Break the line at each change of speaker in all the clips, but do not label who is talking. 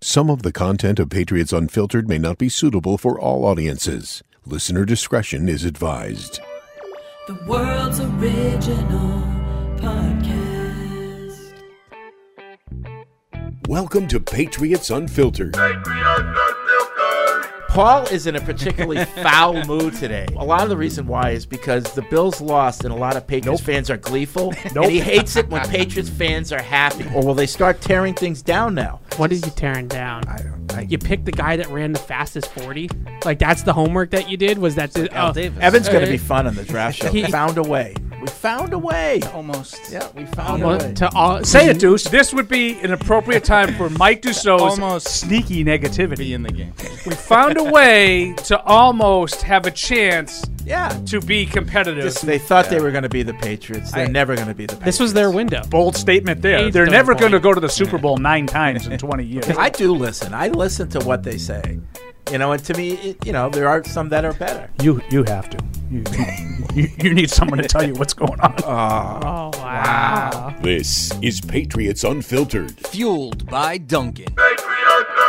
Some of the content of Patriots Unfiltered may not be suitable for all audiences. Listener discretion is advised.
The world's original podcast.
Welcome to Patriots Unfiltered.
Paul is in a particularly foul mood today. A lot of the reason why is because the Bills lost, and a lot of Patriots fans are gleeful. And he hates it when Patriots fans are happy. Or will they start tearing things down now?
What is you tearing down? I don't. you picked the guy that ran the fastest forty. Like that's the homework that you did. Was that to, oh,
Evan's going to be fun on the draft show.
He-
found a way. We found a way.
Almost.
Yeah, we found
well,
a way.
to all,
Say it, Deuce. This would be an appropriate time for Mike Dussault's
Almost.
sneaky negativity.
Be in the game.
We found a way to almost have a chance
yeah.
to be competitive.
Just- they thought they were going to be the Patriots. They're never going to be the Patriots.
This was their window.
Bold statement there.
Eighth
They're
on
never
the
going to
point.
go to the Super Bowl nine times in 20 years.
I do listen. I listen to what they say. You know, and to me, it, you know, there are some that are better.
you you have to. You, you, you need someone to tell you what's going on.
Oh wow!
Ah.
This is Patriots Unfiltered.
Fueled by Duncan.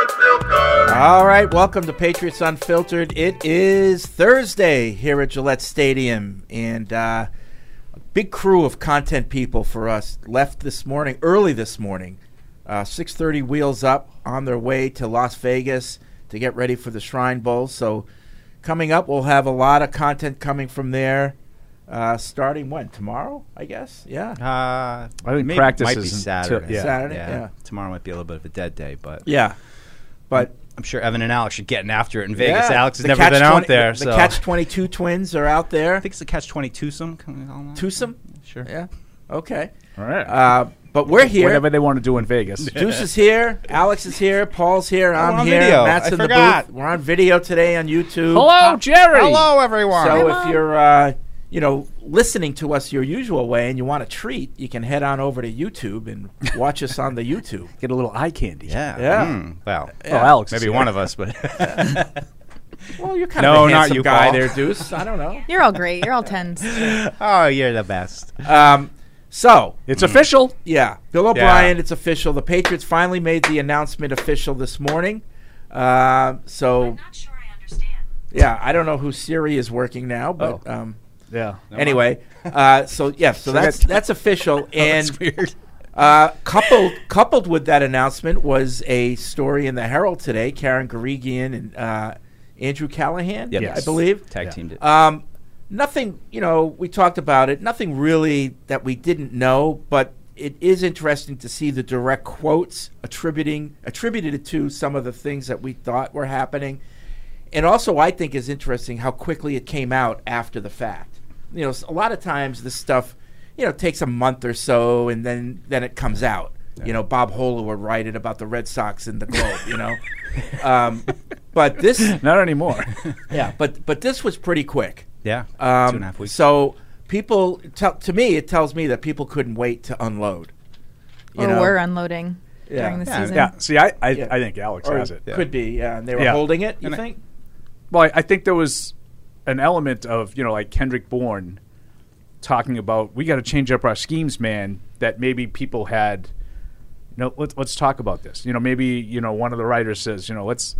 All right, welcome to Patriots Unfiltered. It is Thursday here at Gillette Stadium, and uh, a big crew of content people for us left this morning, early this morning, uh, six thirty. Wheels up on their way to Las Vegas to get ready for the Shrine Bowl. So, coming up, we'll have a lot of content coming from there. Uh, starting when tomorrow, I guess. Yeah,
Uh,
I think
maybe-
practice
might be
isn't
Saturday.
till- yeah.
Saturday, yeah.
Tomorrow might be a little bit of a dead day, but
yeah. But
I'm sure Evan and Alex are getting after it in Vegas.
yeah,
Alex has
the
never
Catch
been
20
out there,
The,
so
the Catch Twenty Two twins are out there.
I think it's a catch twenty two. Some can we call them that?
twosome.
Sure.
Yeah. Okay.
All right.
Uh, but we're here.
Whatever they want to do in Vegas.
Deuce is here. Alex is here. Paul's here. I'm
on
here.
video.
Matt's
I
in
forgot.
the booth. We're on video today on YouTube.
Hello, Jerry.
Hello, everyone.
So if you're, uh, you know, listening to us your usual way and you want a treat, you can head on over to YouTube and watch us on the YouTube.
Get a little eye candy.
yeah.
Yeah.
Mm, well,
Oh, Alex. is
maybe
here.
one of us, but
Well, you're kind
No,
of a
not
handsome
you,
guy
Paul.
there, Deuce. I don't know.
You're all great. You're all tens.
oh, you're the best.
Um, so hmm.
It's official.
Yeah, Bill O'Brien. It's official. The Patriots finally made the announcement official this morning. Uh, so, yeah, I don't know who Siri is working now,
Oh.
but um,
Yeah.
anyway, uh, so yeah, so that's that's official. And
Oh, weird.
uh, coupled coupled with that announcement was a story in the Herald today. Karen Garigian and uh, Andrew Callahan,
Yep.
I
Yes.
believe,
Tag teamed it.
um, nothing, you know, we talked about it. Nothing really that we didn't know, but it is interesting to see the direct quotes attributing attributed to some of the things that we thought were happening. And also, I think is interesting how quickly it came out after the fact. You know, s- a lot of times this stuff, you know, takes a month or so, and then then it comes out. You know, Bob Holer would write it about the Red Sox and the Globe. you know, um, but this,
Not anymore.
yeah, but but this was pretty quick.
yeah.
Um,
two and a half weeks.
So people, tell to me, it tells me that people couldn't wait to unload. You
or
know?
we're unloading
Yeah.
during the
Yeah,
season.
yeah. See, I, I,
Yeah.
I think Alex
Or
has it.
Could be, yeah. And they were
Yeah.
holding it. You
And I-
think?
Well, I, I think there was an element of you know like Kendrick Bourne talking about we got to change up our schemes, man. That maybe people had. You know, let's let's talk about this. You know, maybe you know one of the writers says, you know, let's.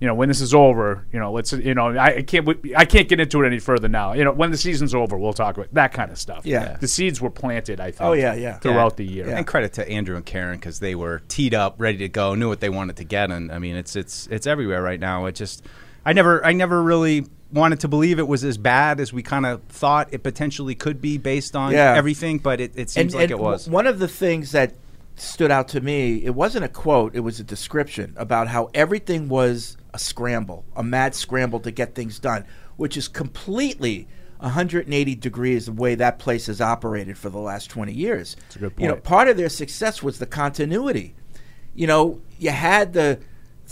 You know, when this is over, you know, let's. You know, I, I can't. w- I can't get into it any further now. You know, when the season's over, we'll talk about that kind of stuff.
Yeah.
the seeds were planted. I think.
Oh, yeah, yeah.
Throughout
Yeah.
the year.
And credit to Andrew and Karen because they were teed up, ready to go, knew what they wanted to get, and I mean, it's it's it's everywhere right now. It just, I never, I never really wanted to believe it was as bad as we kind of thought it potentially could be based on
Yeah.
everything, but it, it seems like it
w-
was.
One of the things that stood out to me, it wasn't a quote, it was a description about how everything was a scramble, a mad scramble to get things done, which is completely 180 degrees the way that place has operated for the last 20 years. That's a
good
You know,
point.
part of their success was the continuity. You know, you had the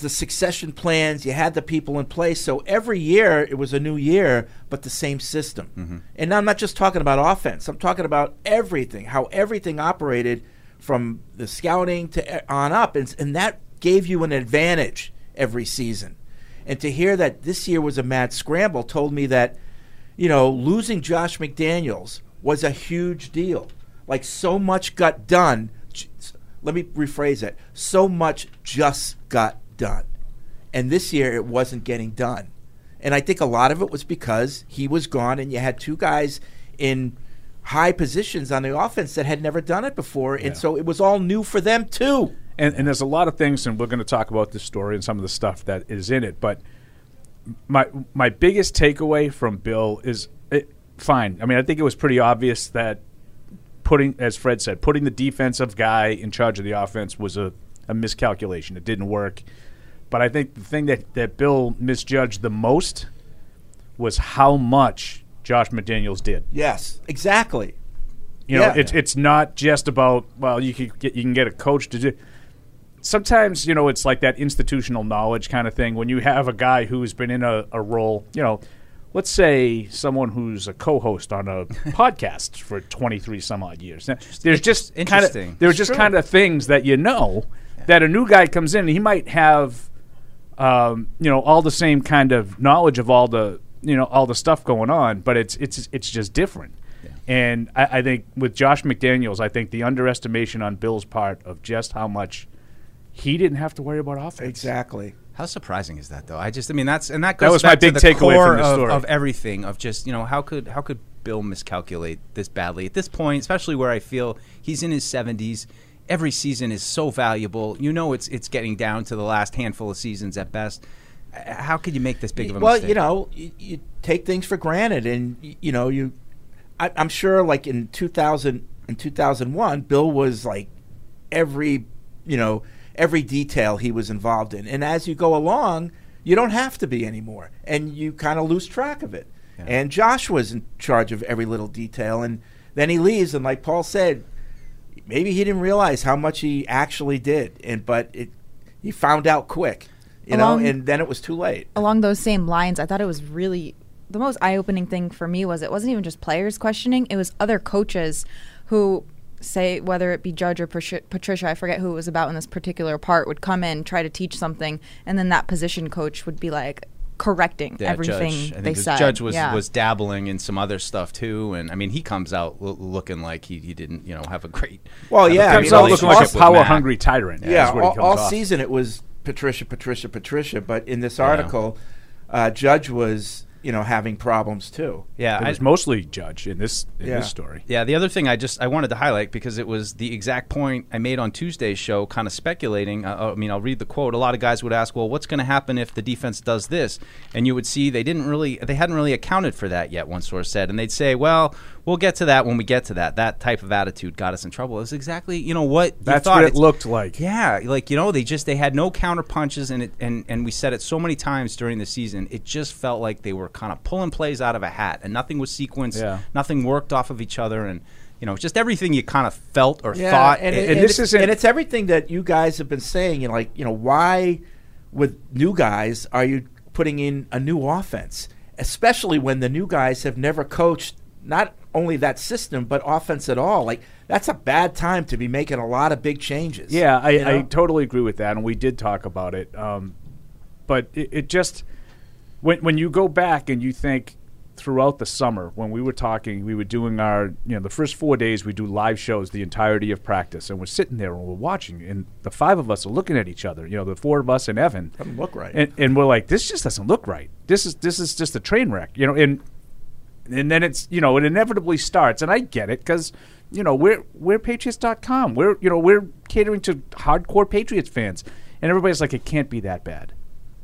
the succession plans, you had the people in place, so every year it was a new year, but the same system.
Mm-hmm.
And I'm not just talking about offense. I'm talking about everything, how everything operated from the scouting to e- on up, and, s- and that gave you an advantage every season. And to hear that this year was a mad scramble told me that you know, losing Josh McDaniels was a huge deal. Like so much got done. J- let me rephrase that. So much just got done. And this year it wasn't getting done. And I think a lot of it was because he was gone and you had two guys in high positions on the offense that had never done it before. And so it was all new for them too.
and, and there's a lot of things, and we're going to talk about this story and some of the stuff that is in it. But my my biggest takeaway from Bill is it, fine. I mean, I think it was pretty obvious that putting, as Fred said, putting the defensive guy in charge of the offense was a, a miscalculation. It didn't work. But I think the thing that, that Bill misjudged the most was how much Josh McDaniels did.
Yes, exactly.
You know,
Yeah.
it's it's not just about well, you could get you can get a coach to do. Sometimes you know it's like that institutional knowledge kind of thing. When you have a guy who's been in a, a role, you know, let's say someone who's a co-host on a podcast for twenty three some odd years. Now, there's just kind of
Interesting.
there's just kind of things that you know that a new guy comes in, and he might have um, you know all the same kind of knowledge of all the you know all the stuff going on, but it's it's it's just different. And I, I think with Josh McDaniels, I think the underestimation on Bill's part of just how much he didn't have to worry about offense.
Exactly.
How surprising is that, though? I just, I mean, that's and that
That
goes
was
back
my big
to the
takeaway
core
from this
of,
story.
of everything. Of just you know, how could how could Bill miscalculate this badly at this point? Especially where I feel he's in his seventies. Every season is so valuable. You know, it's it's getting down to the last handful of seasons at best. Uh, How could you make this big of a
well,
mistake?
you know, you, you take things for granted, and y- you know, you. I, I'm sure, like in 2000 and 2001, Bill was like every, you know, every detail he was involved in, and as you go along, you don't have to be anymore, and you kind of lose track of it. And Josh was in charge of every little detail, and then he leaves, and like Paul said, maybe he didn't realize how much he actually did, and but it, he found out quick, you
Along-
know, and then it was too late.
along those same lines, I thought it was really the most eye-opening thing for me was it wasn't even just players questioning; it was other coaches who say whether it be Judge or Patri- Patricia, I forget who it was about in this particular part, would come in try to teach something, and then that position coach would be like correcting
Yeah,
everything
Judge. I think
they
the
said.
judge was
Yeah.
was dabbling in some other stuff too, and I mean, he comes out l- looking like he, he didn't you know have a great
Well,
have a
yeah, I
great
mean,
Comes out
all-
looking like a
relationship with Matt.
power-hungry tyrant. is
Yeah,
what he
all,
comes
all
off.
season it was Patricia, Patricia, Patricia. But in this article, uh, Judge was you know having problems too.
Yeah,
It
I-
was mostly Judge in this in
Yeah.
this story.
Yeah, the other thing I just I wanted to highlight because it was the exact point I made on Tuesday's show, kind of speculating. Uh, I mean, I'll read the quote. A lot of guys would ask, "Well, what's going to happen if the defense does this?" And you would see they didn't really, they hadn't really accounted for that yet. One source said, and they'd say, "Well, we'll get to that when we get to that." That type of attitude got us in trouble. It was exactly you know what you
That's
thought.
what it
It's-
looked like.
yeah, like you know, they just they had no counter punches, and it and and we said it so many times during the season. It just felt like they were kind of pulling plays out of a hat, and nothing was sequenced,
Yeah.
nothing worked off of each other, and you know, just everything you kind of felt or
Yeah,
thought.
and,
it-
and this
this is
isn't-
and it's everything that you guys have been saying. You know, like you know why with new guys are you putting in a new offense, especially when the new guys have never coached not only that system but offense at all. Like that's a bad time to be making a lot of big changes.
Yeah, I,
you know?
I totally agree with that, and we did talk about it. Um, but it, it just when when you go back and you think throughout the summer when we were talking, we were doing our you know the first four days we do live shows the entirety of practice, and we're sitting there and we're watching, and the five of us are looking at each other. You know, the four of us and Evan
Doesn't look right.
and, and we're like, this just doesn't look right. This is this is just a train wreck, you know. And and then it's you know it inevitably starts, and I get it because you know we're we're Patriots.com. We're you know we're catering to hardcore Patriots fans, and everybody's like, it can't be that bad.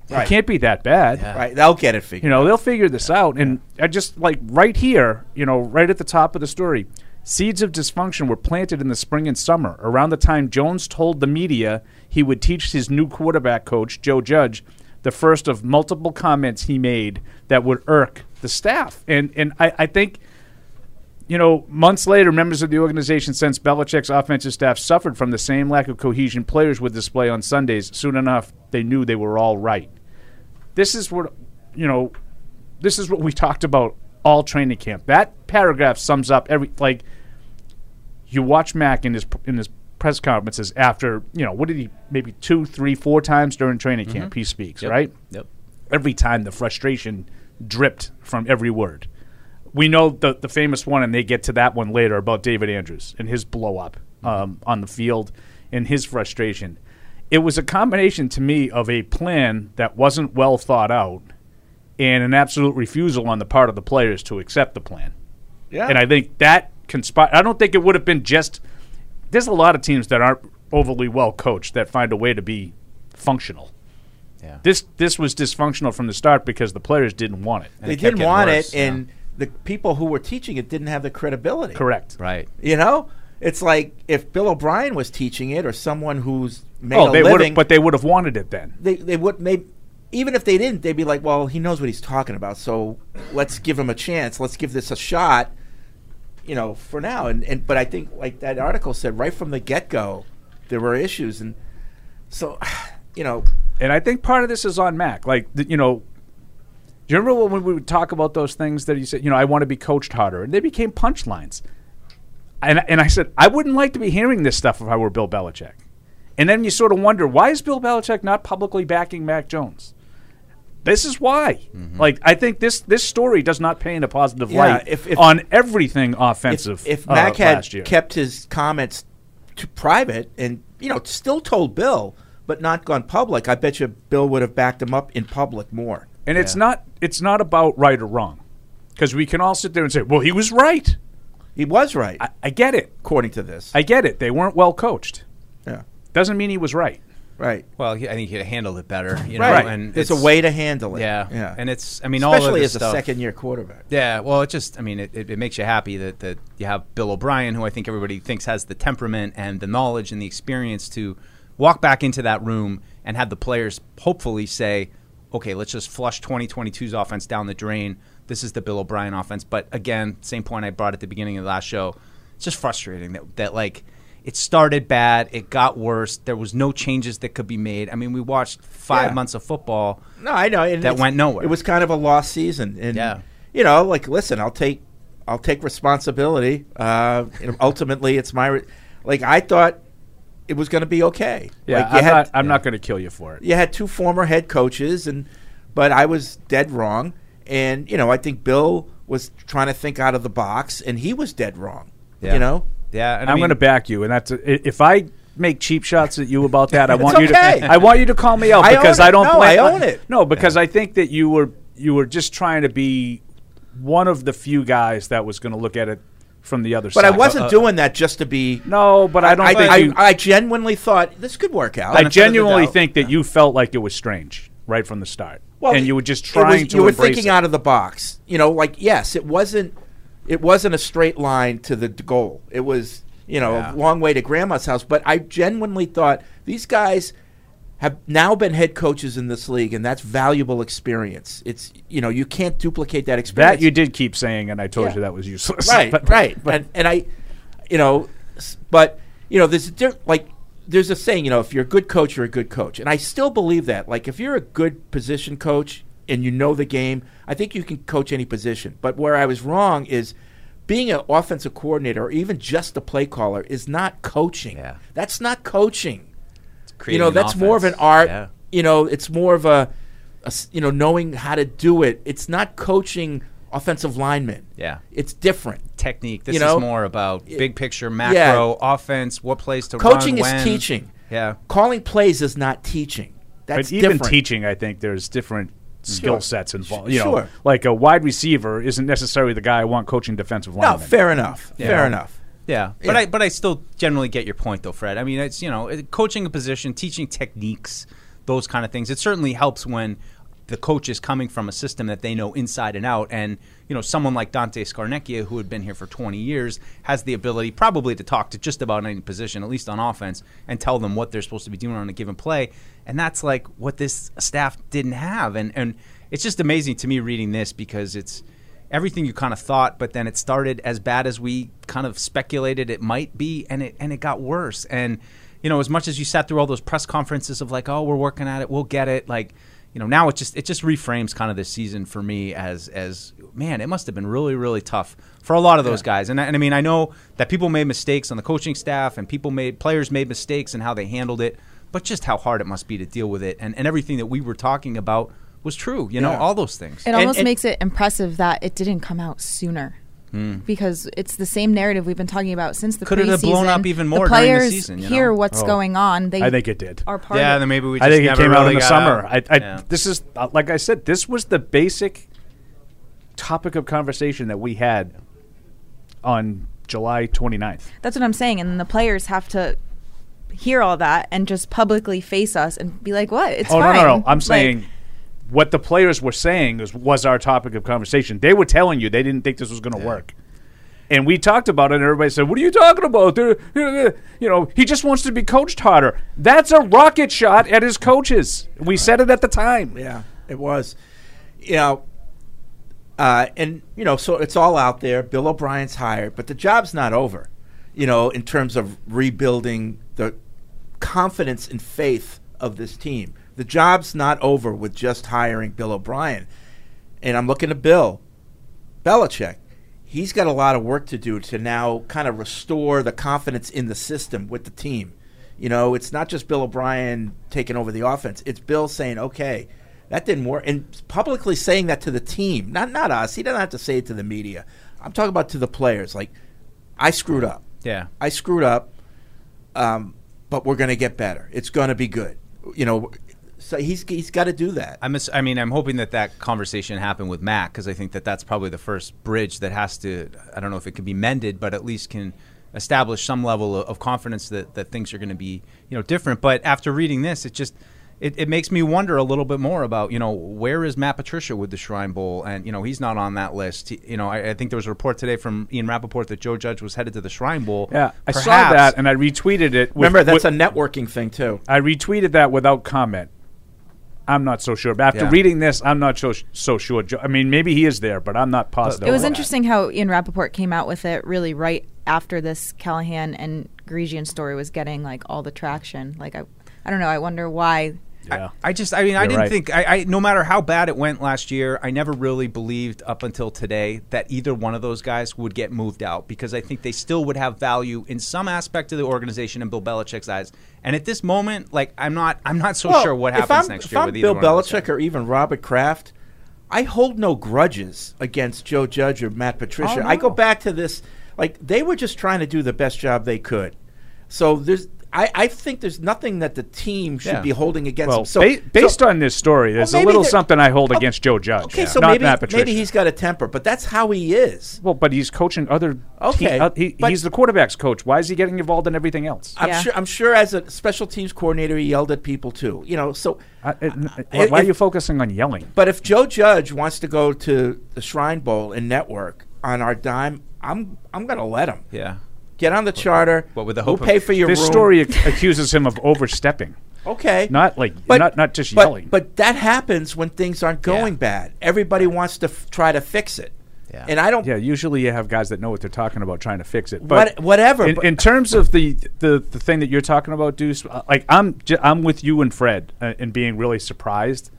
Right.
It can't be that bad.
right, they'll get it figured.
You know they'll figure this out. And I just like right here, you know, right at the top of the story. Seeds of dysfunction were planted in the spring and summer, around the time Jones told the media he would teach his new quarterback coach, Joe Judge, the first of multiple comments he made that would irk the staff. And and I, I think, you know, months later, members of the organization since Belichick's offensive staff suffered from the same lack of cohesion players would display on Sundays. Soon enough, they knew they were all right. This is what you know this is what we talked about all training camp. That paragraph sums up every like. You watch Mac in his in his press conferences after you know what did he maybe two, three, four times during training camp he speaks
Mm-hmm. Yep.
right.
Yep.
Every time the frustration dripped from every word. We know the the
Mm-hmm.
famous one, and they get to that one later about David Andrews and his blow up um, on the field. and his frustration. It was a combination to me of a plan that wasn't well thought out and an absolute refusal on the part of the players to accept the plan.
Yeah.
And I think that conspired. I don't think it would have been just. There's a lot of teams that aren't overly well coached that find a way to be functional.
Yeah.
This this was dysfunctional from the start because the players didn't want it.
they didn't want it, and the people who were teaching it didn't have the credibility.
Correct.
Right.
You know, it's like if Bill O'Brien was teaching it, or someone who's made
oh,
a
they would
living,
have, but they would have wanted it then.
they they would maybe even if they didn't, they'd be like, well, he knows what he's talking about, so let's give him a chance. Let's give this a shot. You know, for now, and and but I think like that article said right from the get go, there were issues, and so you know,
And I think part of this is on Mac. Like, th- you know, do you remember when we would talk about those things that he said, you know, I want to be coached harder? And they became punchlines. And, and I said, I wouldn't like to be hearing this stuff if I were Bill Belichick. And then you sort of wonder, why is Bill Belichick not publicly backing Mac Jones? This is why. Like, I think this this story does not paint a positive
Mm-hmm. Yeah,
light
if- if-
on everything
if,
offensive.
if
uh,
Mac had
last year.
kept his comments to private and you know still told Bill, but not gone public, I bet you Bill would have backed him up in public more.
And it's not it's not about right or wrong, because we can all sit there and say, well, he was right.
He was right,
I, I get it.
according to this.
I get it. They weren't well coached.
yeah,
Doesn't mean he was right.
right,
Well, he, I think he'd have handled it better. You
right.
Know? And
There's a way to handle it.
Yeah.
yeah,
And it's. I mean, all of
especially
this
as a
stuff-
second year quarterback.
Yeah, well, it just, I mean, it, it, it makes you happy that, that you have Bill O'Brien, who I think everybody thinks has the temperament and the knowledge and the experience to walk back into that room and have the players hopefully say, okay, let's just flush 2022's offense down the drain. This is the Bill O'Brien offense. But again, same point I brought at the beginning of the last show. It's just frustrating that, that like, it started bad. It got worse. There was no changes that could be made. I mean, we watched five
Yeah.
months of football.
No, I know and
That
it's-
went nowhere.
It was kind of a lost season, and
Yeah.
you know, like listen, I'll take, I'll take responsibility. Uh, and ultimately, it's my, re- like I thought, it was going to be okay.
Yeah,
like, you
I'm,
had,
not, I'm not going to kill you for it.
you had two former head coaches, and but I was dead wrong, and you know, I think Bill was trying to think out of the box, and he was dead wrong.
Yeah.
You know,
Yeah, and
I'm
I mean,
going to back you, and that's i- if I make cheap shots at you about that. I want you
okay.
to. I want you to call me out
I own
because I
it.
don't.
No,
blame-
I own it.
No, because I think that you were you were just trying to be one of the few guys that was going to look at it from the other
but
side.
I wasn't
Uh,
doing that just to be.
No, but I don't.
I,
think
I,
you-
I genuinely thought this could work out.
I
And-
genuinely think that you felt like it was strange right from the start, and you were just
it
trying
was-
to
You were
embrace
thinking
it.
out of the box. You know, like yes, it wasn't. It wasn't a straight line to the d- goal. It was you know a long way to grandma's house. But I genuinely thought these guys have now been head coaches in this league, and that's valuable experience. It's you know you can't duplicate that experience.
That you did keep saying, and I told
Yeah.
you that was useless.
right,
But-
right. and, and I, you know, s- but you know, there's a diff- like there's a saying, you know, if you're a good coach, you're a good coach, and I still believe that. Like if you're a good position coach and you know the game, I think you can coach any position. But where I was wrong is being an offensive coordinator or even just a play caller is not coaching.
Yeah.
That's not coaching you
creating
know
an
that's more of an
offense.
art
Yeah.
you know it's more of a, a s- you know knowing how to do it it's not coaching offensive linemen
Yeah.
it's different
technique. This
You know?
is more about big picture, macro, offense, what plays to
coaching
run,
is
when.
teaching
Yeah.
calling plays is not teaching that's
but even
different
teaching, I think there's different skill
Sure.
sets involved.
Sh-
You know,
sure.
like a wide receiver isn't necessarily the guy I want coaching defensive
no
linemen.
fair enough fair enough
Yeah. But
Yeah.
I but I still generally get your point though, Fred. I mean, it's you know, it- coaching a position, teaching techniques, those kind of things. It certainly helps when the coach is coming from a system that they know inside and out and you know someone like dante scarnecchia who had been here for 20 years has the ability probably to talk to just about any position at least on offense and tell them what they're supposed to be doing on a given play and that's like what this staff didn't have and and it's just amazing to me reading this because it's everything you kind of thought, but then it started as bad as we kind of speculated it might be, and it and it got worse. And you know, as much as you sat through all those press conferences of like, oh, we're working at it, we'll get it, like. You know, now it just it just reframes kind of this season for me as as man, it must have been really really tough for a lot of those guys. And I, and I mean, I know that people made mistakes on the coaching staff, and people made players made mistakes and how they handled it, but just how hard it must be to deal with it, and and everything that we were talking about was true. You know, all those things.
It almost
and-
makes it impressive that it didn't come out sooner.
Hmm.
because it's the same narrative we've been talking about since the
Could it
preseason.
have blown up even more
The
during the
players
season, you
hear
know?
what's
Oh.
going on. They
I think it did.
are part.
Yeah,
of it.
then maybe we. Just
I think it
never
came out in
really
the
got
summer. I,
out.
I,
Yeah.
This is uh, like I said. This was the basic topic of conversation that we had on July 29th.
That's what I'm saying. And then the players have to hear all that and just publicly face us and be like, "What? It's
oh
fine."
no, no, no! I'm
Like,
saying what the players were saying was, was our topic of conversation. They were telling you they didn't think this was going to work. And we talked about it, and everybody said, "What are you talking about? They're- You know, he just wants to be coached harder. That's a rocket shot at his coaches." We said it at the time.
Yeah, it was. You know, uh, and you know, so it's all out there. Bill O'Brien's hired, but the job's not over. You know, in terms of rebuilding the confidence and faith of this team, the job's not over with just hiring Bill O'Brien. And I'm looking to Bill Belichick. He's got a lot of work to do to now kind of restore the confidence in the system with the team. You know, it's not just Bill O'Brien taking over the offense. It's Bill saying, "Okay, that didn't work," and publicly saying that to the team, not not us. He doesn't have to say it to the media. I'm talking about to the players. Like, I screwed up.
Yeah.
I screwed up, um, but we're going to get better. It's going to be good. You know, so he's he's got to do that.
I'm ass- I mean, I'm hoping that that conversation happened with Mac because I think that that's probably the first bridge that has to. I don't know if it can be mended, but at least can establish some level of, of confidence that, that things are going to be you know different. But after reading this, it just it, it makes me wonder a little bit more about you know where is Matt Patricia with the Shrine Bowl, and you know he's not on that list. He- you know, I, I think there was a report today from Ian Rappaport that Joe Judge was headed to the Shrine Bowl.
Yeah, I saw
Perhaps-
that, and I retweeted it. with-
Remember, that's
with-
a networking thing too.
I retweeted that without comment. I'm not so sure. But after
Yeah.
reading this, I'm not so so sure. Jo- I mean, maybe he is there, but I'm not positive.
It was
on that.
interesting how Ian Rappaport came out with it really right after this Callahan and Grisian story was getting like all the traction. Like I, I don't know. I wonder why.
Yeah.
I just, I mean, I
You're
didn't
right.
think, I, I, no matter how bad it went last year, I never really believed up until today that either one of those guys would get moved out because I think they still would have value in some aspect of the organization in Bill Belichick's eyes. And at this moment, like, I'm not, I'm not so
Well,
sure what
if
happens
I'm-
next
if
year
I'm
with either
Bill
one of those
Belichick
guys.
or even Robert Kraft, I hold no grudges against Joe Judge or Matt Patricia.
Oh,
I go
no.
back to this, like they were just trying to do the best job they could. So there's, I, I think there's nothing that the team should
Yeah.
be holding against
Well,
them. So
ba- based
so-
on this story, there's
Well,
a
maybe
little
there-
something I hold
Oh,
against Joe Judge.
okay, so
not
maybe
Matt Patricia.
maybe he's got a temper, but that's how he is.
well, but he's coaching other.
Okay,
team- uh, he,
but-
he's the quarterbacks coach. Why is he getting involved in everything else?
I'm
Yeah.
sure. I'm sure as a special teams coordinator, he yelled at people too. You know, so
I- I- why
if-
why are you focusing on yelling?
But if Joe Judge wants to go to the Shrine Bowl and network on our dime, I'm I'm gonna let him.
Yeah.
Get on the charter.
What with the
we'll
hope of-
pay for your
This
room.
story ac- accuses him of overstepping.
Okay.
Not like not not just
but-
yelling.
But that happens when things aren't going
Yeah.
bad. Everybody wants to f- try to fix it.
Yeah.
And I don't.
yeah, usually you have guys that know what they're talking about trying to fix it.
What-
But
whatever,
In,
but-
in terms of the, the the thing that you're talking about, Deuce, uh, like I'm j- I'm with you and Fred uh, in being really surprised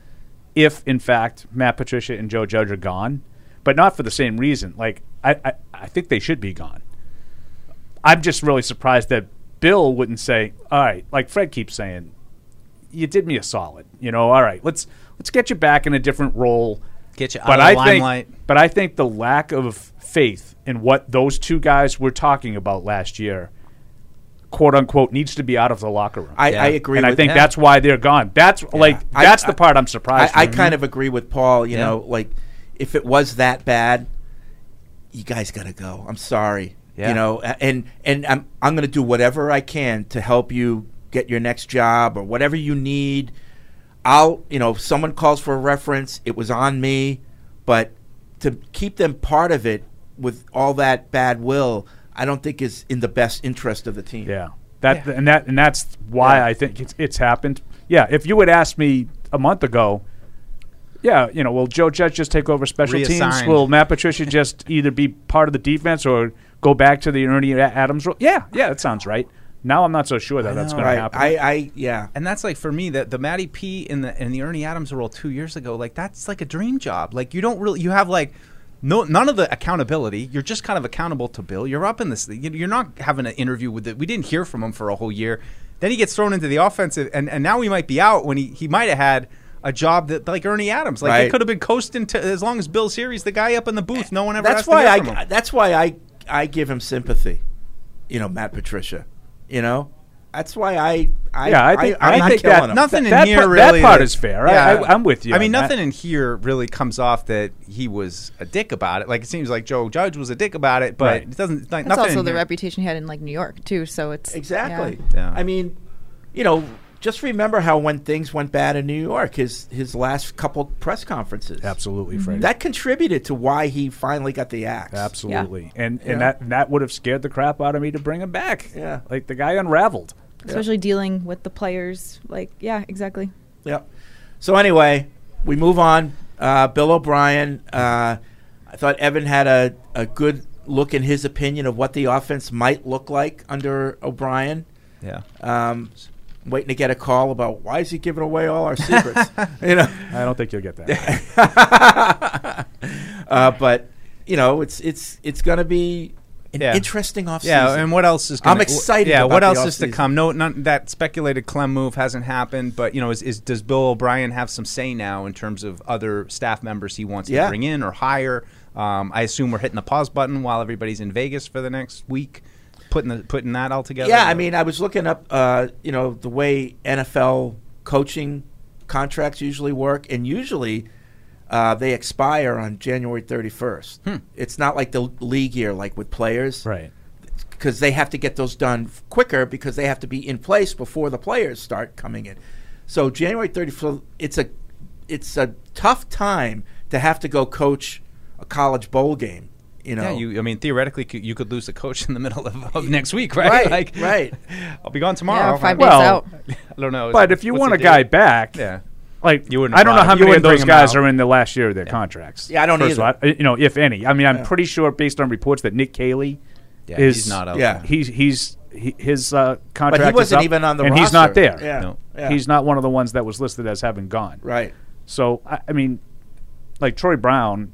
if in fact Matt Patricia and Joe Judge are gone, but not for the same reason. Like I I, I think they should be gone. I'm just really surprised that Bill wouldn't say, "All right," like Fred keeps saying, "You did me a solid." You know, all right, let's let's get you back in a different role.
Get you out
but
of
I
the limelight.
think, but I think the lack of faith in what those two guys were talking about last year, quote unquote, needs to be out of the locker room.
I,
Yeah.
I agree.
and
with
I think
yeah.
that's why they're gone. That's like
I-
that's
I-
the part I'm
I,
surprised.
I
with.
kind of agree with Paul. You
Yeah.
know, like if it was that bad, you guys got to go. I'm sorry.
Yeah.
You know, a- and and I'm I'm going to do whatever I can to help you get your next job or whatever you need. I'll you know, if someone calls for a reference, it was on me, but to keep them part of it with all that bad will, I don't think is in the best interest of the team.
Yeah. That and that and that's why I think it's it's happened. Yeah, if you had asked me a month ago, yeah, you know, will Joe Judge just take over special teams?
Reassigned.
Will Matt Patricia just either be part of the defense or go back to the Ernie A- Adams role? Yeah, yeah, that sounds right. Now I'm not so sure that that's
know,
going to
Right.
happen.
I, I yeah.
and that's like for me that the Matty P in the in the Ernie Adams role two years ago, like that's like a dream job. Like you don't really you have like no none of the accountability. You're just kind of accountable to Bill. You're up in this. thing. You- You're not having an interview with it. We didn't hear from him for a whole year. Then he gets thrown into the offensive, and and now he might be out when he he might have had. a job that like Ernie Adams. Like they
Right. Eh,
could have been coasting to as long as Bill Series, the guy up in the booth. No one ever.
that's
asked
why
to hear from
I
him.
that's why I I give him sympathy. You know, Matt Patricia. You know, that's why I I
Yeah, I think-
I, am
I
not
think
killing
that-
him.
nothing in
that
here
part- that
really.
part is fair. I- I- I'm with you
I mean,
on that.
nothing in here really comes off that he was a dick about it. Like it seems like Joe Judge was a dick about it, but
Right.
it doesn't. it's Like,
That's
nothing
also
in
the
here-
reputation he had in like New York too. So it's
Exactly.
Yeah. Yeah.
I mean, you know, just remember how when things went bad in New York, his his last couple press conferences.
Absolutely, Freddie.
That contributed to why he finally got the axe.
Absolutely. And
Yeah.
and that and that would have scared the crap out of me to bring him back.
Yeah.
Like the guy unraveled.
yeah, especially dealing with the players. Like yeah, exactly.
Yep. So anyway, we move on. Uh, Bill O'Brien. Uh, I thought Evan had a, a good look in his opinion of what the offense might look like under O'Brien.
Yeah.
Um, waiting to get a call about why is he giving away all our secrets? you know.
I don't think you'll get that.
Uh, but you know, it's it's it's going to be an
Yeah.
interesting offseason.
Yeah, and what else is? Gonna,
I'm excited
Yeah,
about
what
the
else is to
offseason.
come? No, none, that speculated Clem move hasn't happened. But you know, is, is does Bill O'Brien have some say now in terms of other staff members he wants to
Yeah.
bring in or hire? Um, I assume we're hitting the pause button while everybody's in Vegas for the next week, putting the, putting that all together.
Yeah, I mean, I was looking up, uh, you know, the way NFL coaching contracts usually work, and usually uh, they expire on January 31st. It's not like the league year, like with players,
Hmm. right.
Because they have to get those done f- quicker because they have to be in place before the players start coming in. So January 31st, it's a it's a tough time to have to go coach a college bowl game. You know,
yeah, you. I mean, theoretically, c- you could lose the coach in the middle of, of next week, right?
Right, right.
I'll be gone tomorrow.
Yeah, five
I,
days
Well,
out.
I don't know.
But if you
What's
want
the
a guy
date?
back,
yeah,
like
You wouldn't
I don't know
brought-
how
you
many of
wouldn't bring
those
him
guys
out.
are in the last year of their contracts.
Yeah, I don't
First of
either.
all, I- you know, if any. I mean, I'm pretty sure based on reports that Nick Cayley
yeah,
is
he's not out.
yeah.
there.
He's he's he, his uh, contract. is
wasn't
up,
even on the
and he's not
roster.
there.
Yeah, No. yeah.
he's not one of the ones that was listed as having gone.
right?
So I, I mean, like Troy Brown.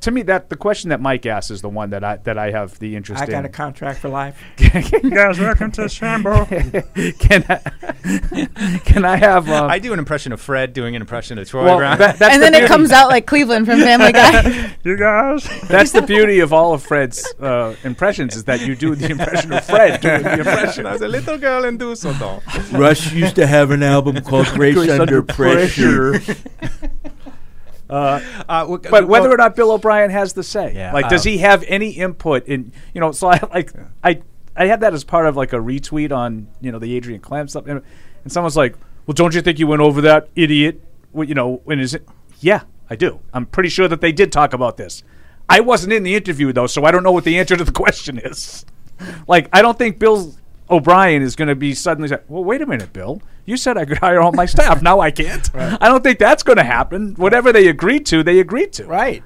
To me, that the question that Mike asked is the one that I that I have the interest in.
contract for life.
guys, welcome to Shambo. can I, can I have? Uh,
I do an impression of Fred doing an impression of Troy
well,
Brown.
that- that's
and
the
then it
beauty-
comes out like Cleveland from Family Guy.
You guys. That's the beauty of all of Fred's uh, impressions is that you do the impression of Fred doing the impression.
As a little girl in Dusseldorf.
Rush used to have an album called Grace
Grace Under Pressure.
Uh,
But whether or not Bill O'Brien has the say,
Yeah.
like, does
Um,
he have any input in? You know, so I like I I had that as part of like a retweet on you know the Adrian Clem stuff, and, and someone's like, "Well, don't you think you went over that, idiot?" Well, you know, and is it? Yeah, I do. I'm pretty sure that they did talk about this. I wasn't in the interview though, so I don't know what the answer to the question is. Like, I don't think Bill O'Brien is going to be suddenly like, well, wait a minute, Bill. You said I could hire all my staff. Now I can't. I don't think that's going to happen. Whatever they agreed to, they agreed to.
Right.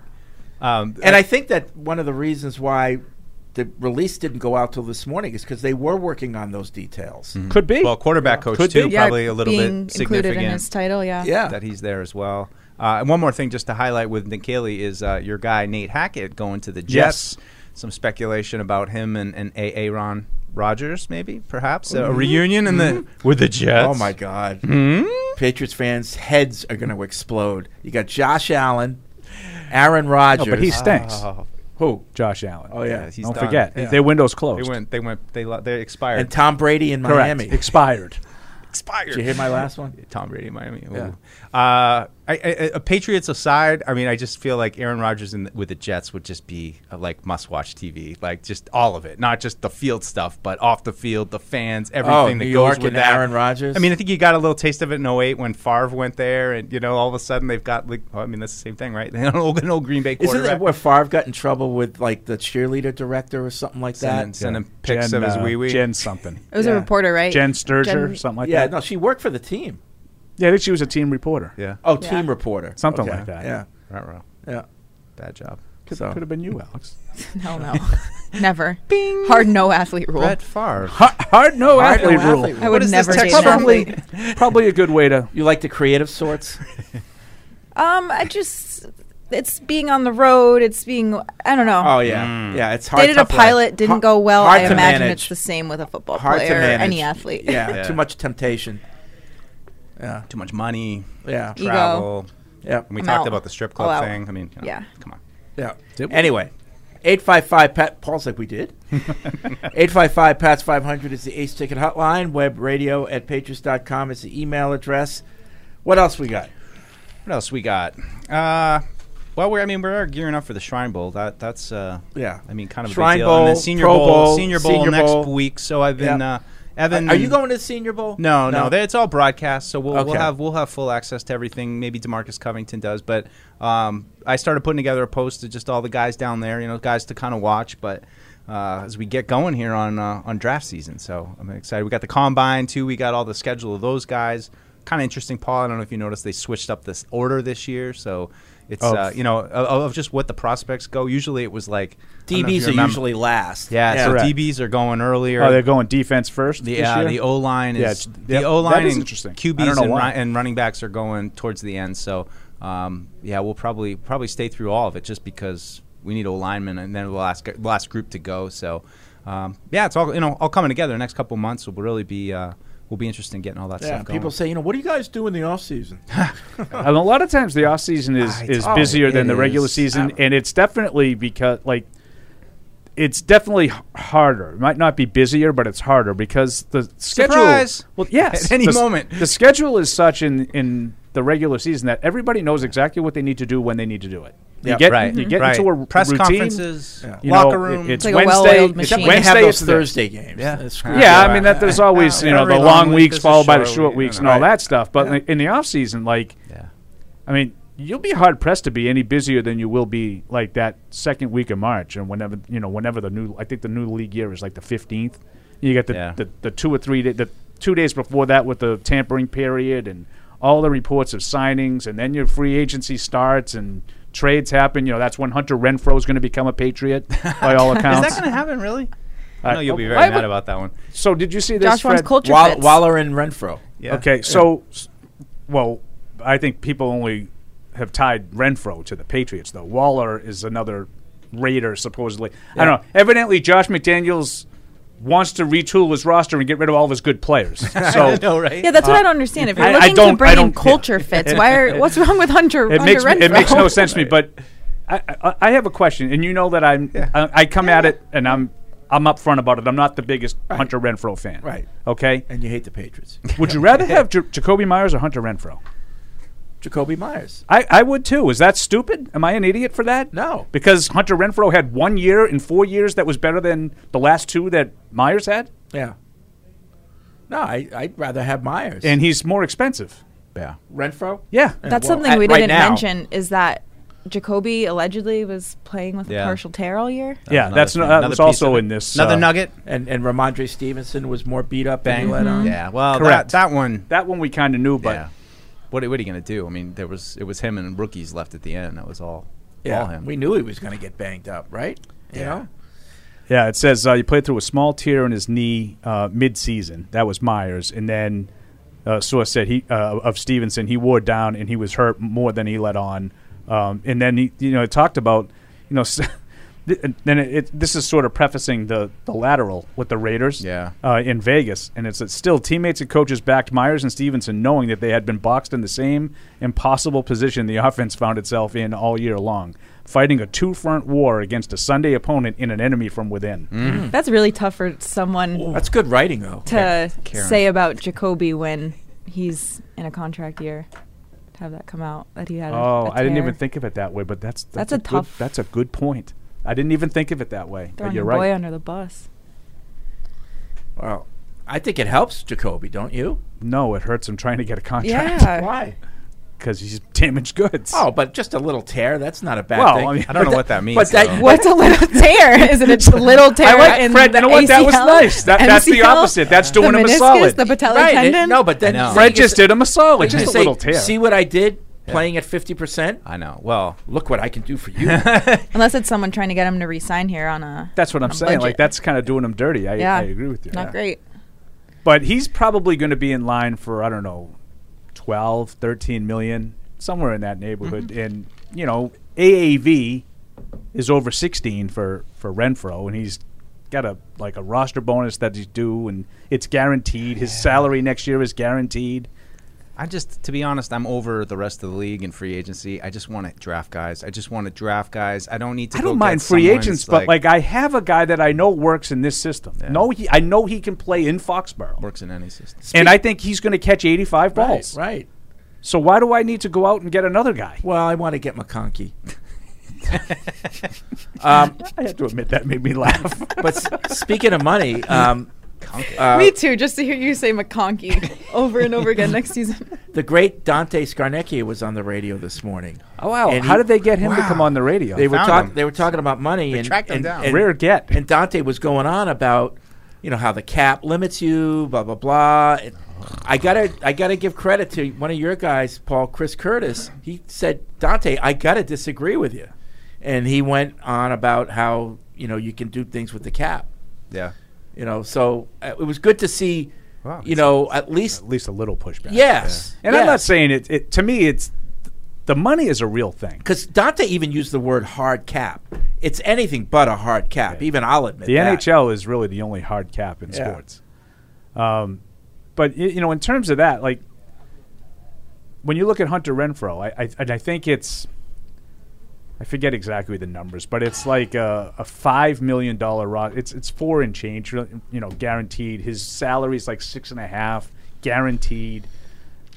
um,
And I think that one of the reasons why the release didn't go out till this morning is because they were working on those details.
Could be.
well, quarterback coach
Could be.
too,
yeah,
probably a little
being
bit
included in
significant
his title. Yeah.
Yeah.
that he's there as well. Uh, and one more thing, just to highlight with Nick Haley is uh, your guy Nate Hackett going to the Jets.
Yes.
Some speculation about him and and Aaron Rodgers, maybe perhaps
Mm-hmm.
a reunion in the with the Jets. Hmm?
Oh my God! Patriots fans' heads are going to explode. You got Josh Allen, Aaron Rodgers.
but he stinks.
who?
Josh Allen. Oh,
yeah.
he's
don't
done.
forget.
Yeah.
Their window's
They
closed.
went. They went. They lo- they expired.
And Tom Brady in
Correct.
Miami.
Expired.
expired.
Did you hear my last one?
Tom Brady, in Miami. Ooh. Uh, I, I, I, Patriots aside, I mean, I just feel like Aaron Rodgers in the, with the Jets would just be uh, like must-watch TV, like just all of it, not just the field stuff, but off the field, the fans, everything
Oh, New
that goes
York
with
and
that.
Aaron Rodgers?
I mean, I think you got a little taste of it in 08 when Favre went there, and you know, all of a sudden they've got like, oh, I mean, that's the same thing, right? They had an old, an old Green Bay quarterback.
Isn't that where Favre got in trouble with like the cheerleader director or something like that?
Sending, sending pics
Jen,
of his
uh,
wee wee.
Jen something.
It was
Yeah.
a reporter, right?
Jen Sturger,
Jen-
something like
yeah,
that.
no, she worked for the team.
Yeah, I think she was a team reporter.
yeah,
Oh,
Yeah.
team reporter,
Something
Okay.
like that.
Yeah,
right, right.
yeah.
Bad job.
Could,
So-
could have been you, Alex.
Hell no. Never. Hard no athlete rule.
Brett Favre.
Hard no
Hard no
athlete rule.
athlete rule.
I
What
would
is this
never date
text
an
from?
athlete.
Probably, probably a good way to.
You like the creative sorts?
Um, I just it's being on the road. It's being I don't know.
Oh yeah,
Mm.
yeah. It's hard.
Dated a
tough life.
pilot, didn't
Har-
go well.
hard
I
to
imagine
manage.
it's the same with a football
hard to
player or
manage.
any athlete.
Yeah,
Yeah.
too much temptation. Yeah.
Too much money.
Yeah.
Ego.
Travel.
Yeah.
And we
I'm
talked
out.
about the strip
All
club
out.
thing. I mean, you know,
Yeah.
Come on.
Yeah.
Did we?
Anyway, 855 Pat. Paul's like, we did. 855 Pat's 500 is the ace ticket hotline. Web radio at patriots.com is the email address. What else we got?
What else we got? Uh, well, we're, I mean, we're gearing up for the Shrine Bowl. That that's uh,
Yeah.
I mean, kind of
Shrine
a big deal. And then
Bowl,
Senior
Pro
Bowl,
Bowl,
Senior Bowl
Senior
next
Bowl.
week. So I've been
Yeah.
uh, Evan.
Are you going to the Senior Bowl?
No, no, they- it's all broadcast, so we'll, we'll
Okay.
have we'll have full access to everything. Maybe Demarcus Covington does, but um, I started putting together a post to just all the guys down there, you know, guys to kind of watch. But uh, as we get going here on uh, on draft season, so I'm excited. We got the combine too. We got all the schedule of those guys. Kind of interesting, Paul. I don't know if you noticed they switched up this order this year, so it's
Of-
uh, you know of, of just what the prospects go. Usually it was like I don't know if you
DBs are
remember.
usually last.
yeah, so
Correct.
DBs are going earlier.
Oh, they're going defense first.
The
this
uh,
year?
the O line
Yeah,
is
it's-
the
yep,
O line
that is
and
interesting. I don't
QBs
know
and,
why.
run, and running backs are going towards the end. So um, yeah, we'll probably probably stay through all of it just because we need O linemen and then the last gu- last group to go. So um, yeah, it's all you know all coming together. The next couple months will really be uh, will be interesting getting all that
Yeah,
stuff going.
people say, you know, what do you guys do in the off season?
and a lot of times the off season is
Ah, it's-
is
oh,
busier
it
than the regular
is. Ah.
season, and it's definitely because like it's definitely h- harder. It might not be busier, but it's harder because the schedule.
Surprise!
Well, yes,
At any
the s-
moment.
the schedule is such in in the regular season that everybody knows exactly what they need to do when they need to do it. You
Yeah,
get
right, Mm-hmm.
you get
right.
into a
press
routine,
conferences,
you know,
locker
it-
room.
It's
It's like a
Wednesday.
well-oiled
It's
machine.
Except when they have
Wednesday.
those
It's the-
Thursday games.
Yeah.
That screws
yeah,
you
I mean
up.
that there's always you know
Every
the
long
long
week
weeks
is a
followed by the
short
short
week,
weeks
you
and
know.
all that stuff. But
Yeah.
like, in the off season, like
Yeah.
I mean, you'll be hard pressed to be any busier than you will be like that second week of March and whenever you know whenever the new I think the new league year is like the fifteenth. You got the,
Yeah.
the the two or three da- the two days before that with the tampering period and all the reports of signings and then your free agency starts and trades happen. You know that's when Hunter Renfro is going to become a Patriot by all
Is
accounts.
that going to happen? Really?
Uh,
I know you'll be very
why
mad
would-
about that one.
so did you see this?
Josh wants
Fred?
culture
Wall-
fits.
Waller and Renfro.
Yeah.
Okay, so, s- well, I think people only have tied Renfro to the Patriots, though. Waller is another Raider, supposedly. I don't know. Evidently, Josh McDaniels wants to retool his roster and get rid of all of his good players. So Uh,
I know, right?
Yeah, that's what I don't understand. If you're
I- I
looking
don't- I
to bring in
don't-
culture fits, why are what's wrong with Hunter?
it
Hunter
makes me, it
Renfrow?
makes no sense to me. But I, I, I have a question, and you know that I'm I, I come at it and I'm I'm upfront about it. I'm not the biggest Hunter Renfro fan.
Right.
Okay.
And you hate the Patriots.
Would you rather have J- Jacoby Myers or Hunter Renfro?
Jacoby Myers.
I, I would too. Is that stupid? Am I an idiot for that?
No.
Because Hunter Renfro had one year in four years that was better than the last two that Myers had,
Yeah. No, I, I'd rather have Myers.
and he's more expensive.
Yeah.
Renfro?
Yeah.
That's
Well,
something
at-
we
right
didn't
now-
mention is that Jacoby allegedly was playing with
Yeah.
a partial tear all year.
yeah,
Another
that's
thing,
no,
another
that was
piece of
also
it.
in this.
Another
uh,
nugget.
And and Ramondre Stevenson was more beat up than
Bang.
he let on.
Yeah. Well, that,
Mm-hmm. Correct.
that one.
That one we kind of knew, but
yeah. What, what are you going to do? I mean, there was it was him and rookies left at the end. That was all.
Yeah,
all him.
We knew he was going to get banged up, right? You know?
Yeah, it says uh, you played through a small tear in his knee uh, mid-season. That was Myers, and then uh, source said he uh, of Stevenson he wore down and he was hurt more than he let on. Um, and then he, you know, it talked about you know. s- th- and Then it, it, this is sort of prefacing the, the lateral with the Raiders
Yeah.
uh, in Vegas, and it's that still teammates and coaches backed Myers and Stevenson, knowing that they had been boxed in the same impossible position the offense found itself in all year long, fighting a two front war against a Sunday opponent in an enemy from within.
Mm. Mm-hmm.
Hmm. That's really tough for someone
That's good writing, though.
to
Karen.
say about Jacoby when he's in a contract year. To have that come out that he had. a-
Oh,
a
I didn't
tear.
even think of it that way, but that's
That's a
good-
tough-
that's a good point. I didn't even think of it that way. but
throwing
you're
your boy
right.
under the bus.
Well, I think it helps Jacoby, don't you?
No, it hurts him trying to get a contract
Yeah,
Why?
because he's damaged goods.
Oh, but just a little tear. That's not a bad
Well,
thing.
I mean-
I don't know what that means.
but that-
though.
what's a little tear? Is it a little tear?
I like
in
Fred.
The
You know what? That was
ACL?
nice. That, that's the
MCL?
opposite. That's doing
the
him a
meniscus,
solid.
The patellar
right, it-
tendon.
no, but then
I know.
Fred
you
just
say-
did him a solid.
you
Just a
say,
little tear.
See what I did playing at 50%?
I know. Well,
Look what I can do for you.
Unless it's someone trying to get him to resign here on a.
That's what I'm
on a
saying. Like
budget.
that's kind of doing him dirty. I,
Yeah.
I agree with you.
not great.
But he's probably going to be in line for I don't know, 12, 13 million, somewhere in that neighborhood.
Mm-hmm.
And you know, AAV is over 16 for for Renfro, and he's got a like a roster bonus that he's due, and it's guaranteed. His salary next year is guaranteed.
I just, to be honest, I'm over the rest of the league and free agency. I just want to draft guys. I just want to draft guys. I don't need to.
I
go
don't
get
mind free
someone.
agents,
It's
but like I have a guy that I know works in this system. No, he I know he can play in Foxborough,
works in any system.
and I think he's going to catch 85 balls.
Right.
So why do I need to go out and get another guy?
Well, I want to get McConkey. um,
I have to admit that made me laugh.
but s- speaking of money, um, uh,
Me too, just to hear you say McConkey over and over again next season.
the great Dante Scarnecchia was on the radio this morning.
oh wow!
And
How
he-
did they get him to come on the radio?
They were
found
talking.
him.
They were talking about money and
tracked him
and-
down.
and-
rare get.
And Dante was going on about, you know, how the cap limits you, blah blah blah. And I gotta, I gotta give credit to one of your guys, Paul Chris Curtis. He said, Dante, I gotta disagree with you, and he went on about how you know you can do things with the cap.
Yeah.
You know, so uh, it was good to see.
Wow.
you know, at least
At least a little pushback.
yes,
And I'm not saying it, it. To me, it's the money is a real thing.
because Dante even used the word hard cap. It's anything but a hard cap. Even I'll admit
The
that.
NHL is really the only hard cap in
Yeah.
sports. Um, but y- you know, in terms of that, like when you look at Hunter Renfro, I, I and I think it's I forget exactly the numbers, but it's like a, a five million dollar rod. It's it's four and change, really, you know, guaranteed. His salary is like six and a half, guaranteed.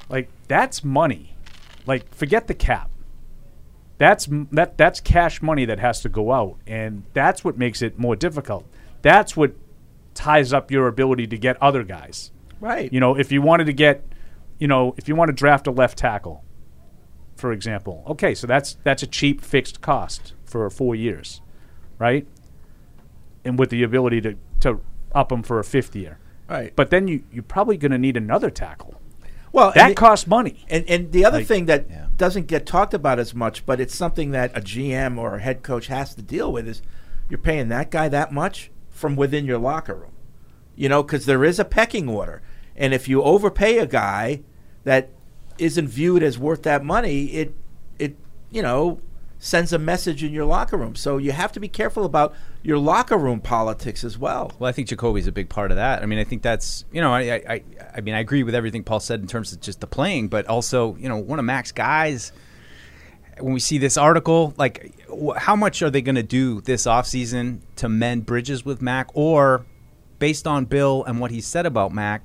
Like that's money. Like forget the cap. That's m- that that's cash money that has to go out, and that's what makes it more difficult. That's what ties up your ability to get other guys.
right.
You know, if you wanted to get, you know, if you want to draft a left tackle, for example, okay, so that's that's a cheap fixed cost for four years, right? And with the ability to to up them for a fifth year,
right.
but then you you're probably going to need another tackle.
well, and
That
the-
costs money.
And and the other
Like-
thing that
Yeah.
doesn't get talked about as much, but it's something that a GM or a head coach has to deal with is you're paying that guy that much from within your locker room. You know, because there is a pecking order, and if you overpay a guy that isn't viewed as worth that money, it it you know sends a message in your locker room. So you have to be careful about your locker room politics as well.
Well, I think Jacoby's a big part of that. I mean, I think that's you know, I, I, I, I mean, I agree with everything Paul said in terms of just the playing, but also you know, one of Mac's guys. When we see this article, like, wh- how much are they going to do this offseason to mend bridges with Mac, or based on Bill and what he said about Mac,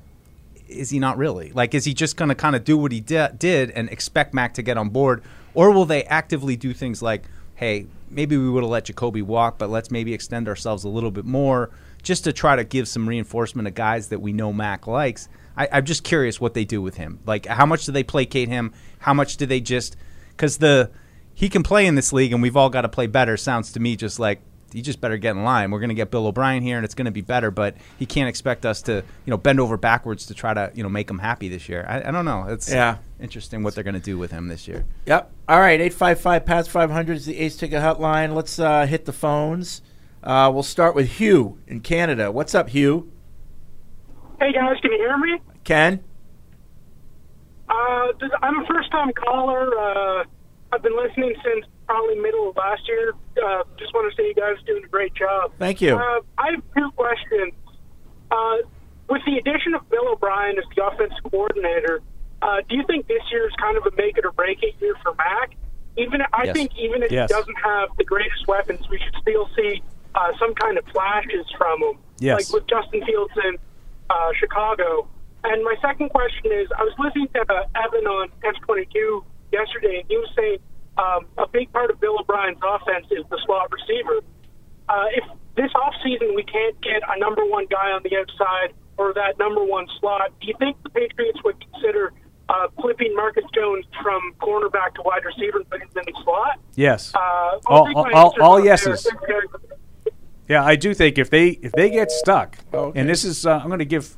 is he not really? Like, is he just going to kind of do what he di- did and expect Mac to get on board? Or will they actively do things like, hey, maybe we would have let Jacoby walk, but let's maybe extend ourselves a little bit more just to try to give some reinforcement to guys that we know Mac likes? I, I'm just curious what they do with him. Like, how much do they placate him? How much do they just. Because the. He can play in this league, and we've all got to play better. Sounds to me just like you just better get in line. We're going to get Bill O'Brien here, and it's going to be better. But he can't expect us to, you know, bend over backwards to try to, you know, make him happy this year. I, I don't know. It's
Yeah.
interesting what they're going to do with him this year.
Yep. All right. 855 Pass 500 is the Ace Ticket Hotline. Let's uh, hit the phones. Uh, we'll start with Hugh in Canada. What's up, Hugh?
Hey guys, can you hear me?
Ken?
Uh, this, I'm a first-time caller. Uh, I've been listening since probably middle of last year. Uh, just want to say you guys are doing a great job.
Thank you.
Uh, I have two questions. Uh, with the addition of Bill O'Brien as the offensive coordinator, uh, do you think this year is kind of a make it or break it year for Mac? Even I
Yes.
think even if
Yes.
he doesn't have the greatest weapons, we should still see uh, some kind of flashes from him.
Yes.
Like with Justin Fields in uh, Chicago. And my second question is, I was listening to uh, Evan on F22 yesterday, and he was saying um, a big part of Bill O'Brien's offense is the slot receiver. Uh, if this offseason we can't get a number one guy on the outside or that number one slot, do you think the Patriots would consider uh, flipping Marcus Jones from cornerback to wide receiver and putting him in the slot?
Yes.
Uh,
All-
take
all-
my
all-
answers
all
out there.
yeses. Yeah, I do think if they if they get stuck,
okay.
and this is uh, I'm going to give,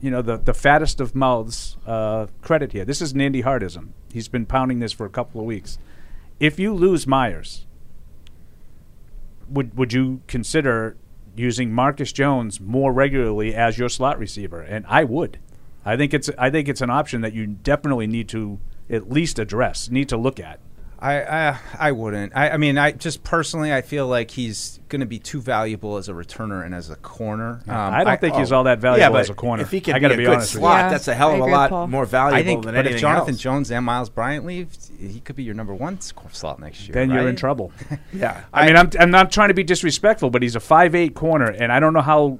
you know, the the fattest of mouths uh, credit here. This is an Andy Hardism. He's been pounding this for a couple of weeks. If you lose Myers, would would you consider using Marcus Jones more regularly as your slot receiver? And I would. I think it's I think it's an option that you definitely need to at least address, need to look at.
I, I I wouldn't. I, I mean, I just personally, I feel like he's going to be too valuable as a returner and as a corner. Um,
I don't think he's all that valuable as a corner.
If he
can
can
I
I
gotta
got
be
be, a good
honest with you.
slot,
Yeah,
that's a
I
hell of a
agree with
lot
Paul.
more valuable
I think-
than
but if
anything
Jonathan
else. Jones and Miles Bryant leave, he could be your number one sc- slot next year.
Then you're in
right?
trouble.
yeah.
I, mean, I'm, I'm not trying to be disrespectful, but he's a five eight corner, and I don't know how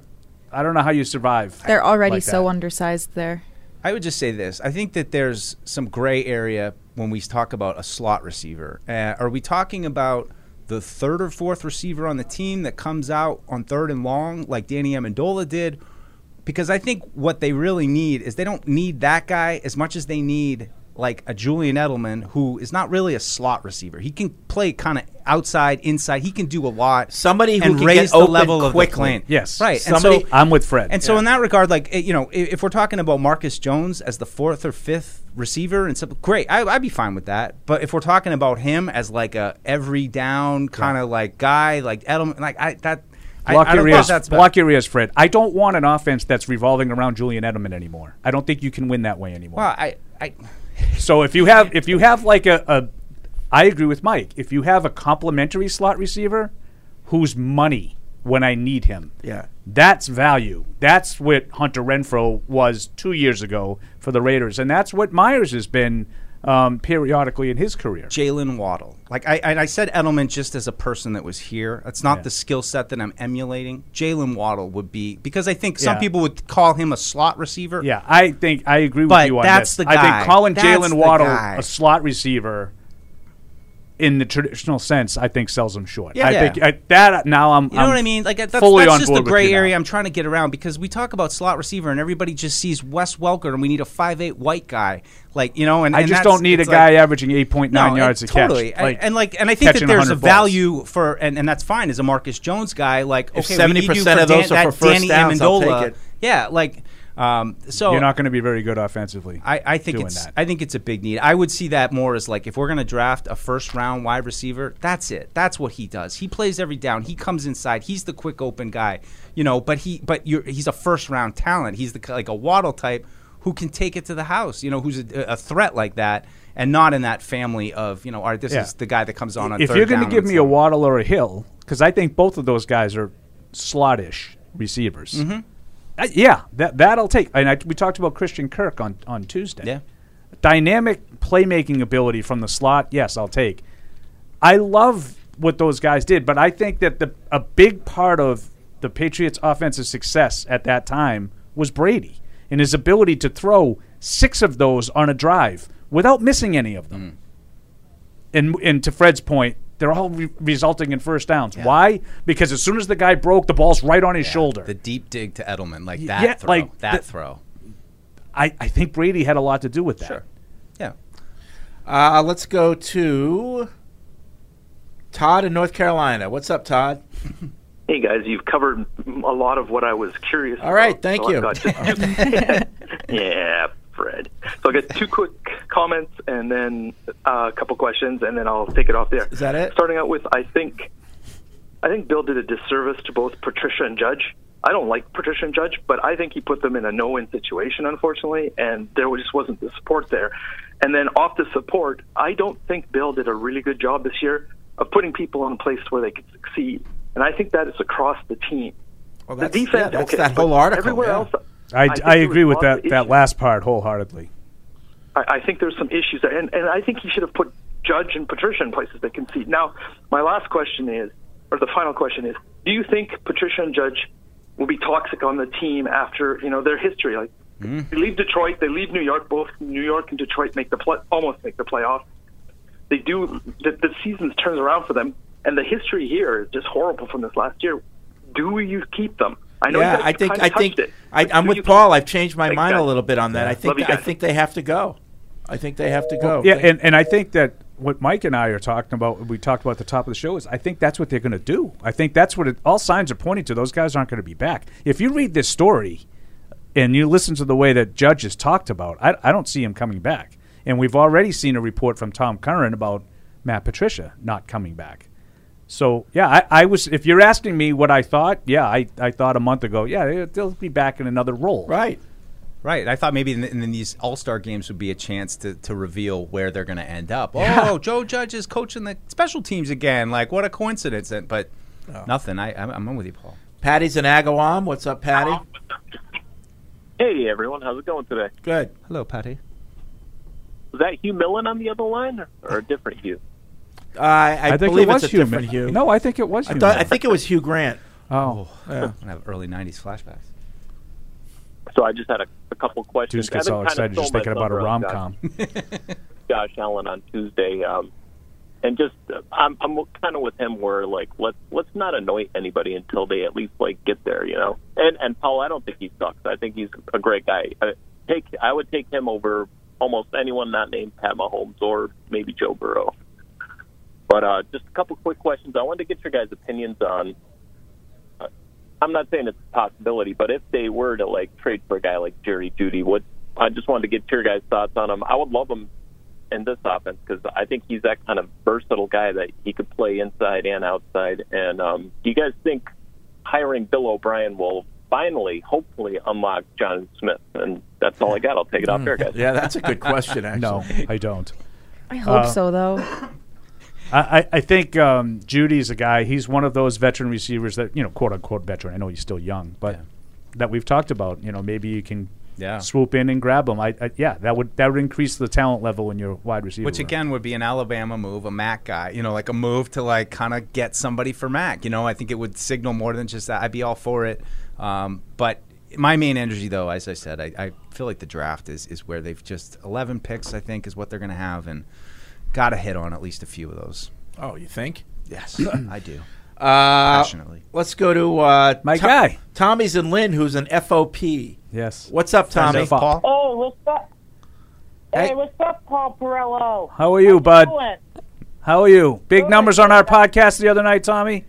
I don't know how you survive.
They're already
like that.
so undersized there.
I would just say this. I think that there's some gray area when we talk about a slot receiver. Uh, are we talking about the third or fourth receiver on the team that comes out on third and long, like Danny Amendola did? Because I think what they really need is they don't need that guy as much as they need like a Julian Edelman, who is not really a slot receiver. He can play kind of outside, inside. He can do a lot.
Somebody who
and
can
raise
get
the
open
level of the
quickly.
plane.
Yes.
right.
Somebody-
and so,
I'm with Fred.
And so in that regard, like eh, you know, i- if we're talking about Marcus Jones as the fourth or fifth receiver and stuff, great, I, I'd be fine with that. But if we're talking about him as like a every down kind of like guy, like Edelman, like I that. I-
Block
I,
your
don't know if
ears,
that's
block your ears, Fred. I don't want an offense that's revolving around Julian Edelman anymore. I don't think you can win that way anymore.
Well, I, I,
So if you have if you have like a, a I agree with Mike. If you have a complimentary slot receiver who's money when I need him.
Yeah.
That's value. That's what Hunter Renfro was two years ago for the Raiders, and that's what Myers has been um, periodically in his career.
Jalen Waddle. Like I, and I said Edelman just as a person that was here. That's not the skill set that I'm emulating. Jalen Waddle would be because I think some
Yeah.
people would call him a slot receiver.
Yeah, I think I agree with
But
you on
that's
this.
the
I
guy.
think calling
That's
Jalen
the
Waddle
guy.
a slot receiver in the traditional sense, I think sells him short.
Yeah.
I
Yeah.
think I, that now I'm.
You know
I'm
what I mean? Like that's, that's
fully on
just the
board with
gray
you now.
area I'm trying to get around because we talk about slot receiver and everybody just sees Wes Welker and we need a 5'8 white guy. Like, you know, and
I
and
just
that's-
don't need a
it's
guy
like-
averaging 8.9
no,
yards a
it- totally.
catch.
I- and like and I think that
catching
there's
100
a
balls.
value for and, and that's fine as a Marcus Jones guy like okay,
If
we need you
70%
for
of those
Dan-
are
that
for first
Danny
downs, I'll
Amendola.
take it.
Yeah, like um so
You're not going to be very good offensively.
I, I think
doing
it's
that.
I think it's a big need. I would see that more as like if we're going to draft a first round wide receiver, that's it. That's what he does. He plays every down. He comes inside. He's the quick open guy, you know. But he but you're, he's a first round talent. He's the ki- like a Waddle type who can take it to the house, you know, who's a, a threat like that, and not in that family of you know. All right, this
Yeah.
is the guy that comes on. on
if
third
you're going to
down
give me
and
a
stuff.
Waddle or a Hill, because I think both of those guys are slotish receivers.
Mm-hmm.
I- yeah, that that I'll take. And I, we talked about Christian Kirk on on Tuesday.
Yeah.
dynamic playmaking ability from the slot. Yes, I'll take. I love what those guys did, but I think that the a big part of the Patriots' offensive success at that time was Brady and his ability to throw six of those on a drive without missing any of them
Mm.
and and to Fred's point, they're all re- resulting in first downs. Why? Because as soon as the guy broke, the ball's right on his shoulder.
the deep dig to Edelman, like that
yeah,
throw,
like
that
the-
throw.
I, I think Brady had a lot to do with that.
Yeah,
Uh, let's go to Todd in North Carolina. What's up, Todd?
Hey guys, you've covered a lot of what I was curious.
All right,
about,
thank
so I've
you.
got just- yeah, Fred. So I got two quick comments and then uh, a couple questions, and then I'll take it off there.
Is that it?
Starting out with, I think, I think Bill did a disservice to both Patricia and Judge. I don't like Patricia and Judge, but I think he put them in a no-win situation, unfortunately, and there was- just wasn't the support there. And then off the support, I don't think Bill did a really good job this year of putting people in a place where they could succeed, and I think that is across the team.
Well,
The defense,
yeah, that's
okay,
that whole
but
article.
Everywhere
yeah.
else,
I,
think
I,
there was
agree with
lots of
that, that
issues.
last part wholeheartedly.
I, I think there's some issues there, and, and I think he should have put Judge and Patricia in places they can see. Now, my last question is, or the final question is, do you think Patricia and Judge will be toxic on the team after you know their history? Like they leave Detroit, they leave New York. Both New York and Detroit make the play, almost make the playoffs. They do the, the season turns around for them, and the history here is just horrible from this last year. Do you keep them? I know you
yeah,
guys
I think
kinda
I think
touched it,
I,
but
I'm
do
with
you keep
Paul. I've changed my
Thanks,
mind a
guys.
little bit on that. I
Love
think
you
I
guys.
think they have to go. I think they have to go.
Yeah,
They-
and, and I think that what Mike and I are talking about, we talked about at the top of the show, is I think that's what they're going to do. I think that's what it, all signs are pointing to. Those guys aren't going to be back. If you read this story and you listen to the way that Judge has talked about, I, I don't see him coming back. And we've already seen a report from Tom Curran about Matt Patricia not coming back. So yeah, I, I was. If you're asking me what I thought, yeah, I, I thought a month ago, yeah, they- they'll be back in another role.
right.
Right. I thought maybe in, in these All Star games would be a chance to, to reveal where they're going to end up. Oh, Joe Judge is coaching the special teams again. Like, what a coincidence. And- But
Oh.
nothing. I, I'm, I'm with you, Paul.
Patty's in Agawam. What's up, Patty?
Hey everyone, how's it going today?
Good.
Hello, Patty.
Was that Hugh Millen on the other line, or, or a different Hugh?
Uh, I,
I think
believe
it was
it's a
Hugh
different
Mil-
Hugh.
No, I think it was
I,
Hugh
thought, I
Miller.
think it was Hugh Grant.
Oh,
Yeah.
I have early 90s flashbacks.
So I just had a, a couple questions.
dude gets
Evan
all
kinda
excited just
stole my
thinking about a
thunder on
rom
Josh-
com.
Josh Allen on Tuesday, um, and just uh, I'm, I'm kind of with him where like let's let's not annoy anybody until they at least like get there, you know. And and Paul, I don't think he sucks. I think he's a great guy. I, take I would take him over almost anyone not named Pat Mahomes or maybe Joe Burrow. But uh, just a couple quick questions. I wanted to get your guys' opinions on. uh, I'm not saying it's a possibility, but if they were to like trade for a guy like Jerry Judy, what I just wanted to get your guys' thoughts on him. I would love him in this offense because I think he's that kind of versatile guy that he could play inside and outside. And um, do you guys think hiring Bill O'Brien will finally, hopefully, unlock John Smith? And that's all I got. I'll take it off
Mm.
there, guys.
Yeah, that's a good question, actually.
No, I don't. Uh,
I hope so, though.
I, I- I think um, Judy's a guy. He's one of those veteran receivers that you know, quote unquote veteran. I know he's still young, but that we've talked about. You know, maybe you can
Yeah.
swoop in and grab him. I, I yeah, that would that would increase the talent level in your wide receiver.
Which
room.
again would be an Alabama move, a Mac guy, you know, like a move to like kind of get somebody for Mac. You know, I think it would signal more than just that. I'd be all for it. Um, but my main energy, though, as I said, I, I feel like the draft is is where they've just eleven picks. I think is what they're going to have, and got to hit on at least a few of those.
Oh, you think?
Yes, I do.
Uh,
Passionately.
Let's go to uh,
My
Tom-
guy.
Tommy's in Lynn, who's an FOP.
yes.
What's up, Tommy?
of Paul.
Oh, what's up? Hey,
Hey.
what's up, Paul Perello?
How are you, bud?
Doing?
How are you? Big
Good.
numbers on our podcast the other night, Tommy.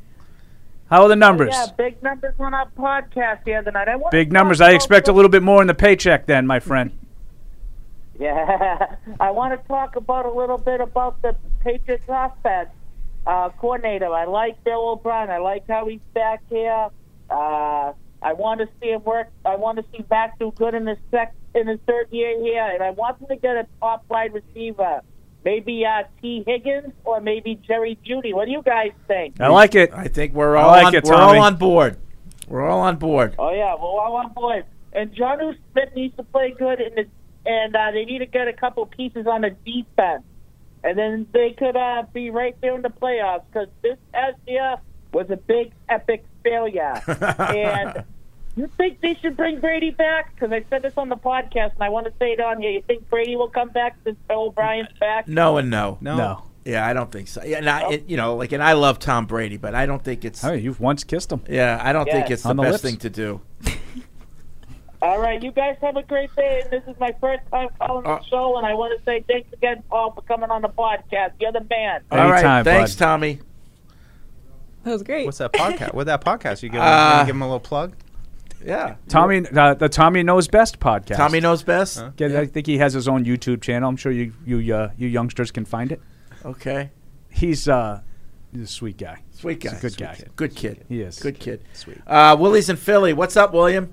How are the numbers?
Oh, Yeah, big numbers on our podcast the other night. I wanna
Big
talk
numbers. I
about
expect a little bit more in the paycheck, then, my friend.
Yeah, I want to talk about a little bit about the Patriots offense uh, coordinator. I like Bill O'Brien. I like how he's back here. Uh, I want to see him work. I want to see Mac do good in his sec in his third year here, and I want him to get a top wide receiver. Maybe uh, T. Higgins or maybe Jerry Judy. What do you guys think?
I like it.
I think we're
I
all
like
on,
it,
we're
Tommy.
all on board. We're all on board.
Oh yeah, well I want boys. And John U. Smith needs to play good, and the, and uh, they need to get a couple pieces on the defense, and then they could uh, be right there in the playoffs because this last year was a big epic failure. and you think they should bring Brady back? Because I said this on the podcast, and I want to say it on here. You think Brady will come back since Bill O'Brien's back?
No and no.
No,
No.
Yeah, I don't think so. Yeah, and I, it, you know, like, and I love Tom Brady, but I don't think it's.
Hey, you've once kissed him.
Yeah, I don't think
Yes.
it's the,
On the
best
lips.
thing to do.
All right, you guys have a great day. And this is my first time calling
Uh,
the show, and I want to say thanks again, Paul, for coming on the podcast. You're the man.
all right,
Anytime,
thanks,
bud.
Tommy.
That was great.
what's that podcast? what that podcast? You gonna,
Uh,
gonna give him a little plug?
Yeah,
Tommy, uh, the Tommy Knows Best podcast.
Tommy knows best.
Yeah, I think he has his own YouTube channel. I'm sure you you uh, you youngsters can find it.
Okay,
He's uh, he's a sweet guy.
sweet guy.
He's a good
Sweet
guy.
kid. Good kid.
He is.
Good kid.
Sweet.
Uh, Willie's in Philly. What's up, William?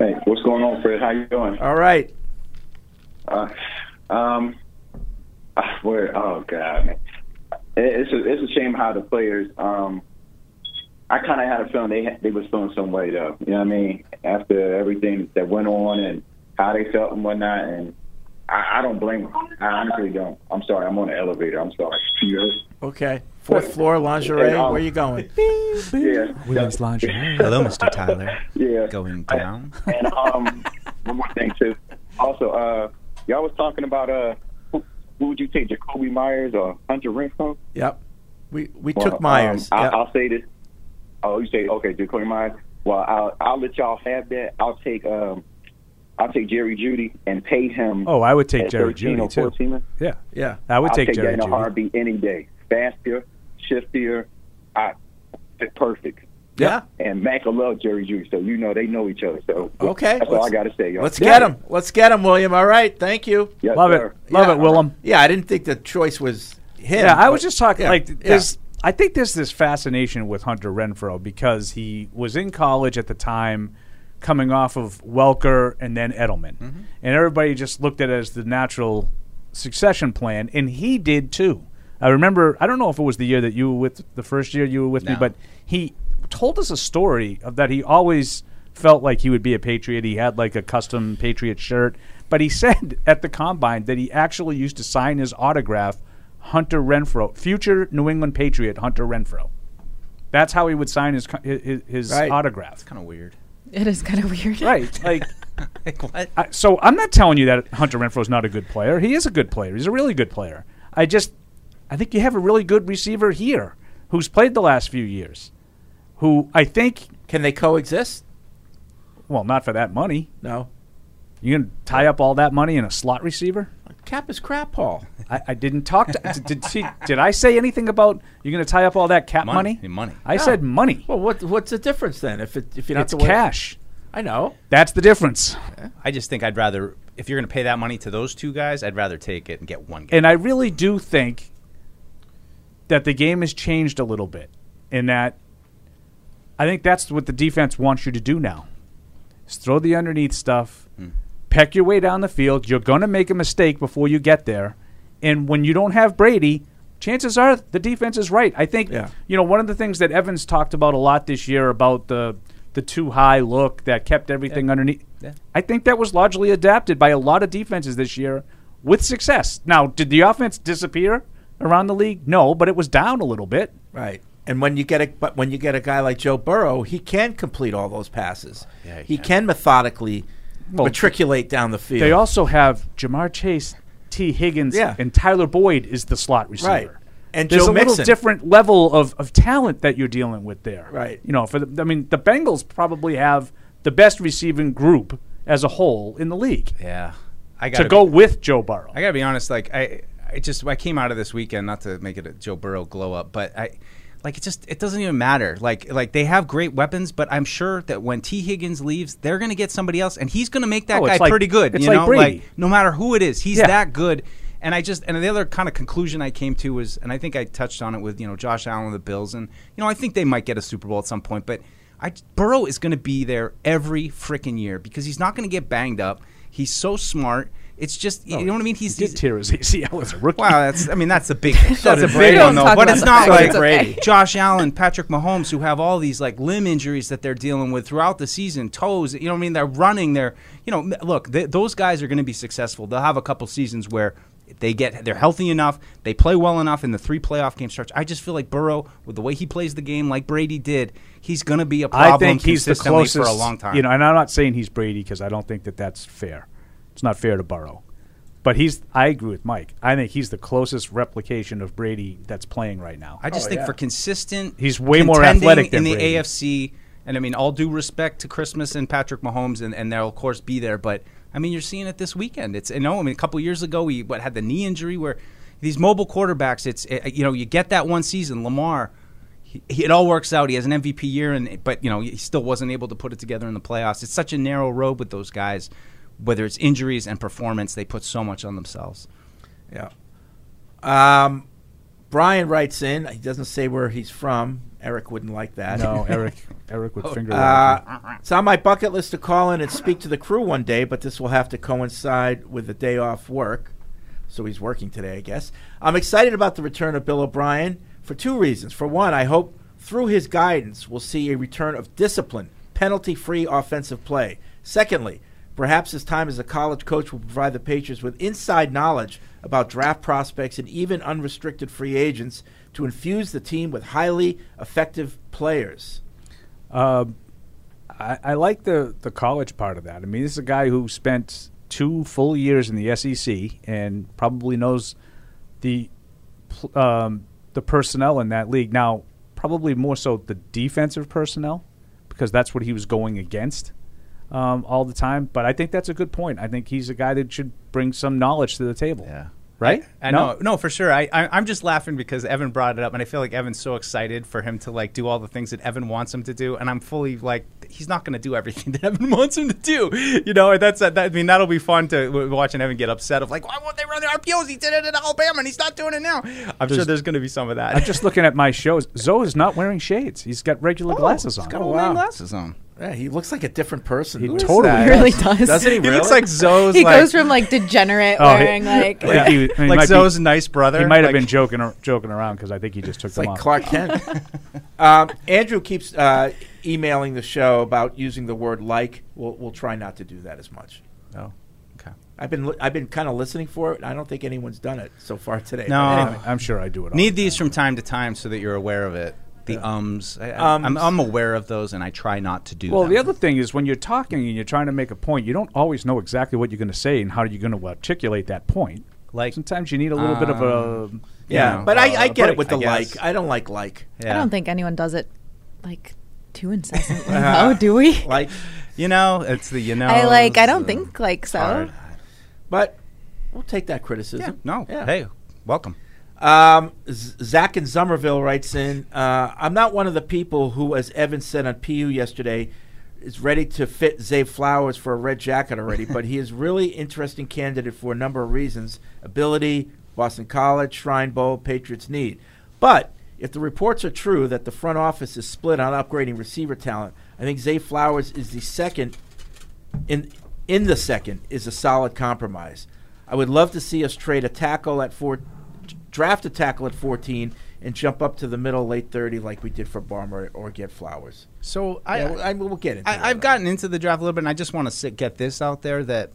Hey, what's going on, Fred? How you doing?
All right.
Uh, um, I swear, oh god, man, It- it's a, it's a shame how the players. Um, I kind of had a feeling they had- they was feeling some way though. You know what I mean? After everything that went on and how they felt and whatnot, and I, I don't blame them. I honestly don't. I'm sorry. I'm on the elevator. I'm sorry. You
Okay. Fourth floor lingerie.
Hey, um,
Where you
heard?
going?
Yeah.
Williams lingerie.
Hello, Mr. Tyler.
Yeah.
Going down.
And um, one more thing too. Also, uh, y'all was talking about uh, who, who would you take, Jacoby Myers or Hunter Renfro?
Yep. We we
Well,
took Myers.
Um, I,
Yep.
I'll say this. Oh, you say okay, Jacoby Myers. Well, I'll, I'll let y'all have that. I'll take um, I'll take Jerry Judy and pay him.
Oh, I would take
at
Jerry
13
Judy
or
too.
14.
Yeah,
yeah.
I would
I'll
take,
take that
Jerry
in a
Judy.
heartbeat any day. Faster, shiftier, I, perfect.
Yeah.
And Mac will love Jerry Judy, so you know they know each other. So
Okay,
that's all I
let's-
got to say, y'all.
Let's get him. Let's get him, William. All right. Thank you.
Yes,
Love
sir.
it, love
Yeah.
it, Willem.
Yeah, I didn't think the choice was him.
Yeah, I was
but-
just talking
yeah,
like
yeah.
there's I think there's this fascination with Hunter Renfro because he was in college at the time coming off of Welker and then Edelman.
Mm-hmm.
Mm-hmm. And everybody just looked at it as the natural succession plan, and he did too. I remember, I don't know if it was the year that you were with, the first year you were with me,
No.
but he told us a story of that he always felt like he would be a Patriot. He had like a custom Patriot shirt, but he said at the combine that he actually used to sign his autograph Hunter Renfro, future New England Patriot Hunter Renfro. That's how he would sign his co- his, his
Right.
autograph. It's
kind of weird.
It is kind of weird.
Right. Like, I, so I'm not telling you that Hunter Renfro is not a good player. He is a good player. He's a really good player. I just, I think you have a really good receiver here who's played the last few years, who I think
can they coexist?
Well, not for that money.
No.
You can tie up all that money in a slot receiver.
Cap is crap, Paul.
I, I didn't talk. To, did, did, see- did I say anything about you're going to tie up all that cap money?
No.
I said money.
Well, what what's the difference then? If it, if you're not
It's
the way-
cash.
I know.
That's the difference.
I just think I'd rather if you're going to pay that money to those two guys, I'd rather take it and get one guy.
And I really do think that the game has changed a little bit in that I think that's what the defense wants you to do now. Is throw the underneath stuff, peck your way down the field. You're going to make a mistake before you get there. And when you don't have Brady, chances are the defense is right. I think you know one of the things that Evans talked about a lot this year about the the too high look that kept everything underneath.
Yeah.
I think that was largely adapted by a lot of defenses this year with success. Now, did the offense disappear around the league? No, but it was down a little bit.
Right. And when you get a but when you get a guy like Joe Burrow, he can complete all those passes.
Yeah,
he, can methodically matriculate down the field.
They also have Jamar Chase, T. Higgins,
Yeah.
and Tyler Boyd is the slot receiver.
Right. And
there's
Joe
a little
Mixon.
different level of, of talent that you're dealing with there.
Right.
You know, for the, I mean, the Bengals probably have the best receiving group as a whole in the league.
Yeah. I
to
gotta
go
be-
with Joe Burrow.
I gotta be honest, like I, I just I came out of this weekend not to make it a Joe Burrow glow up, but I, like it just it doesn't even matter. Like like they have great weapons, but I'm sure that when T Higgins leaves, they're gonna get somebody else, and he's gonna make that
Oh,
guy
it's like-
pretty good.
it's
you
like
know,
Brady.
like no matter who it is, he's
Yeah.
that good. And I just and the other kind of conclusion I came to was, and I think I touched on it with you know Josh Allen of the Bills, and you know I think they might get a Super Bowl at some point, but I Burrow is going to be there every freaking year because he's not going to get banged up. He's so smart. It's just you know what I mean. He's
Oh, did tear his ACL as a rookie.
Wow, that's I mean that's a big
So
that's a
did
big
Brady.
one though.
Don't talk
But
about
it's
the
not
fact
like
it's okay.
Josh Allen, Patrick Mahomes, who have all these like limb injuries that they're dealing with throughout the season, toes. You know what I mean? They're running. They're you know m- look, th- those guys are going to be successful. They'll have a couple seasons where they get they're healthy enough, they play well enough in the three playoff game stretch. I just feel like Burrow, with the way he plays the game, like Brady did, he's going to be a problem
I think he's the
consistently
closest
for a long time.
You know, and I'm not saying he's Brady because I don't think that that's fair. It's not fair to Burrow, but he's. I agree with Mike. I think he's the closest replication of Brady that's playing right now.
I just think for consistent,
He's way more
contending
athletic than
in the
Brady.
AFC. And I mean, all due respect to Christmas and Patrick Mahomes, and, and they'll of course be there. But I mean, you're seeing it this weekend. It's you know, I mean, a couple years ago, we what had the knee injury where these mobile quarterbacks. It's eh, you know, you get that one season, Lamar. He, he- it all works out. He has an MVP year, and but you know, he still wasn't able to put it together in the playoffs. It's such a narrow road with those guys. Whether it's injuries and performance, they put so much on themselves.
Yeah. Um, Brian writes in. He doesn't say where he's from. Eric wouldn't like that. Oh,
No, Eric- Eric would finger wag
Uh, it's on my bucket list to call in and speak to the crew one day, but this will have to coincide with a day off work. So he's working today, I guess. I'm excited about the return of Bill O'Brien for two reasons. For one, I hope through his guidance we'll see a return of discipline, penalty free offensive play. Secondly, Perhaps his time as a college coach will provide the Patriots with inside knowledge about draft prospects and even unrestricted free agents to infuse the team with highly effective players.
Um, I, I like the the college part of that. I mean, this is a guy who spent two full years in the SEC and probably knows the pl- um, the personnel in that league now. Probably more so the defensive personnel because that's what he was going against um, all the time. But I think that's a good point. I think he's a guy that should bring some knowledge to the table. Yeah. Right?
I know, no, for sure. I, I I'm just laughing because Evan brought it up, and I feel like Evan's so excited for him to like do all the things that Evan wants him to do, and I'm fully like he's not going to do everything that Evan wants him to do. You know, and that's that, I mean that'll be fun to w- watch and Evan get upset of like why won't they run their RPOs? He did it in Alabama and he's not doing it now. I'm sure there's going to be some of that.
I'm just looking at my shows. Zoe is not wearing shades. He's got regular glasses on.
he's got old man glasses on.
Yeah, he looks like a different person.
He
Who is
totally
that?
He really
does.
Doesn't he?
He
Really?
looks like
Zoe's
he goes from like degenerate wearing like
I think oh, he- I mean,
Like
might be-
Zoe's nice brother,
He might have
like-
been joking ar- joking around because I think he just took
It's
them
like
off.
Clark Kent. um, Andrew keeps uh, emailing the show about using the word like. We'll, we'll try not to do that as much.
Oh, okay.
I've been li- I've been kind of listening for it. I don't think anyone's done it so far today.
No,
But anyway.
I'm sure I do it.
Need these from time to time so that you're aware of it. The ums, I, I- I'm,
Ums.
I'm aware of those, and I try not to do.
Well,
them.
the other thing is when you're talking and you're trying to make a point, you don't always know exactly what you're going to say and how you're going to articulate that point.
Like
sometimes you need a little bit of a
um,
yeah,
you know,
but I,
a
I get it
break,
with the
guess.
like. I don't like like.
I don't think anyone does it like too incessantly.
Uh-huh.
oh, do we?
Like,
you know, it's the you know.
I like. I don't think like so.
hard.
But we'll take that criticism.
no. Hey, welcome.
Um, Z- Zach in Somerville writes in uh, I'm not one of the people who, as Evan said on PU yesterday, is ready to fit Zay Flowers for a red jacket already, but he is really interesting candidate for a number of reasons ability, Boston College, Shrine Bowl, Patriots need. But if the reports are true that the front office is split on upgrading receiver talent, I think Zay Flowers is the second in in the second is a solid compromise. I would love to see us trade a tackle at four, draft a tackle at 14, and jump up to the middle late 30 like we did for Barmer or get Flowers.
So
I, I, we'll get into
I, I've gotten into the draft a little bit, and I just want to get this out there that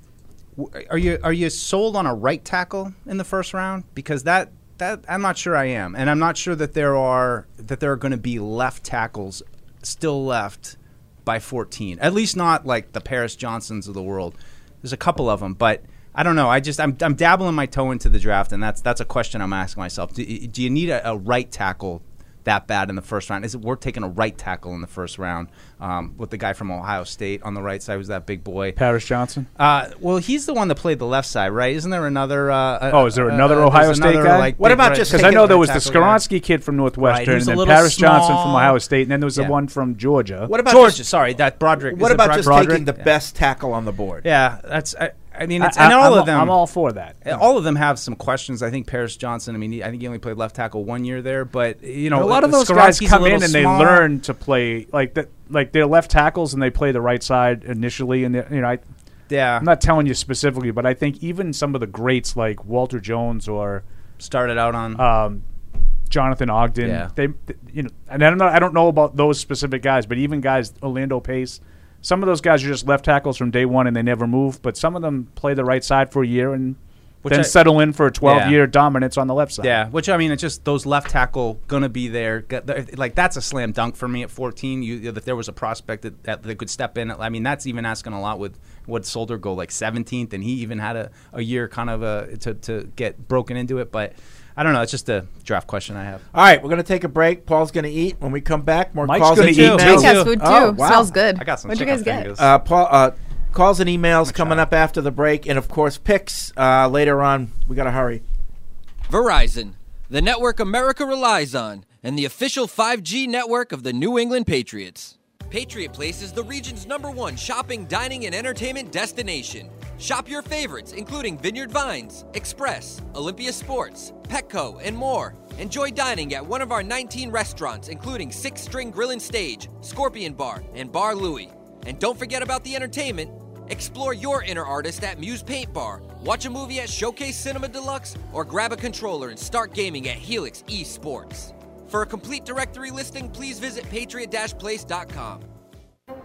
w- are you are you sold on a right tackle in the first round? Because that that I'm not sure I am, and I'm not sure that there are that there are going to be left tackles still left by 14. At least not like the Paris Johnsons of the world. There's a couple of them, but I don't know. I just I'm, I'm dabbling my toe into the draft, and that's that's a question I'm asking myself. Do, do you need a, a right tackle that bad in the first round? Is it worth taking a right tackle in the first round um, with the guy from Ohio State on the right side? Was that big boy?
Paris Johnson.
Uh, well, he's the one that played the left side, right? Isn't there another? Uh,
Oh, is there another
there's
Ohio State
another,
guy?
like,
what
big
about
right-
just because I know there was the Skoronsky kid from
Right, he
Northwestern, and
was a
then
little
Paris Johnson from
small.
Ohio State, and then there was
Yeah.
the one from Georgia.
What about Georgia? sorry, that Broderick.
What
is it
about
Brod-
just
Broderick?
taking the
Yeah.
best tackle on the board?
Yeah, that's. I, I mean,
I-
it's, and
I-
all
I'm
of
all-
them.
I'm all
for that.
All of them have some questions. I think Paris Johnson. I mean, he, I think he only played left tackle one year there, but you know,
a lot of those guys come in and they learn to play like that. Like they're left tackles and they play the right side initially, and they- you know, I,
yeah,
I'm not telling you specifically, but I think even some of the greats like Walter Jones or
started out on
um, Jonathan Ogden.
Yeah.
They, th- you know, and I'm not, I don't know about those specific guys, but even guys Orlando Pace. Some of those guys are just left tackles from day one and they never move, but some of them play the right side for a year and
Which
then
I-
settle in for a 12 year dominance on the left side.
Yeah, which I mean, it's just those left tackle gonna be there. Got- they're- Like that's a slam dunk for me at 14. You, you know, that there was a prospect that, that they could step in. I mean, that's even asking a lot with what Solder go like 17th, and he even had a, a year kind of a, to to get broken into it. But I don't know. It's just a draft question I have.
All right, we're going to take a break. Paul's going to eat. When we come back, more
Mike's
calls
gonna
and
eat,
emails.
too. Mike has
food,
Oh,
too.
wow.
Smells good.
I got some
What'd you
chicken
guys get?
fingers.
Uh, Paul, uh, calls and emails coming up after the break, and of course picks uh, later on. We got to hurry.
Verizon, the network America relies on, and the official 5G network of the New England Patriots. Patriot Place is the region's number one shopping, dining, and entertainment destination. Shop your favorites, including Vineyard Vines, Express, Olympia Sports, Petco, and more. Enjoy dining at one of our 19 restaurants, including Six String Grill and Stage, Scorpion Bar, and Bar Louie. And don't forget about the entertainment. Explore your inner artist at Muse Paint Bar, watch a movie at Showcase Cinema Deluxe, or grab a controller and start gaming at Helix Esports. For a complete directory listing, please visit patriot-place.com.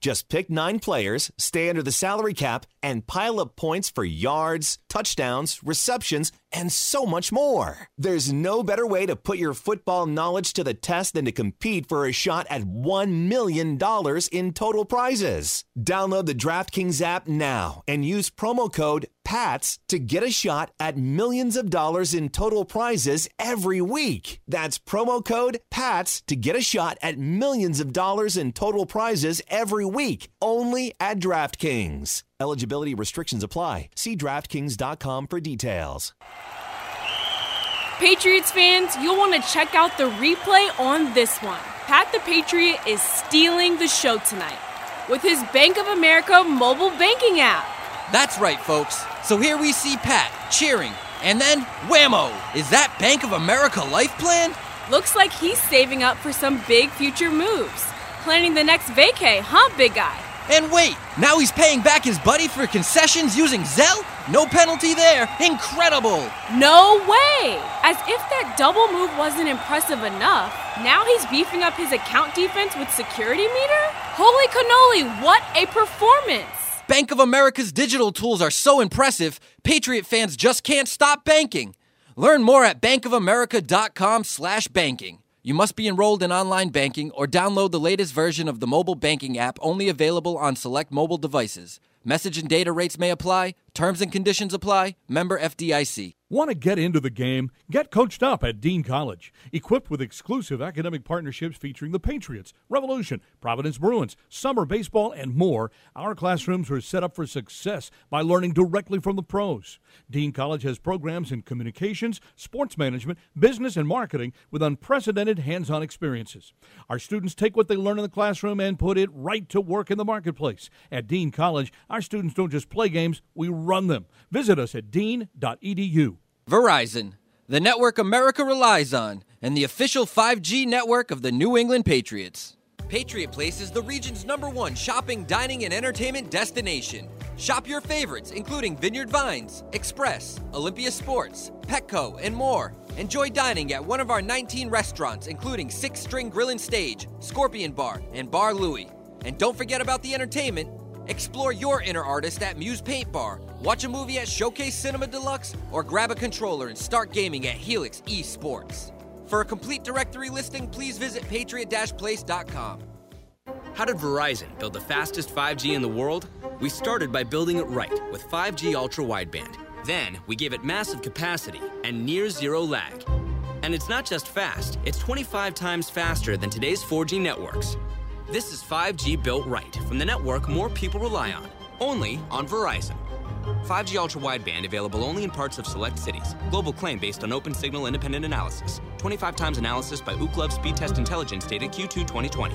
Just pick nine players, stay under the salary cap, and pile up points for yards, touchdowns, receptions, and so much more. There's no better way to put your football knowledge to the test than to compete for a shot at $1 million in total prizes. Download the DraftKings app now and use promo code PATS to get a shot at millions of dollars in total prizes every week. That's promo code PATS to get a shot at millions of dollars in total prizes every week, only at DraftKings. Eligibility restrictions apply. See DraftKings.com for details.
Patriots fans, you'll want to check out the replay on this one. Pat the Patriot is stealing the show tonight with his Bank of America mobile banking app.
That's right, folks. So here we see Pat cheering, and then whammo! Is that Bank of America life plan?
Looks like he's saving up for some big future moves. Planning the next vacay, huh, big guy?
And wait, now he's paying back his buddy for concessions using Zelle? No penalty there. Incredible!
No way! As if that double move wasn't impressive enough, now he's beefing up his account defense with security meter? Holy cannoli, what a performance!
Bank of America's digital tools are so impressive, Patriot fans just can't stop banking. Learn more at bankofamerica.com slash banking. You must be enrolled in online banking or download the latest version of the mobile banking app only available on select mobile devices. Message and data rates may apply. Terms and conditions apply. Member FDIC.
Want to get into the game? Get coached up at Dean College. Equipped with exclusive academic partnerships featuring the Patriots, Revolution, Providence Bruins, summer baseball, and more, our classrooms are set up for success by learning directly from the pros. Dean College has programs in communications, sports management, business, and marketing with unprecedented hands on experiences. Our students take what they learn in the classroom and put it right to work in the marketplace. At Dean College, our students don't just play games, we run them. Visit us at E dean.edu.
Verizon, the network America relies on, and the official 5G network of the New England Patriots.
Patriot Place is the region's number one
Shopping, dining, and entertainment destination. Shop your favorites, including Vineyard Vines, Express, Olympia Sports, Petco, and more. Enjoy dining at one of our 19 restaurants, including Six String Grill and Stage, Scorpion Bar, and Bar Louie. And don't forget about the entertainment. Explore your inner artist at Muse Paint Bar, watch a movie at Showcase Cinema Deluxe, or grab a controller and start gaming at Helix Esports. For a complete directory listing, please visit patriot-place.com.
How did Verizon build the fastest 5G in the world? We started by building it right with 5G ultra wideband. Then we gave it massive capacity and near zero lag. And it's not just fast, it's 25 times faster than today's 4G networks. This is 5G built right from the network more people rely on, only on Verizon. 5G ultra wideband available only in parts of select cities. Global claim based on open signal independent analysis. 25 times analysis by Ookla Speed Test Intelligence data Q2 2020.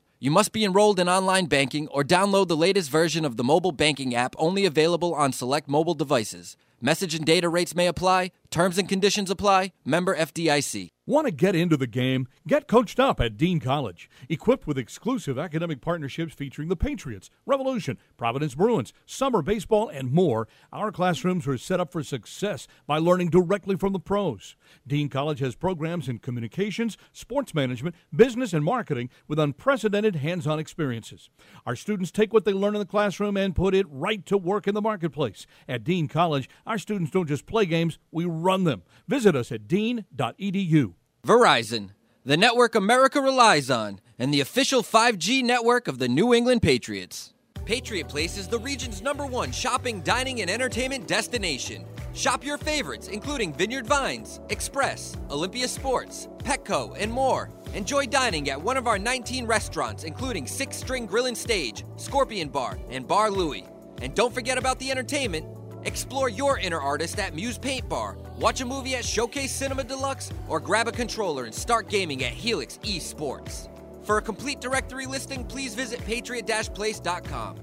You must be enrolled in online banking or download the latest version of the mobile banking app only available on select mobile devices. Message and data rates may apply. Terms and conditions apply. Member FDIC.
Want to get into the game? Get coached up at Dean College. Equipped with exclusive academic partnerships featuring the Patriots, Revolution, Providence Bruins, summer baseball, and more, our classrooms are set up for success by learning directly from the pros. Dean College has programs in communications, sports management, business, and marketing with unprecedented hands on experiences. Our students take what they learn in the classroom and put it right to work in the marketplace. At Dean College, our students don't just play games, we run them. Visit us at E dean.edu.
Verizon, the network America relies on, and the official 5G network of the New England Patriots. Patriot Place is the region's number one shopping, dining, and entertainment destination. Shop your favorites, including Vineyard Vines, Express, Olympia Sports, Petco, and more. Enjoy dining at one of our 19 restaurants, including Six String Grill and Stage, Scorpion Bar, and Bar Louie. And don't forget about the entertainment. Explore your inner artist at Muse Paint Bar, watch a movie at Showcase Cinema Deluxe, or grab a controller and start gaming at Helix Esports. For a complete directory listing, please visit patriot-place.com.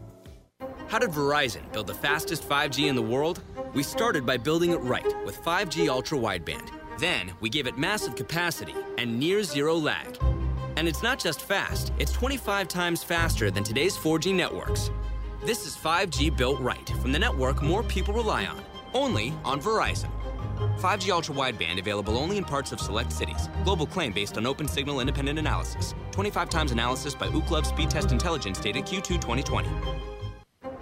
How did Verizon build the fastest 5G in the world? We started by building it right with 5G ultra wideband. Then we gave it massive capacity and near zero lag. And it's not just fast, it's 25 times faster than today's 4G networks. This is 5G built right from the network more people rely on, only on Verizon. 5G ultra wideband available only in parts of select cities. Global claim based on open signal independent analysis. 25 times analysis by Ookla Speed Test Intelligence data Q2 2020.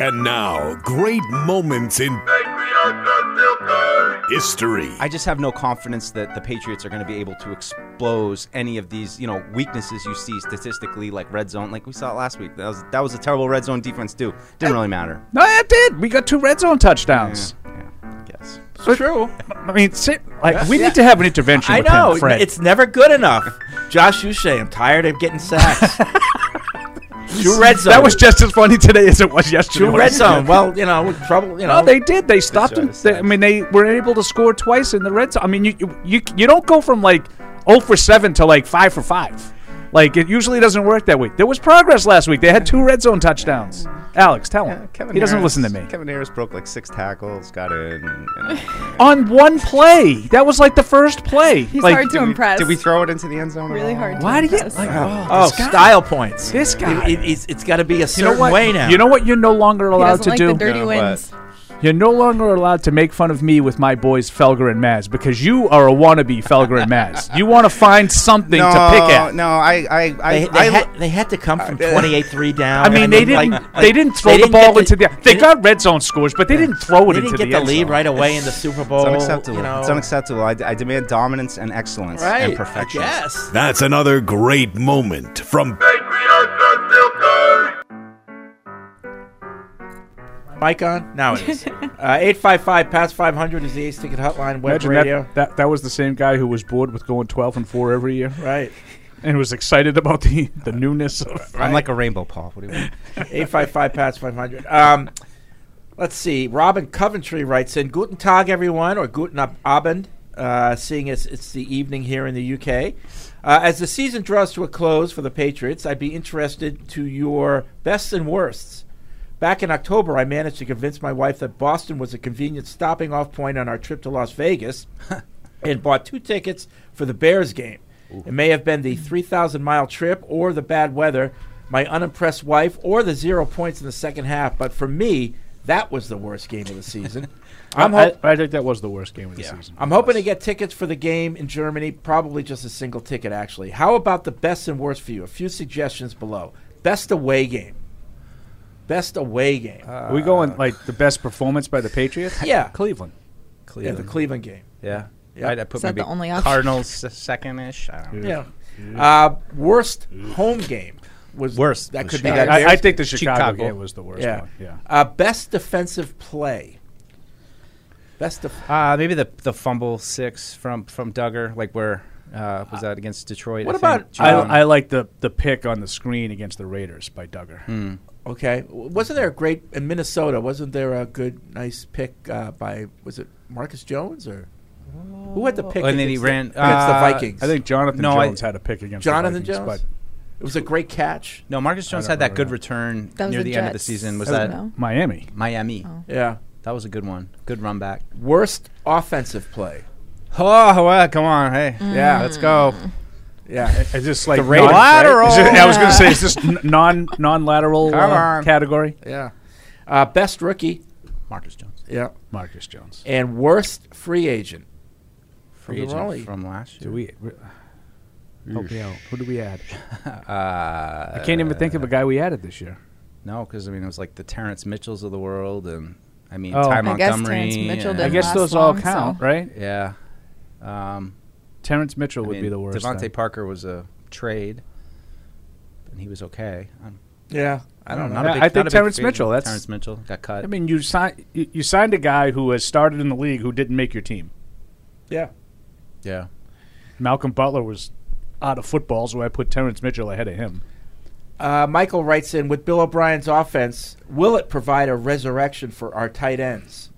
And now, great moments in history.
I just have no confidence that the Patriots are going to be able to expose any of these, you know, weaknesses you see statistically, like red zone, like we saw last week. That was that was a terrible red zone defense too. Didn't really matter.
No, it did. We got two red zone touchdowns.
Yes,
it's true.
I mean, sit, like
Yeah.
we
Yeah.
need to have an intervention.
I
with him,
know
Fred.
it's never good enough. Josh Uche, I'm tired of getting sacks. Two red zone.
That was just as funny today as it was yesterday.
two red zone. Well, you know, with trouble. You know,
no, they did. They stopped them. They- I mean, they were able to score twice in the red zone. I mean, you you you, you don't go from like zero for seven to like five for five. Like it usually doesn't work that way. There was progress last week. They had two red zone touchdowns. Alex, tell him he doesn't listen to me.
Kevin Harris broke like six tackles, got in. You know.
On one play, that was like the first play. like,
did we- Did we throw it into the end zone? Really
hard.
Why do you? Like,
oh,
oh, this guy.
style points.
This guy.
It, it, it's it's got to be a
You
certain
know what?
way now.
You know what? You're no longer allowed
doesn't
to
like
do.
the dirty No, what? wins.
You're no longer allowed to make fun of me with my boys Felger and Maz because you are a wannabe Felger and Maz. You want to find something
no,
to pick at.
No, I, I, I,
They, they,
I Uh,
had, they had to come from 28-3 down.
I mean,
and
they
then,
didn't.
like-
they
like,
didn't throw the
didn't get
ball into the. They got red zone scores, but they didn't throw it
They
into
didn't
the
get the
end
lead
zone.
right away in the Super Bowl.
It's unacceptable.
You know,
It's unacceptable. I, I demand dominance and excellence
Right, I
and perfection.
guess.
That's another great moment from
Mic on? Now it is. Uh, 855 past 500 is the Ace Ticket Hotline web
Imagine
radio.
that, that. That was the same guy who was bored with going twelve and four every year,
right?
And was excited about the the newness of.
I'm like a rainbow, Paul. What do you mean?
855 past 500. Um, let's see. Robin Coventry writes in Guten Tag, everyone, or Guten Ab- Abend, uh, seeing as it's the evening here in the UK. Uh, as the season draws to a close for the Patriots, I'd be interested to your bests and worsts. Back in October, I managed to convince my wife that Boston was a convenient stopping off point on our trip to Las Vegas and bought two tickets for the Bears game. It may have been the 3,000 mile trip or the bad weather, my unimpressed wife, or the zero points in the second half, but for me, that was the worst game of the season. I'm,
I,
ho-
I think that was the worst game of the season.
I'm hoping to get tickets for the game in Germany, probably just a single ticket, actually. How about the best and worst for you? A few suggestions below. Best away game. Best away game.
Are we
Uh,
going like the best performance by the Patriots?
Yeah.
Cleveland.
Yeah, the Cleveland game.
Yeah.
Yeah.
I'd, i put
Is that
maybe
the only option?
Cardinals s- second-ish. I don't know.
Yeah. Uh, worst home game was
Worst
That
was
could be
Chicago.
that.
I- I
Bears
think the
game.
Chicago Chicago. game was the worst
Yeah.
one, yeah.
Uh, best defensive play. Best of
Uh, maybe the the fumble six from from Duggar. Like where uh, was that against Detroit? I think?
I,
Um,
I like the the pick on the screen against the Raiders by Duggar.
Hmm.
Okay. W- Wasn't there a great in Minnesota? Wasn't there a good, nice pick uh, by was it Marcus Jones or who had the pick?
and then he
against
ran
the, against the
uh,
Vikings.
I think Jonathan
No, I-
Jones had a pick against the
Jonathan
Vikings,
Jones.
but-
it was a great catch.
No, Marcus Jones
I
had
don't
that good
remember.
return
That was
near
the
the end of the
Jets.
season. Was
That
that,
was no. Oh.
Miami?
Miami.
Yeah,
that was a good one. Good run back.
Worst offensive play.
Oh, well, come on, hey, yeah, let's go.
Mm. Yeah,
it's just like
the Raiders, right?
Is it- I was going to say, is this n- non non lateral
Come
uh,
on.
category?
Yeah. Uh, best rookie.
Marcus Jones.
Yeah.
Marcus Jones.
And worst free agent.
Free agent from last year.
Do we? we- Help me
Oosh.
out. Who do we add?
Uh,
I can't even think of a guy we added this year.
No, because I mean it was like the Terrence Mitchells of the world, and I mean
Oh.
Ty
I guess
Montgomery.
Terrence Mitchell
and-
didn't I guess last those all long, count, so- right?
Yeah. Um,
Terrence Mitchell would be the worst
Devontae
then.
Parker was a trade, and he was okay. I'm,
Yeah, I don't
not
know.
a big-
I
not a
think
big
Terrence
fan of
Mitchell, that's-
Terrence Mitchell got cut.
I mean, you signed you, you signed a guy who has started in the league who didn't make your team.
Yeah.
Yeah.
Malcolm Butler was out of football, so I put Terrence Mitchell ahead of him.
Uh, Michael writes in with Bill O'Brien's offense, will it provide a resurrection for our tight ends?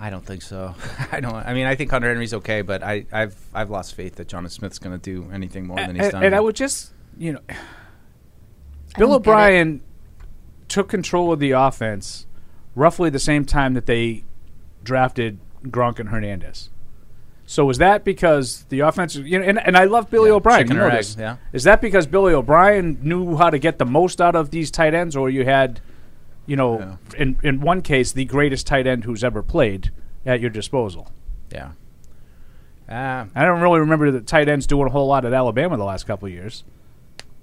I don't think so. I don't. I mean, I think Hunter Henry's okay, but I, I've I've lost faith that Jonathan Smith's going to do anything more than he's
and,
done.
and I would just, you know, Bill
don't get it.
O'Brien took control of the offense roughly the same time that they drafted Gronk and Hernandez. So was that because the offense? You know, and, and I love Billy O'Brien.
chicken
you know
or egg,
this.
yeah.
Is that because Billy O'Brien knew how to get the most out of these tight ends, or you had, you know, in in one case the greatest tight end who's ever played at your disposal?
Yeah. Uh,
I don't really remember the tight ends doing a whole lot at Alabama the last couple of years.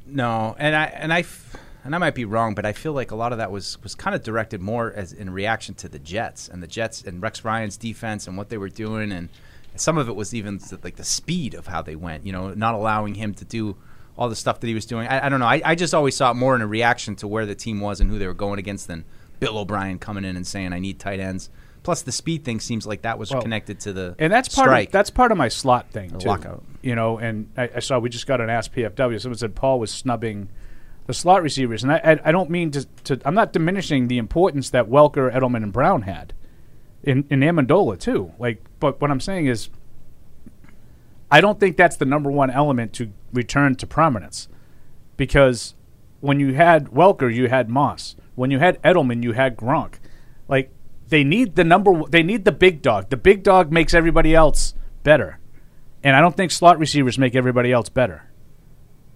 No, and I and I f- and I might be wrong, but I feel like a lot of that was was kind of directed more as in reaction to the Jets and the Jets and Rex Ryan's defense and what they were doing, and some of it was even th- like the speed of how they went. You know, not allowing him to do all the stuff that he was doing. I, I don't know. I, I just always saw it more in a reaction to where the team was and who they were going against than Bill O'Brien coming in and saying, "I need tight ends." Plus, the speed thing seems like that was
Well,
connected to the
and that's part
strike.
of that's part of my slot thing
The
too.
lockout.
You know, and I, I saw we just got an Ask PFW. Someone said Paul was snubbing the slot receivers, and I, I, I don't mean to, to. I'm not diminishing the importance that Welker, Edelman, and Brown had in in Amendola too. Like, but what I'm saying is, I don't think that's the number one element to return to prominence, because when you had Welker, you had Moss. When you had Edelman, you had Gronk. Like they need the number. w- They need the big dog. The big dog makes everybody else better, and I don't think slot receivers make everybody else better.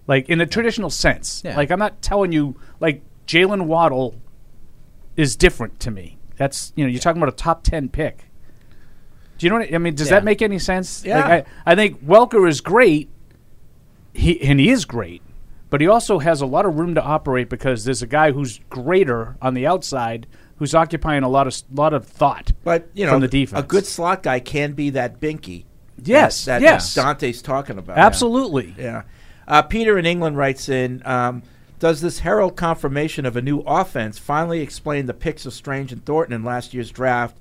Like in the traditional sense.
Yeah.
Like I'm not telling you. Like Jalen Waddle is different to me. That's you know you're talking about a top ten pick. Do you know what I I mean? Does
Yeah.
that make any sense?
Yeah.
Like I, I think Welker is great. He and he is great, but he also has a lot of room to operate because there's a guy who's greater on the outside who's occupying a lot of s- lot of thought.
But you know,
from the defense,
a good slot guy can be that binky.
Yes,
that, that
yes.
Dante's talking about.
Absolutely.
Yeah. Uh, Peter in England writes in. Um, does this herald confirmation of a new offense finally explain the picks of Strange and Thornton in last year's draft,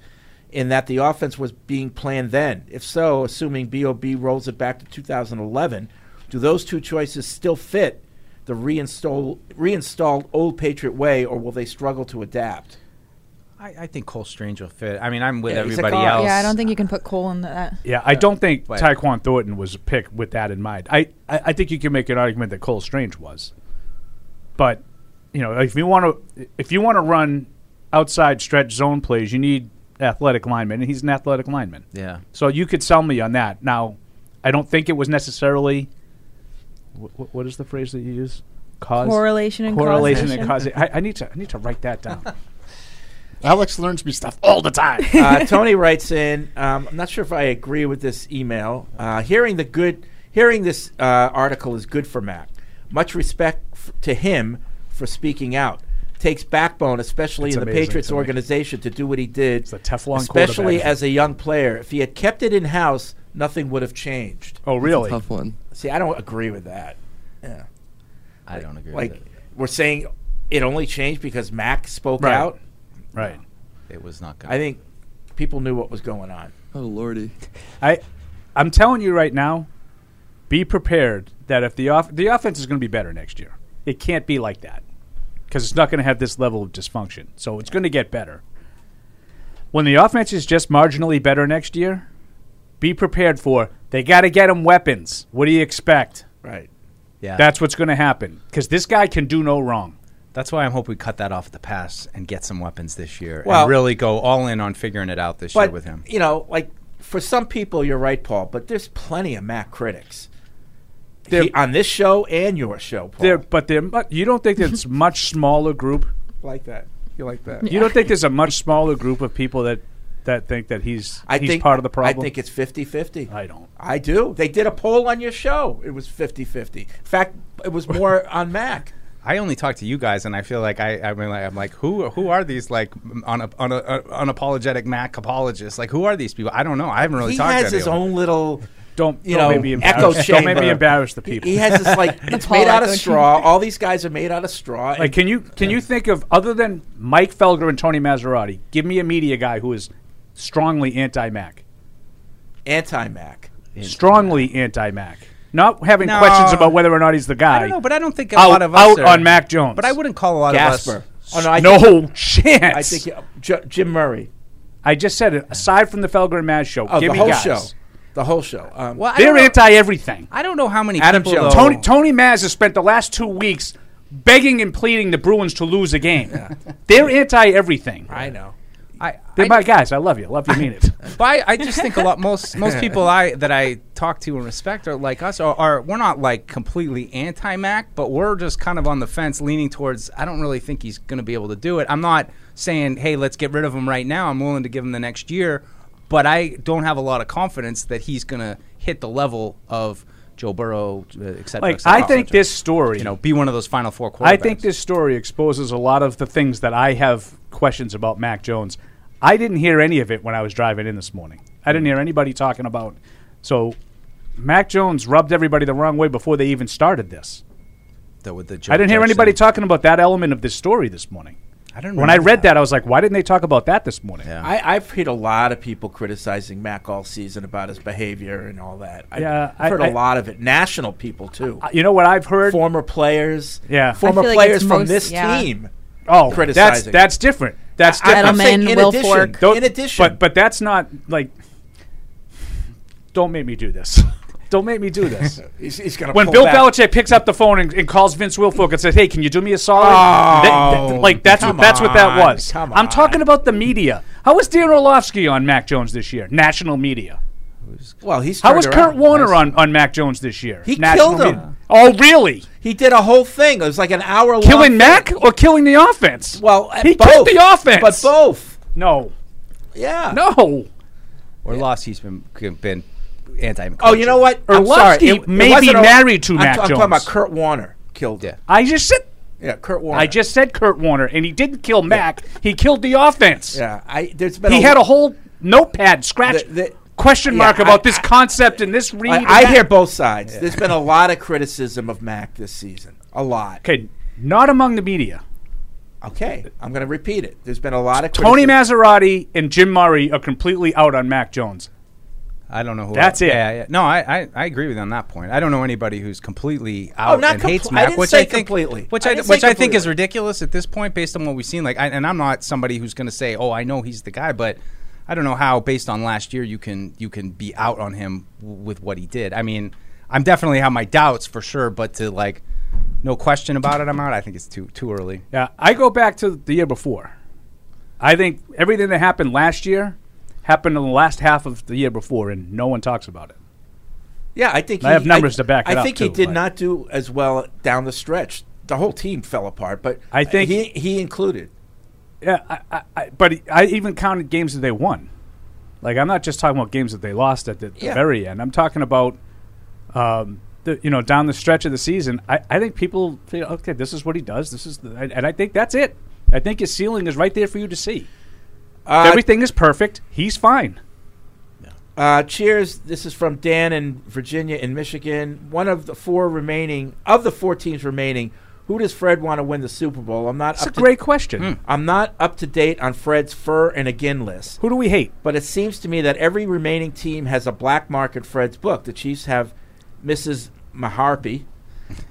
in that the offense was being planned then? If so, assuming Bob rolls it back to 2011, do those two choices still fit the reinstall, reinstalled old Patriot way, or will they struggle to adapt?
I, I think Cole Strange will fit. I mean, I'm with
Yeah, he's a
everybody
guard.
else.
Yeah, I don't think you can put Cole in uh, that.
Yeah, I don't think
But-
Tyquan Thornton was a pick with that in mind. I, I, I think you can make an argument that Cole Strange was, but you know if you want to if you want to run outside stretch zone plays, you need athletic linemen, and he's an athletic lineman.
Yeah.
So you could sell me on that. Now, I don't think it was necessarily. What, what is the phrase that you use? Cause
Correlation and
correlation and
causation.
causation. I, I need to I need to write that down.
Alex learns me stuff
all the time.
uh, Tony writes in. Um, I'm not sure if I agree with this email. Uh, hearing the good, hearing this uh, article is good for Mac. Much respect f- to him for speaking out. Takes backbone, especially
That's
in the
amazing,
Patriots
Tony.
organization, to do what he did.
It's a Teflon
especially
quarterback.
as a young player. If he had kept it in house, nothing would have changed.
Oh, really? That's a tough
one. See, I don't agree with that. Yeah.
I don't agree
Like
with it.
we're saying, it only changed because Mac spoke
Right.
out.
Right.
It was not good.
I think people knew what was going on.
Oh lordy! I, I'm telling you right now, be prepared that if the off the offense is going to be better next year, it can't be like that because it's not going to have this level of dysfunction. So it's going to get better. When the offense is just marginally better next year, be prepared for they got to get them weapons. What do you expect?
Right.
Yeah.
That's what's going to happen because this guy can do no wrong.
That's why I'm hoping we cut that off at the pass and get some weapons this year
Well-
and really go all in on figuring it out this year
but
with him.
you know, like for some people, you're right, Paul. But there's plenty of Mac critics
There-
He- on this show and your show, Paul.
There, but they're, mu- you don't think it's much smaller group
like that. You like that?
You don't think there's a much smaller group of people that that think that he's
I
he's
think
part of the problem?
I think it's 50-50.
I don't.
I do. They did a poll on your show. It was 50-50. In fact, it was more on Mac.
I only talk to you guys, and I feel like I, I mean, like, I'm like, who, who are these like on a, on a, unapologetic Mac apologists? Like, who are these people? I don't know. I haven't really
he
talked
has
to
his
anyone.
own little
don't
you
don't
know
make me
echo
embarrassed.
chamber.
Don't make me embarrass the
He-
people.
He, has this like
The
it's
Paul
made out of
echo
straw.
chamber.
All these guys are made out of straw.
like, can you can you think of other than Mike Felger and Tony Maserati? Give me a media guy who is strongly anti-Mac,
anti-Mac,
strongly anti-Mac. Not having
No.
questions about whether or not he's the guy.
I don't know, but I don't think a
out,
lot of us
out
are-
on Mac Jones.
But I wouldn't call a lot of
Gasper.
us.
Oh, no, I No think- chance.
I think uh, J- Jim Murray.
I just said it. Aside from the Felger and Maz show,
Oh,
give
the
me
whole
guys.
show. The whole show. Um,
They're anti everything.
I don't know how many
Adam
people.
Jones.
though-
Tony Tony Maz has spent the last two weeks begging and pleading the Bruins to lose a game. They're anti everything.
I know.
I,
They're my guys. I love you. Love you. Mean it.
But I, I just think a lot. Most most people I that I talk to and respect are like us. Are, are we're not like completely anti Mac, but we're just kind of on the fence, leaning towards. I don't really think he's going to be able to do it. I'm not saying, hey, let's get rid of him right now. I'm willing to give him the next year, but I don't have a lot of confidence that he's going to hit the level of Joe Burrow, uh, et cetera.
Like
et cetera,
I think
et cetera.
this story,
you know, be one of those final four quarterbacks.
I think this story exposes a lot of the things that I have questions about Mac Jones. I didn't hear any of it when I was driving in this morning. I didn't hear anybody talking about. So, Mac Jones rubbed everybody the wrong way before they even started this.
Though with the
I didn't hear
Judge
anybody talking about that element of this story this morning.
I don't
When I
remember
read that. I was like, why didn't they talk about that this morning?
I, I've heard a lot of people criticizing Mac all season about his behavior and all that. I've
Yeah, I-
heard a
I- Uh,
lot of it. National people too.
you know what I've heard?
Former players.
Yeah. I
former
feel like
players
it's
from
most-
this
yeah.
team.
Oh, that's
criticizing.
that's different. That's
I-
different.
I'm saying Edelman, in Will addition- Fork.
Don't-
in addition.
but but that's not like. Don't make me do this. Don't make me do this.
He's- he's gonna
when
pull
Bill
back.
Belichick picks up the phone and, and calls Vince Wilfork and says, "Hey, can you do me a solid?"
Oh,
Th- th- like that's what
come
that's what that
on,
was.
come
I'm talking about the media. How was Dan Orlovsky on Mac Jones this year? National media.
Well, he's
How
turned
was Kurt
around.
Warner on, on Mac Jones this year?
He
National
killed him.
media. Oh, really?
He did a whole thing. It was like an hour long.
Killing Mac or killing the offense?
Well,
he
both.
killed the offense.
But both.
No.
Yeah.
No.
Or lost. He's been been anti.
Oh, you know what? I'm sorry.
Orlovsky
It- it
may be
wasn't a-
married to
I'm
Mac
ta- I'm
Jones.
talking about Kurt Warner killed
it.
I just said.
Yeah, Kurt Warner.
I just said Kurt Warner, and he didn't kill Mac. He killed the offense.
Yeah, I. There's been
he
a-
had a whole notepad scratch question
yeah,
mark about
I-
this concept and this read. and
I, I
that.
hear both sides. There's been a lot of criticism of Mac this season. A lot.
Okay, not among the media.
Okay, I'm going to repeat it. There's been a lot of
Tony
criticism.
Maserati and Jim Murray are completely out on Mac Jones.
I don't know who.
That's
I-
it.
Yeah, yeah. No, I, I, I agree with you on that point. I don't know anybody who's completely
Oh,
out
not
and hates
compl- I
Mac,
didn't
which
say
I think
completely.
which
I
I,
didn't say
which I think is
completely.
ridiculous at this point based on what we've seen. Like, I, and I'm not somebody who's going to say, oh, I know he's the guy, but I don't know how based on last year you can you can be out on him w- with what he did. I mean, I'm definitely have my doubts for sure, but to like no question about it, I'm out. I think it's too too early.
Yeah, I go back to the year before. I think everything that happened last year happened in the last half of the year before, and no one talks about it.
Yeah, I think
I have numbers to back it
I
up,
think he
too,
did
but-
not do as well down the stretch. The whole team fell apart, but
I think-
he he included.
Yeah, I, I, I, but I even counted games that they won. Like I'm not just talking about games that they lost at the, the
Yeah.
very end. I'm talking about, um, the, you know, down the stretch of the season. I, I think people feel okay. This is what he does. This is, the, and and I think that's it. I think his ceiling is right there for you to see.
Uh,
Everything is perfect. He's fine.
Uh, cheers. This is from Dan in Virginia and Michigan. One of the four remaining of the four teams remaining. Who does Fred want to win the Super Bowl? I'm not. That's
a great question.
I'm not up to date on Fred's fur and again list.
Who do we hate?
But it seems to me that every remaining team has a black mark in Fred's book. The Chiefs have Mrs. Maharpy.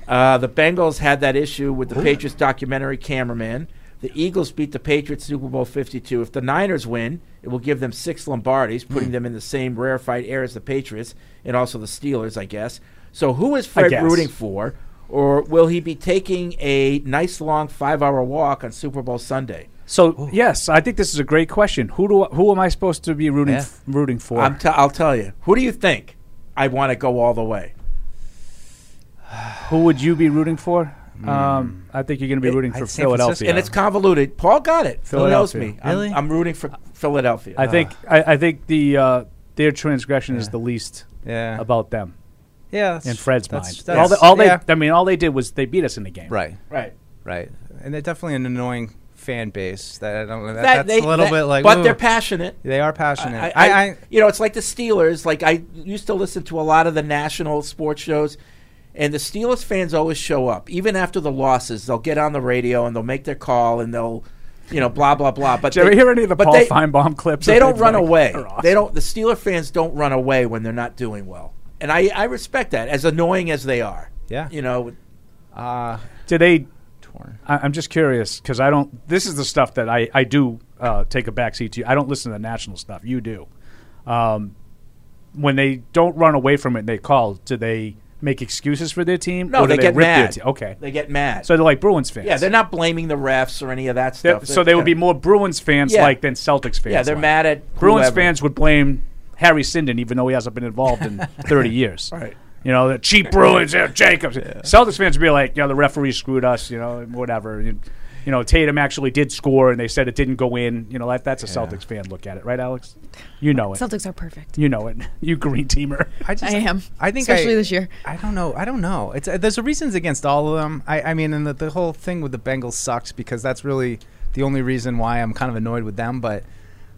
Uh, the Bengals had that issue with the Patriots documentary cameraman. The Eagles beat the Patriots Super Bowl 52. If the Niners win, it will give them six Lombardis, putting
Hmm.
them in the same rarefied air as the Patriots and also the Steelers, I guess. So who is
I
Fred
guess.
rooting for? Or will he be taking a nice long five hour walk on Super Bowl Sunday?
So yes, I think this is a great question. Who do I, who am I supposed to be rooting
Yeah.
f- rooting for?
I'm t- I'll tell you. Who do you think? I want to go all the way.
who would you be rooting for?
Hmm.
Um, I think you're going to be
Eh,
rooting for Philadelphia.
And it's convoluted. Paul got it. Phil knows me.
Philadelphia.
I'm-
Really?
I'm, rooting for Philadelphia.
I think I, I think the uh, their transgression is the least
Yeah.
about them.
Yeah, that's-
in Fred's
that's-
mind, all,
that's-
they, all they
yeah.
I mean, all they did was they beat us in the game.
Right.
Right.
Right. And they're definitely an annoying fan base. That I don't know. That,
That-
that's
they-
a little
that-
bit like.
but
ooh.
they're passionate.
They are passionate.
I, I- you know, it's like the Steelers. Like I used to listen to a lot of the national sports shows, and the Steelers fans always show up, even after the losses. They'll get on the radio and they'll make their call and they'll, you know, blah blah blah. But
Did you ever
they-
hear any of the
but
Paul
they-
Feinbaum clips
They
that
don't
they've
run
like-
away.
are awesome?
They don't. The Steeler fans don't run away when they're not doing well, and I I respect that. As annoying as they are,
Yeah.
you know.
Uh,
Do they? I, I'm just curious because I don't. This is the stuff that I I do uh, take a backseat to. I don't listen to the national stuff. You do. Um, when they don't run away from it, and they call. Do they make excuses for their team?
No,
or do
they, get
rip their
mad.
team? Okay,
they get mad.
So they're like Bruins fans.
Yeah, they're not blaming the refs or any of that
They're-
stuff.
so they would be more Bruins fans
Yeah.
like than Celtics fans.
Yeah, they're
like.
mad at
Bruins
whoever.
fans would blame Harry Sinden, even though he hasn't been involved in thirty years.
Right.
You know, the cheap Bruins, they're Jacobs. Celtics fans would be like, you know, the referee screwed us. You know, and whatever. You, you know, Tatum actually did score, and they said it didn't go in. You know, that, that's a Celtics fan look at it, right, Alex? You know it.
Celtics are perfect.
You know it. You green teamer.
I, just,
I am.
I think
especially
I-
this year.
I don't know. I don't know. It's uh, there's a reasons against all of them. I, I mean, and the, the whole thing with the Bengals sucks because that's really the only reason why I'm kind of annoyed with them. But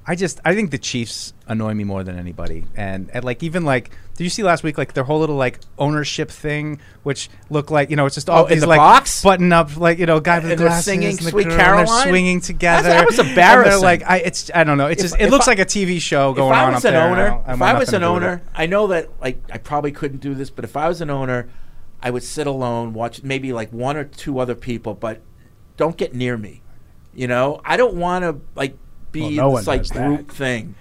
I just I think the Chiefs annoy me more than anybody. And, and like even like did you see last week like their whole little like ownership thing, which looked like you know it's just all
Oh, in
these
the
like
box?
button up like you know guy with
And they're
glasses
singing
and the
Sweet
girl, and they're
Caroline?
swinging together.
That's- that was
And they're,
embarrassing.
like I it's I don't know. It's
If-
just it
if
looks
I-
like a TV show Oh, going
if I
on
was
up
an
there.
owner,
I don't-
if
want
I was
nothing
an
to do with it.
owner, I know that like I probably couldn't do this, but if I was an owner, I would sit alone, watch maybe like one or two other people, but don't get near me. You know, I don't want to like be
Well,
in
no
this
one
like
does that.
group thing.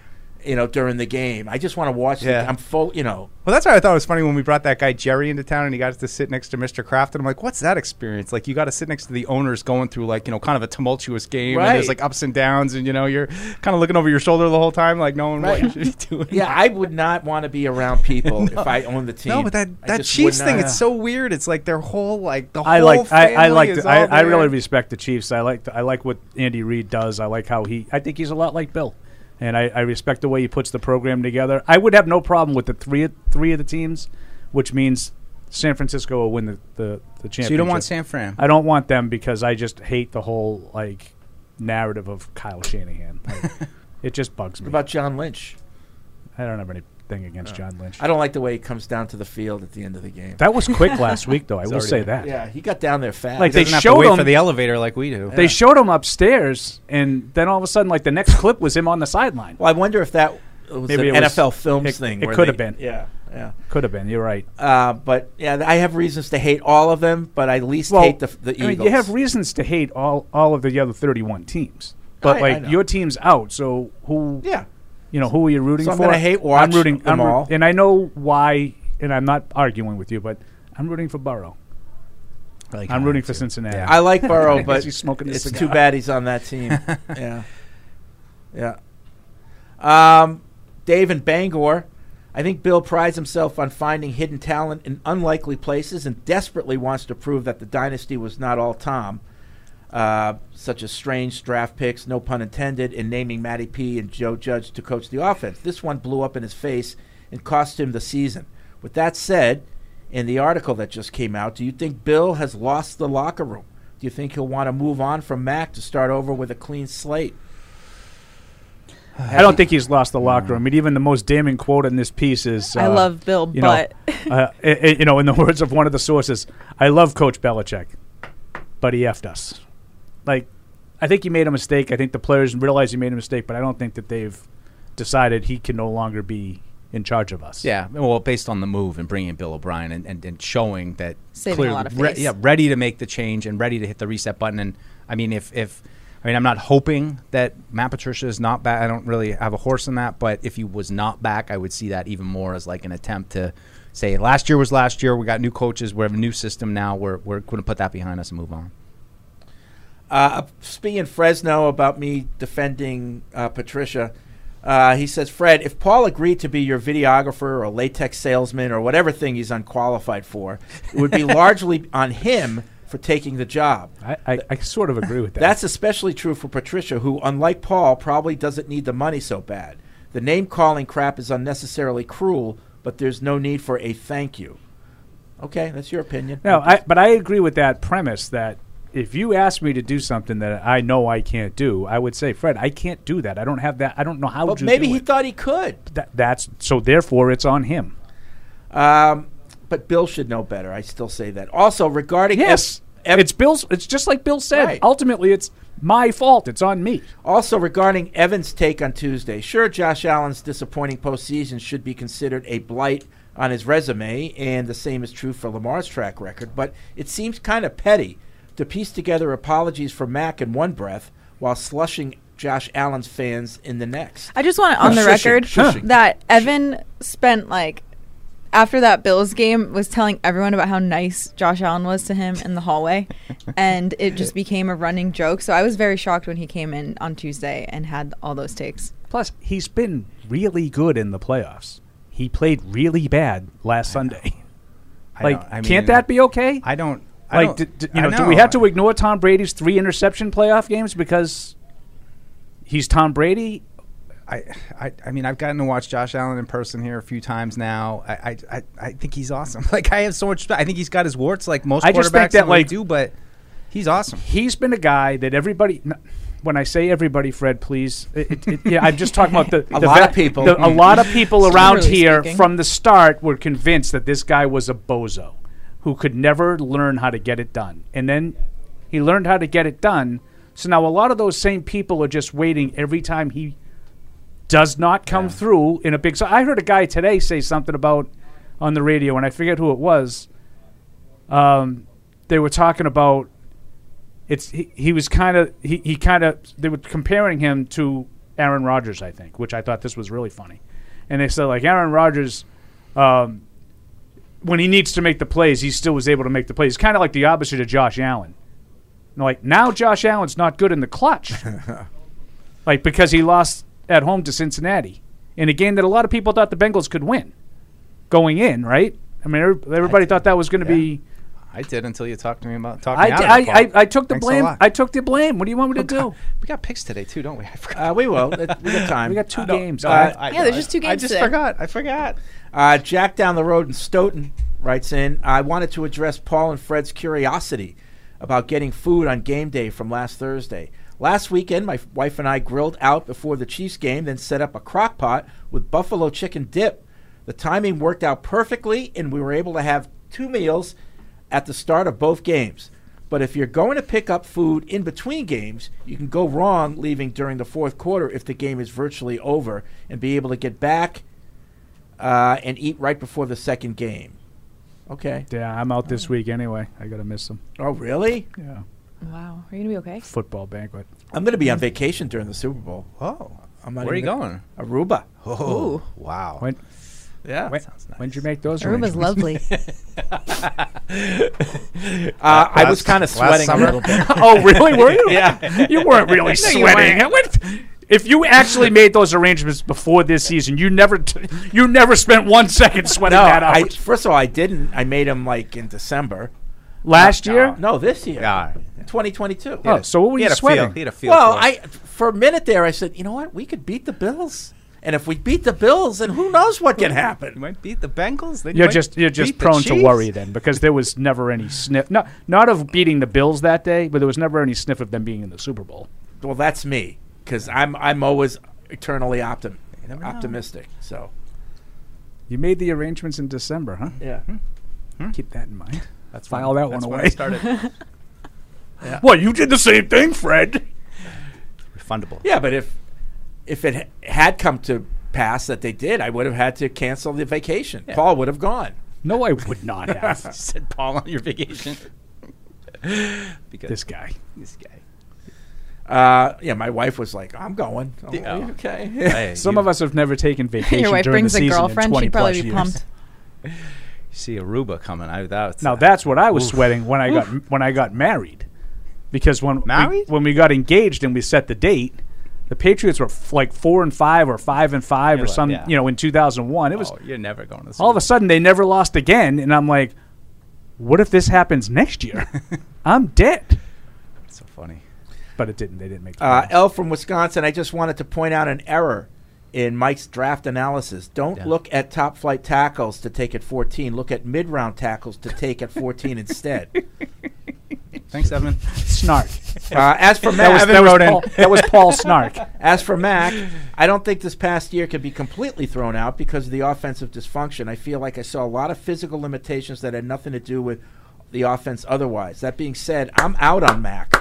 You know, during the game, I just want to watch.
Yeah.
The, I'm full. You know,
Well, that's why I thought it was funny when we brought that guy Jerry into town and he got us to sit next to Mr. Kraft. And I'm like, what's that experience? Like, you got to sit next to the owners going through, like, you know, kind of a tumultuous game. And there's
Right.
like ups and downs. And, you know, you're kind of looking over your shoulder the whole time, like knowing what you should be doing.
yeah, I would not want to be around people if I owned the team.
No, but that,
I
that
just
Chiefs
would not-
thing, it's so weird. It's like their whole, like, the
I
whole
like I, I
family
like
is
the, I,
all
I really
there.
respect the Chiefs. I like the, I like what Andy Reid does. I like how he I think he's a lot like Bill, and I, I respect the way he puts the program together. I would have no problem with the three three of the teams, which means San Francisco will win the the, the championship.
So you don't want San Fran?
I don't want them because I just hate the whole like narrative of Kyle Shanahan. Like, it just bugs me.
about John Lynch?
I don't have anything against John Lynch.
I don't like the way he comes down to the field at the end of the game.
That was quick last week, though, I will say that.
Yeah, he got down there fast.
Like they showed him
elevator like we do.
They
Yeah.
showed him upstairs, and then all of a sudden, like the next clip was him on the sideline.
Well, I wonder if that was an NFL Films
it,
thing
It
where
could have
they-
been.
yeah, yeah.
could have been. You're right.
Uh, but yeah, th- I have reasons to hate all of them, but I at least hate the, the Eagles.
I mean, you have reasons to hate all all of the other 31 teams, but
I- I
like
know.
your team's out, so who?
Yeah.
You know who are you rooting
So I'm
for?
gonna hate watch
I'm rooting
them
I'm root-
all.
and I know why. And I'm not arguing with you, but I'm rooting for Burrow. I'm rooting for Cincinnati.
I like Burrow,
Because
but
he's smoking the
it's
cigar.
too bad he's on that team. yeah, yeah. Um, Dave and Bangor. I think Bill prides himself on finding hidden talent in unlikely places and desperately wants to prove that the dynasty was not all Tom, uh, such as strange draft picks, no pun intended, and naming Matty P and Joe Judge to coach the offense. This one blew up in his face and cost him the season. With that said, in the article that just came out, do you think Bill has lost the locker room? Do you think he'll want to move on from Mac to start over with a clean slate?
I don't think he's lost the locker room. I mean, even the most damning quote in this piece is uh,
I love Bill,
you know,
but-
uh, i- i- you know, in the words of one of the sources, I love Coach Belichick, but he effed us. Like, I think he made a mistake. I think the players realize he made a mistake, but I don't think that they've decided he can no longer be in charge of us.
Yeah, well, based on the move and bringing in Bill O'Brien and, and, and showing that
Saving a lot of face.
yeah, ready to make the change and ready to hit the reset button. And I mean, if if I mean, I'm not hoping that Matt Patricia is not back. I don't really have a horse in that, but if he was not back, I would see that even more as like an attempt to say last year was last year. We got new coaches. We have a new system now. We're we're going to put that behind us and move on.
Uh, speaking in Fresno about me defending uh, Patricia, uh, he says, Fred, if Paul agreed to be your videographer or latex salesman or whatever thing he's unqualified for, it would be largely on him for taking the job.
I, I, I sort of agree with that.
That's especially true for Patricia, who, unlike Paul, probably doesn't need the money so bad. The name calling crap is unnecessarily cruel, but there's no need for a thank you. Okay, that's your opinion.
No, I, but I agree with that premise that if you ask me to do something that I know I can't do, I would say, Fred, I can't do that. I don't have that. I don't know how
but
to
maybe
do
he
it.
thought he could.
That, that's so. Therefore, it's on him.
Um, but Bill should know better. I still say that. Also, regarding
Yes, it's Bill's. It's just like Bill said. Ultimately, it's my fault. It's on me.
Also, regarding Evans' take on Tuesday, sure, Josh Allen's disappointing postseason should be considered a blight on his resume, and the same is true for Lamar's track record. But it seems kind of petty to piece together apologies for Mack in one breath while slushing Josh Allen's fans in the next.
Oh,
I just want it on the
Shushing,
record
shushing.
that Evan spent like after that Bills game was telling everyone about how nice Josh Allen was to him in the hallway, and it just became a running joke. So I was very shocked when he came in on Tuesday and had all those takes.
Plus, he's been really good in the playoffs. He played really bad last Sunday.
I
like,
don't- I mean,
can't that be okay?
I don't. I
Like,
don't-
d- d-
I
you know, do
know.
we have to ignore Tom Brady's three interception playoff games because he's Tom Brady?
I, I, I mean, I've gotten to watch Josh Allen in person here a few times now. I, I, I, I think he's awesome. Like I have so much. I think he's got his warts, like most
I just
quarterbacks
think that
and what he
like
do, but he's awesome.
He's been a guy that everybody. n- When I say everybody, Fred, please. It, it, it- yeah, I'm just talking about the
A
the
lot of people.
the- a lot of people around
Generally
here
speaking.
from the start were convinced that this guy was a bozo who could never learn how to get it done, and then he learned how to get it done. So now a lot of those same people are just waiting every time he does not come through in a big. So I heard a guy today say something about on the radio, and I forget who it was. Um, they were talking about it's he, he was kind of he, he kind of they were comparing him to Aaron Rodgers, I think, which I thought this was really funny. And they said like Aaron Rodgers, um, when he needs to make the plays, he still was able to make the plays. Kind of like the opposite of Josh Allen. And like now, Josh Allen's not good in the clutch, like because he lost at home to Cincinnati in a game that a lot of people thought the Bengals could win going in. Right? I mean, every- everybody thought that was going to be.
I did until you talked to me about talking.
I,
out of
I,
it, Paul.
I, I took the
Thanks a
blame.
lot.
I took the blame. What do you want me to do?
We got picks today too, don't we? I forgot.
Uh, we will. It- we got time.
We got two
Uh, no,
games.
uh,
I-
I-
Yeah, there's just
two
I
games
just
today.
forgot. I forgot. Uh, Jack down the road in Stoughton writes in. I wanted to address Paul and Fred's curiosity about getting food on game day from last Thursday. Last weekend, my f- wife and I grilled out before the Chiefs game, then set up a crock pot with buffalo chicken dip. The timing worked out perfectly, and we were able to have two meals at the start of both games. But if you're going to pick up food in between games, you can go wrong leaving during the fourth quarter if the game is virtually over and be able to get back uh, and eat right before the second game. Okay.
Yeah, I'm out this week anyway. I gotta miss them.
Uh,
Oh, really?
Yeah.
Wow, are you gonna be okay?
Football banquet.
I'm going to be on vacation during the Super Bowl.
Oh.
I'm not
Where are
even
you
gonna- Aruba.
Oh, Ooh. wow.
When,
yeah.
When, When'd you make those? arrangements?
Aruba's lovely.
Uh, I was kind of sweating a little bit.
oh, really? Were you?
yeah.
You weren't really
No, you
sweating.
weren't.
What? If you actually made those arrangements before this season, you never, t- you never spent one second sweating
No,
that out.
I, first of all, I didn't. I made them like in December.
Last year?
No, this year. 2022.
Oh, so what were
He
you
had a feel.
sweating?
He had a feel well, I for a minute there, I said, you know what? We could beat the Bills. And if we beat the Bills, then who knows what can happen? You
might beat the Bengals. Then
You're just you're just prone to worry then because there was never any sniff not not of beating the Bills that day, but there was never any sniff of them being in the Super Bowl.
Well, that's me because I'm I'm always eternally optim- optimistic. So
You made the arrangements in December, huh?
Yeah. Hmm.
Keep that in mind.
That's
file that one
that's when
away.
I started.
Yeah.
Well, you did the same thing, Fred.
Refundable.
yeah, but if if it ha- had come to pass that they did, I would have had to cancel the vacation. Paul would have gone.
No, I would not
You said Paul on your vacation. because
This guy.
This guy.
Uh, yeah, my wife was like, "I'm going." I'm like, okay.
Some of us have never taken vacation.
Your wife
during
brings
the
a
season in
girlfriend,
20
she'd probably
plus
be
years.
pumped.
You see Aruba coming. I that was,
Now that's what I was
Oof.
sweating when I got
Oof.
when I got married, because when we-
Married?
when we got engaged and we set the date, the Patriots were f- like four and five or five and 5
You're
or
like,
some
yeah.
you know in two thousand one. It was
Oh, you're never going to. the
all of a sudden they never lost again, and I'm like, what if this happens next year? I'm dead.
It's so funny.
But it didn't. They didn't make. it.
Uh, L from Wisconsin. I just wanted to point out an error in Mike's draft analysis. Don't
Yeah.
look at top flight tackles to take at 14. Look at mid round tackles to take at 14 instead.
Thanks, Evan.
Snark.
Uh, as for Mac,
That was- Evan that was wrote in. Paul- that was Paul Snark.
As for Mac, I don't think this past year can be completely thrown out because of the offensive dysfunction. I feel like I saw a lot of physical limitations that had nothing to do with the offense otherwise. That being said, I'm out on Mac.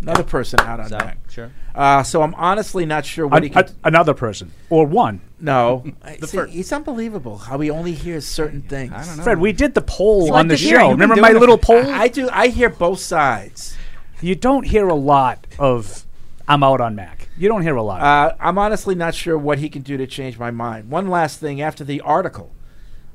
Another person out on
So,
Mac.
sure.
Uh, so I'm honestly not sure what
An-
he can.
a- another person or one.
No, I- see, it's unbelievable how he only hears certain things. I don't
Fred, we did the poll on the show. Remember my little poll?
I do. I hear both sides.
You don't hear a lot of I'm out on Mac. You don't hear a lot.
Uh, I'm honestly not sure what he can do to change my mind. One last thing after the article,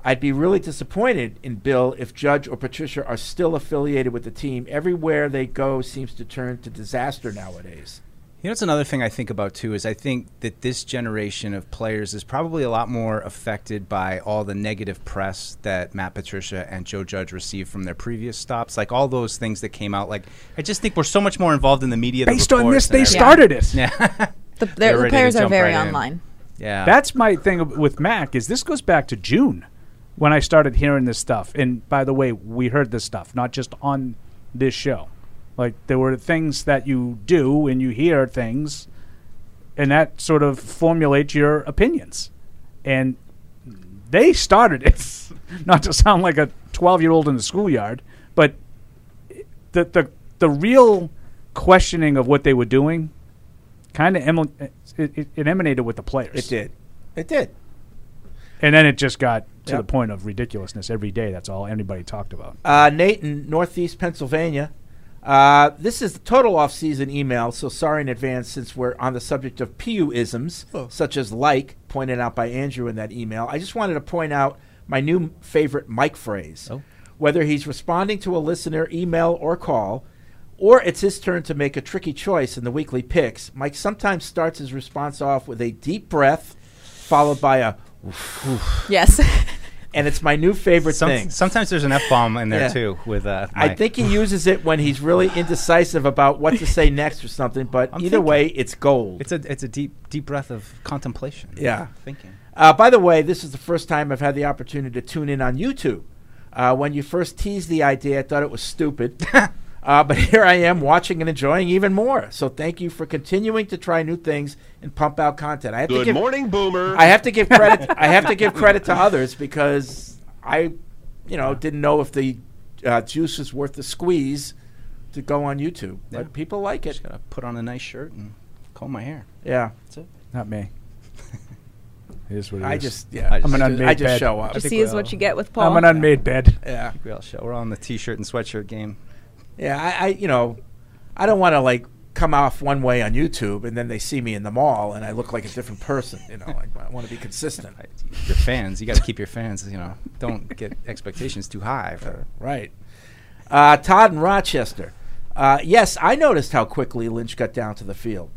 I'd be really disappointed in Bill if Judge or Patricia are still affiliated with the team. Everywhere they go seems to turn to disaster nowadays.
You know, it's another thing I think about too is I think that this generation of players is probably a lot more affected by all the negative press that Matt Patricia and Joe Judge received from their previous stops, like all those things that came out. Like, I just think we're so much more involved in the media. the
Based on
reports
this,
and
they
everything.
started it.
Yeah,
the,
They're
the
ready to
players are
jump
very
right in.
online.
Yeah.
That's my thing ab- with Mac is this goes back to June when I started hearing this stuff. And by the way, we heard this stuff not just on this show. Like there were things that you do and you hear things and that sort of formulates your opinions. And they started it. not to sound like a 12-year-old in the schoolyard, but the the the real questioning of what they were doing kind of em- it, it, it emanated with the players. It
did. It did.
And then it just got to
Yep.
the point of ridiculousness every day. That's all anybody talked about.
Uh, Nathan, Northeast Pennsylvania. Uh, this is the total off-season email, so sorry in advance since we're on the subject of PU-isms, such as like, pointed out by Andrew in that email. I just wanted to point out my new m- favorite Mike phrase. Whether he's responding to a listener, email, or call, or it's his turn to make a tricky choice in the weekly picks, Mike sometimes starts his response off with a deep breath, followed by a oof, oof.
Yes.
and it's my new favorite
Some-
thing.
Sometimes there's an F bomb in there
Yeah.
too. With uh,
I
Mike.
think he uses it when he's really indecisive about what to say next or something. But either
thinking.
way, it's gold.
it's a it's a deep deep breath of contemplation.
Yeah.
thinking.
Uh, by the way, this is the first time I've had the opportunity to tune in on YouTube. Uh, when you first teased the idea, I thought it was stupid. uh, but here I am watching and enjoying even more. So thank you for continuing to try new things and pump out content. I have to
Good
give,
morning, Boomer.
I have to give credit. I have to give credit to others because I, you know, didn't know if the uh, juice was worth the squeeze to go on YouTube. But people like it.
gotta put on a nice shirt and comb my hair.
Yeah.
That's it.
Not me. It is what it
I
is.
just- yeah, I
I'm an
just-
unmade
I just
bed.
show up.
Just see is what you get with Paul.
I'm an unmade bed.
Yeah.
We all show. We're all in the t-shirt and sweatshirt game.
Yeah, I, I you know, I don't want to like come off one way on YouTube and then they see me in the mall and I look like a different person. You know, like, I want to be consistent.
Your fans, you got to keep your fans. You know, don't get expectations too high. For
Right. Uh, Todd in Rochester. Uh, yes, I noticed how quickly Lynch got down to the field.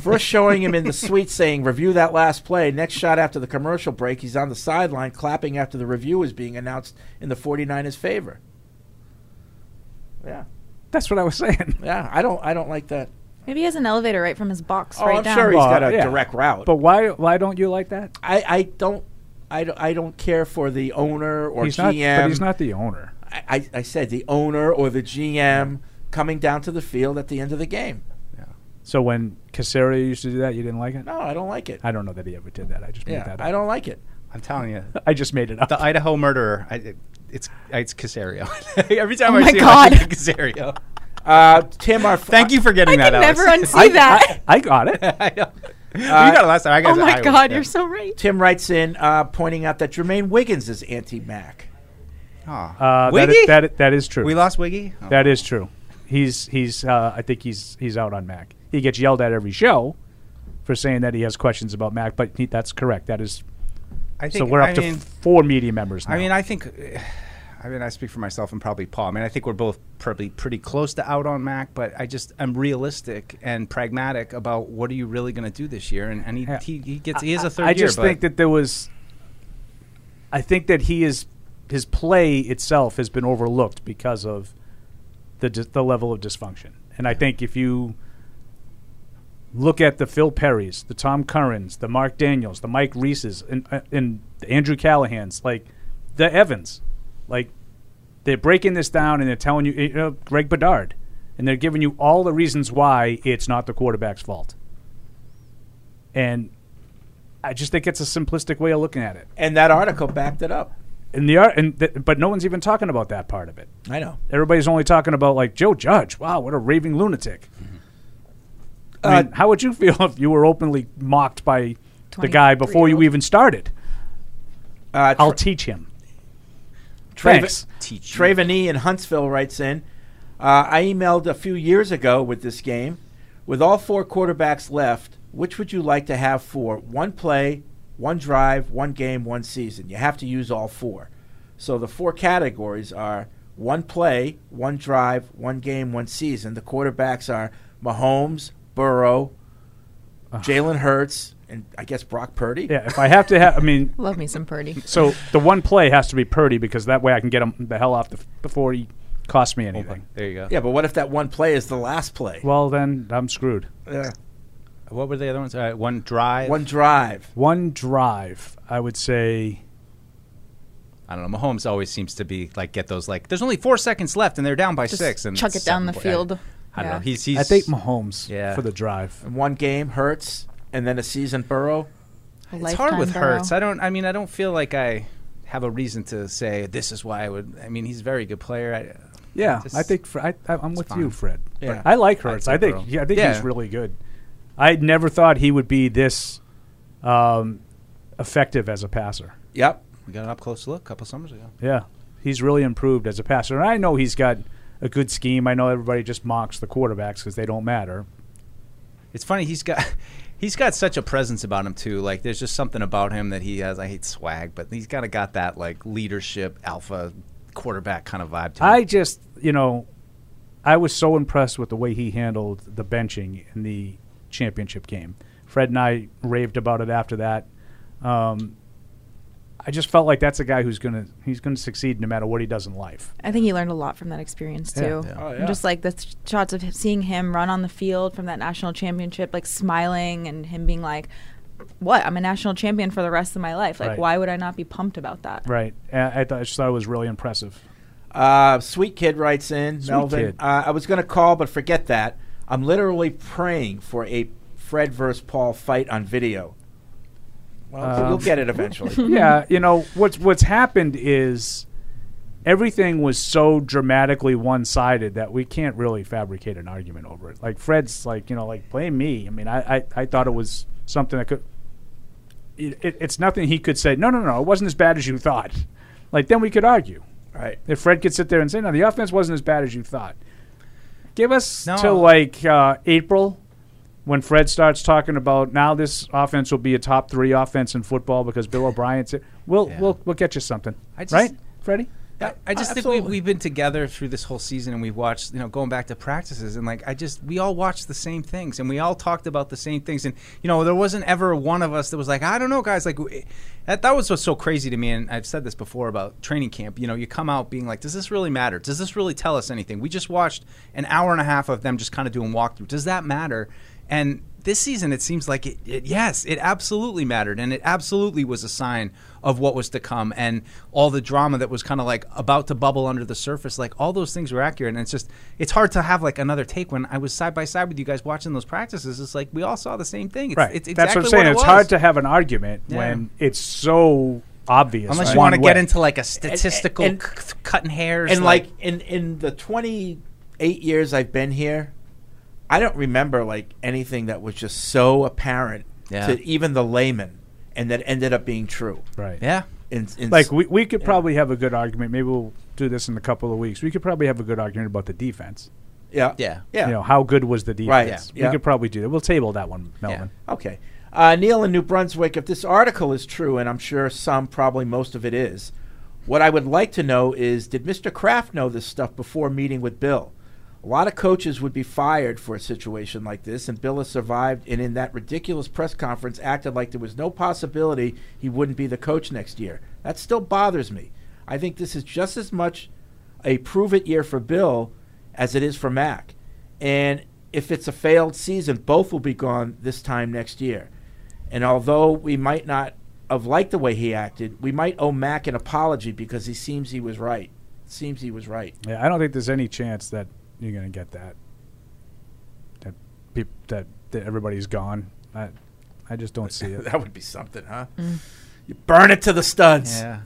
First showing him in the suite saying, review that last play. Next shot after the commercial break, he's on the sideline clapping after the review is being announced in the 49ers' favor. Yeah.
That's what I was saying.
Yeah, I don't I don't like that.
Maybe he has an elevator right from his box
Oh,
right
I'm
down.
sure he's got
Well,
a
yeah.
direct route.
But why why don't you like that?
I, I don't I, don't- I don't care for the owner or
He's not- but
GM.
he's not the owner.
I, I, I said the owner or the GM coming down to the field at the end of the game.
So when Casario used to do that, you didn't like it?
No, I don't like it.
I don't know that he ever did that. I just made
Yeah,
that up.
I don't like it.
I'm telling you,
I just made it up.
the Idaho murderer. I, it, it's it's Casario. Every time
Oh
I
my
see
God.
him, I think of Casario.
Uh, Tim, our
thank you for getting that. Alex.
I- I, I got it.
I know. you got it last time. I
Oh,
got it at Iowa. Yeah.
so right.
Tim writes in uh, pointing out that Jermaine Wiggins is anti-Mac.
Uh, that,
Wiggy?
is, that, i- that is true.
We lost Wiggy? Oh.
That is true. He's he's. Uh, I think he's he's out on Mac. He gets yelled at every show for saying that he has questions about Mac, but he, that's correct. That is.
I
so
think-
we're up
I
to
mean-
four media members now.
I mean, I think, I mean, I speak for myself and probably Paul. I mean, I think we're both probably pretty close to out on Mac, but I just I'm realistic and pragmatic about what are you really going to do this year, and, and he, he he gets he is a third
I
year.
just
but
think that there was. I think that he is his play itself has been overlooked because of the dis- the level of dysfunction, and I think if you look at the Phil Perrys, the Tom Currens, the Mark Daniels, the Mike Reeses, and uh, and the Andrew Callahan's, like the Evans, like they're breaking this down and they're telling you, you know, Greg Bedard, and they're giving you all the reasons why it's not the quarterback's fault, and I just think it's a simplistic way of looking at it.
And that article backed it up.
And the art, and th- but no one's even talking about that part of it.
I know.
Everybody's only talking about like Joe Judge. Wow, what a raving lunatic.
Mm-hmm.
I
Uh,
mean, how would you feel if you were openly mocked by the guy before you even started?
Uh,
I'll teach him. Thanks.
Teach
you.
Traven E in Huntsville writes in. Uh, I emailed a few years ago with this game. With all four quarterbacks left, which would you like to have for one play, one drive, one game, one season. You have to use all four. So the four categories are one play, one drive, one game, one season. The quarterbacks are Mahomes, Burrow, Jalen Hurts, and I guess Brock Purdy.
Yeah, if I have to have, I mean,
Love me some Purdy.
so the one play has to be Purdy because that way I can get him the hell off the, before he costs me anything.
Oh
There you go.
Yeah, but what if that one play is the last play?
Well, then I'm screwed.
Yeah.
What were the other ones? Uh, one drive.
One drive.
One drive. I would say.
I don't know. Mahomes always seems to be like get those like. There's only four seconds left, and they're down by
Just
six. And
chuck it down the
seven-
field.
I, I don't
Yeah.
know. He's he's.
I think Mahomes
Yeah.
for the drive.
And one game, Hurts, and then a season, Burrow.
It's hard with Hurts. I don't. I mean, I don't feel like I have a reason to say this is why I would. I mean, he's a very good player. I,
Yeah,
Just-
I think Fre- I, I- I'm with you,
fine.
Fred.
Yeah.
I like Hurts.
I
I
think
think
Burrow.
yeah, I think
Yeah.
he's really good. I never thought he would be this um, effective as a passer.
Yep.
We got an up close look a couple summers ago.
Yeah, he's really improved as a passer. And I know he's got a good scheme. I know everybody just mocks the quarterbacks because they don't matter.
It's funny. He's got he's got such a presence about him too. Like there's just something about him that he has. I hate swag, but he's kind of got that like leadership alpha quarterback kind of vibe to him.
I just, you know, I was so impressed with the way he handled the benching in the championship game. Fred and I raved about it after that. Um, I just felt like that's a guy who's gonna he's gonna succeed no matter what he does in life.
I think he learned a lot from that experience
Yeah.
too.
Yeah. Oh,
And
yeah.
Just like the th- shots of h- seeing him run on the field from that national championship, like smiling and him being like, "What? I'm a national champion for the rest of my life. Like,
Right.
why would I not be pumped about that?"
Right. And I, thought, I just thought it was really impressive.
Uh, Sweet Kid writes in,
Sweet
Melvin.
Kid.
Uh, I was going to call, but forget that. I'm literally praying for a Fred versus Paul fight on video. Well,
Um,
you'll get it eventually.
yeah, you know what's what's happened is everything was so dramatically one sided that we can't really fabricate an argument over it. Like Fred's like you know like blame me. I mean I I, I thought it was something that could. It, it, it's nothing he could say. No, no, no. It wasn't as bad as you thought. Like then we could argue.
Right.
If Fred could sit there and say, "No, the offense wasn't as bad as you thought," give us
No.
till like uh, April when Fred starts talking about now this offense will be a top three offense in football because Bill O'Brien's it. We'll we'll we'll get you something,
I just-
right, Freddie?
I, I just think we, we've been together through this whole season and we've watched, you know, going back to practices and like I just, we all watched the same things and we all talked about the same things. And, you know, there wasn't ever one of us that was like, I don't know, guys. Like, w- that, that was what's so crazy to me. And I've said this before about training camp. You know, you come out being like, does this really matter? Does this really tell us anything? We just watched an hour and a half of them just kind of doing walkthrough. Does that matter? And this season, it seems like it, it, yes, it absolutely mattered. And it absolutely was a sign of what was to come and all the drama that was kind of like about to bubble under the surface. Like all those things were accurate. And it's just, it's hard to have like another take when I was side by side with you guys watching those practices. It's like we all saw the same thing. It's,
right.
it's
That's
exactly
what I'm saying.
it
it's
was.
hard to have an argument
Yeah.
when it's so obvious.
Unless you
one
want to get
way.
into like a statistical
and-
c- c- cutting hairs.
and like, in in the 28 years I've been here, I don't remember like anything that was just so apparent
Yeah.
to even the layman, and that ended up being true.
Right.
Yeah.
In, in
like we, we could
yeah.
probably have a good argument. Maybe we'll do this in a couple of weeks. We could probably have a good argument about the defense.
Yeah.
Yeah.
Yeah.
You know how good was the
Right.
defense?
Yeah. Yeah.
We could probably do that. We'll table that one, Melvin.
Okay. Uh, Neil in New Brunswick, if this article is true, and I'm sure some, probably most of it is, what I would like to know is did Mr. Kraft know this stuff before meeting with Bill? A lot of coaches would be fired for a situation like this, and Bill has survived and in that ridiculous press conference acted like there was no possibility he wouldn't be the coach next year. That still bothers me. I think this is just as much a prove it year for Bill as it is for Mac. And if it's a failed season, both will be gone this time next year. And although we might not have liked the way he acted, we might owe Mac an apology because he seems he was right. Seems he was right.
Yeah, I don't think there's any chance that you're going to get that. That peop that, that everybody's gone. I, I just don't see it.
that would be something, huh? You burn it to the studs.
Yeah.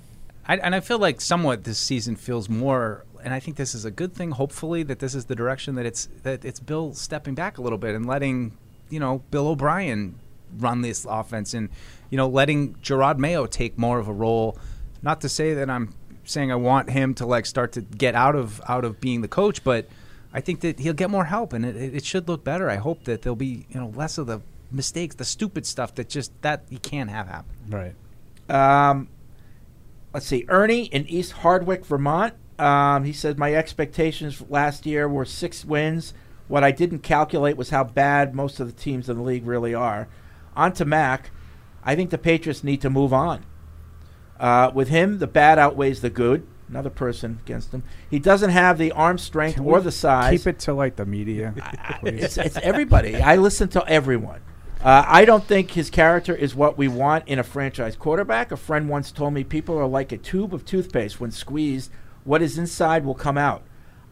I, and I feel like somewhat this season feels more, and I think this is a good thing. Hopefully, that this is the direction that it's that it's Bill stepping back a little bit and letting you know Bill O'Brien run this offense, and you know letting Gerard Mayo take more of a role. Not to say that I'm saying I want him to like start to get out of out of being the coach, but I think that he'll get more help, and it, it it should look better. I hope that there'll be you know less of the mistakes, the stupid stuff that just that you can't have happen.
Right.
Um, let's see. Ernie in East Hardwick, Vermont. Um, he said, My expectations last year were six wins. What I didn't calculate was how bad most of the teams in the league really are. On to Mac. I think the Patriots need to move on. Uh, with him, the bad outweighs the good. Another person against him. He doesn't have the arm strength
Can
or
we
the size.
Keep it to like the media. please?
it's, it's everybody. I listen to everyone. Uh, I don't think his character is what we want in a franchise quarterback. A friend once told me people are like a tube of toothpaste. When squeezed, what is inside will come out.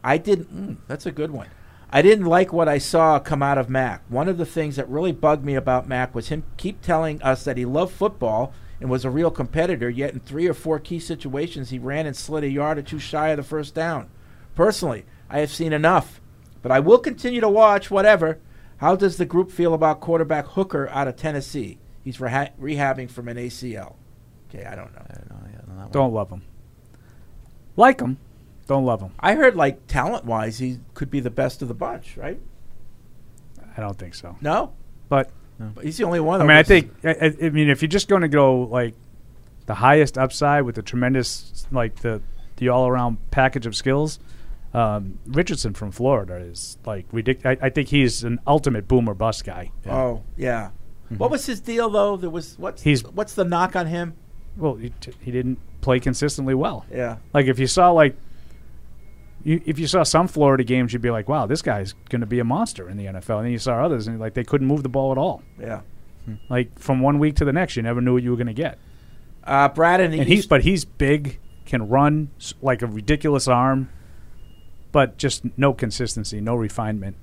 I didn't. Mm, that's a good one. I didn't like what I saw come out of Mac. One of the things that really bugged me about Mac was him keep telling us that he loved football and was a real competitor, yet in three or four key situations, he ran and slid a yard or two shy of the first down. Personally, I have seen enough, but I will continue to watch whatever. How does the group feel about quarterback Hooker out of Tennessee? He's reha- rehabbing from an ACL. Okay, I don't know. I don't know.
Don't love him. Like him, don't love him.
I heard like talent wise, he could be the best of the bunch, right?
I don't think so.
No,
But
but he's the only one.
I
that
mean, I
was-
think. I, I- I mean, if you're just going to go like the highest upside with the tremendous, like the the all around package of skills, um, Richardson from Florida is like ridiculous. I, I think he's an ultimate boomer bust guy.
Oh yeah. What was his deal though? There was what's
Mm-hmm. He's-
what's the knock on him?
Well, he, t- he didn't play consistently well.
Yeah.
Like if you saw like. You, if you saw some Florida games, you'd be like, "Wow, this guy's going to be a monster in the NFL." And then you saw others, and like they couldn't move the ball at all.
Yeah.
Like from one week to the next, you never knew what you were going to get.
Uh, Brad in the
and he's
East.
but he's big, can run s- like a ridiculous arm, but just no consistency, no refinement.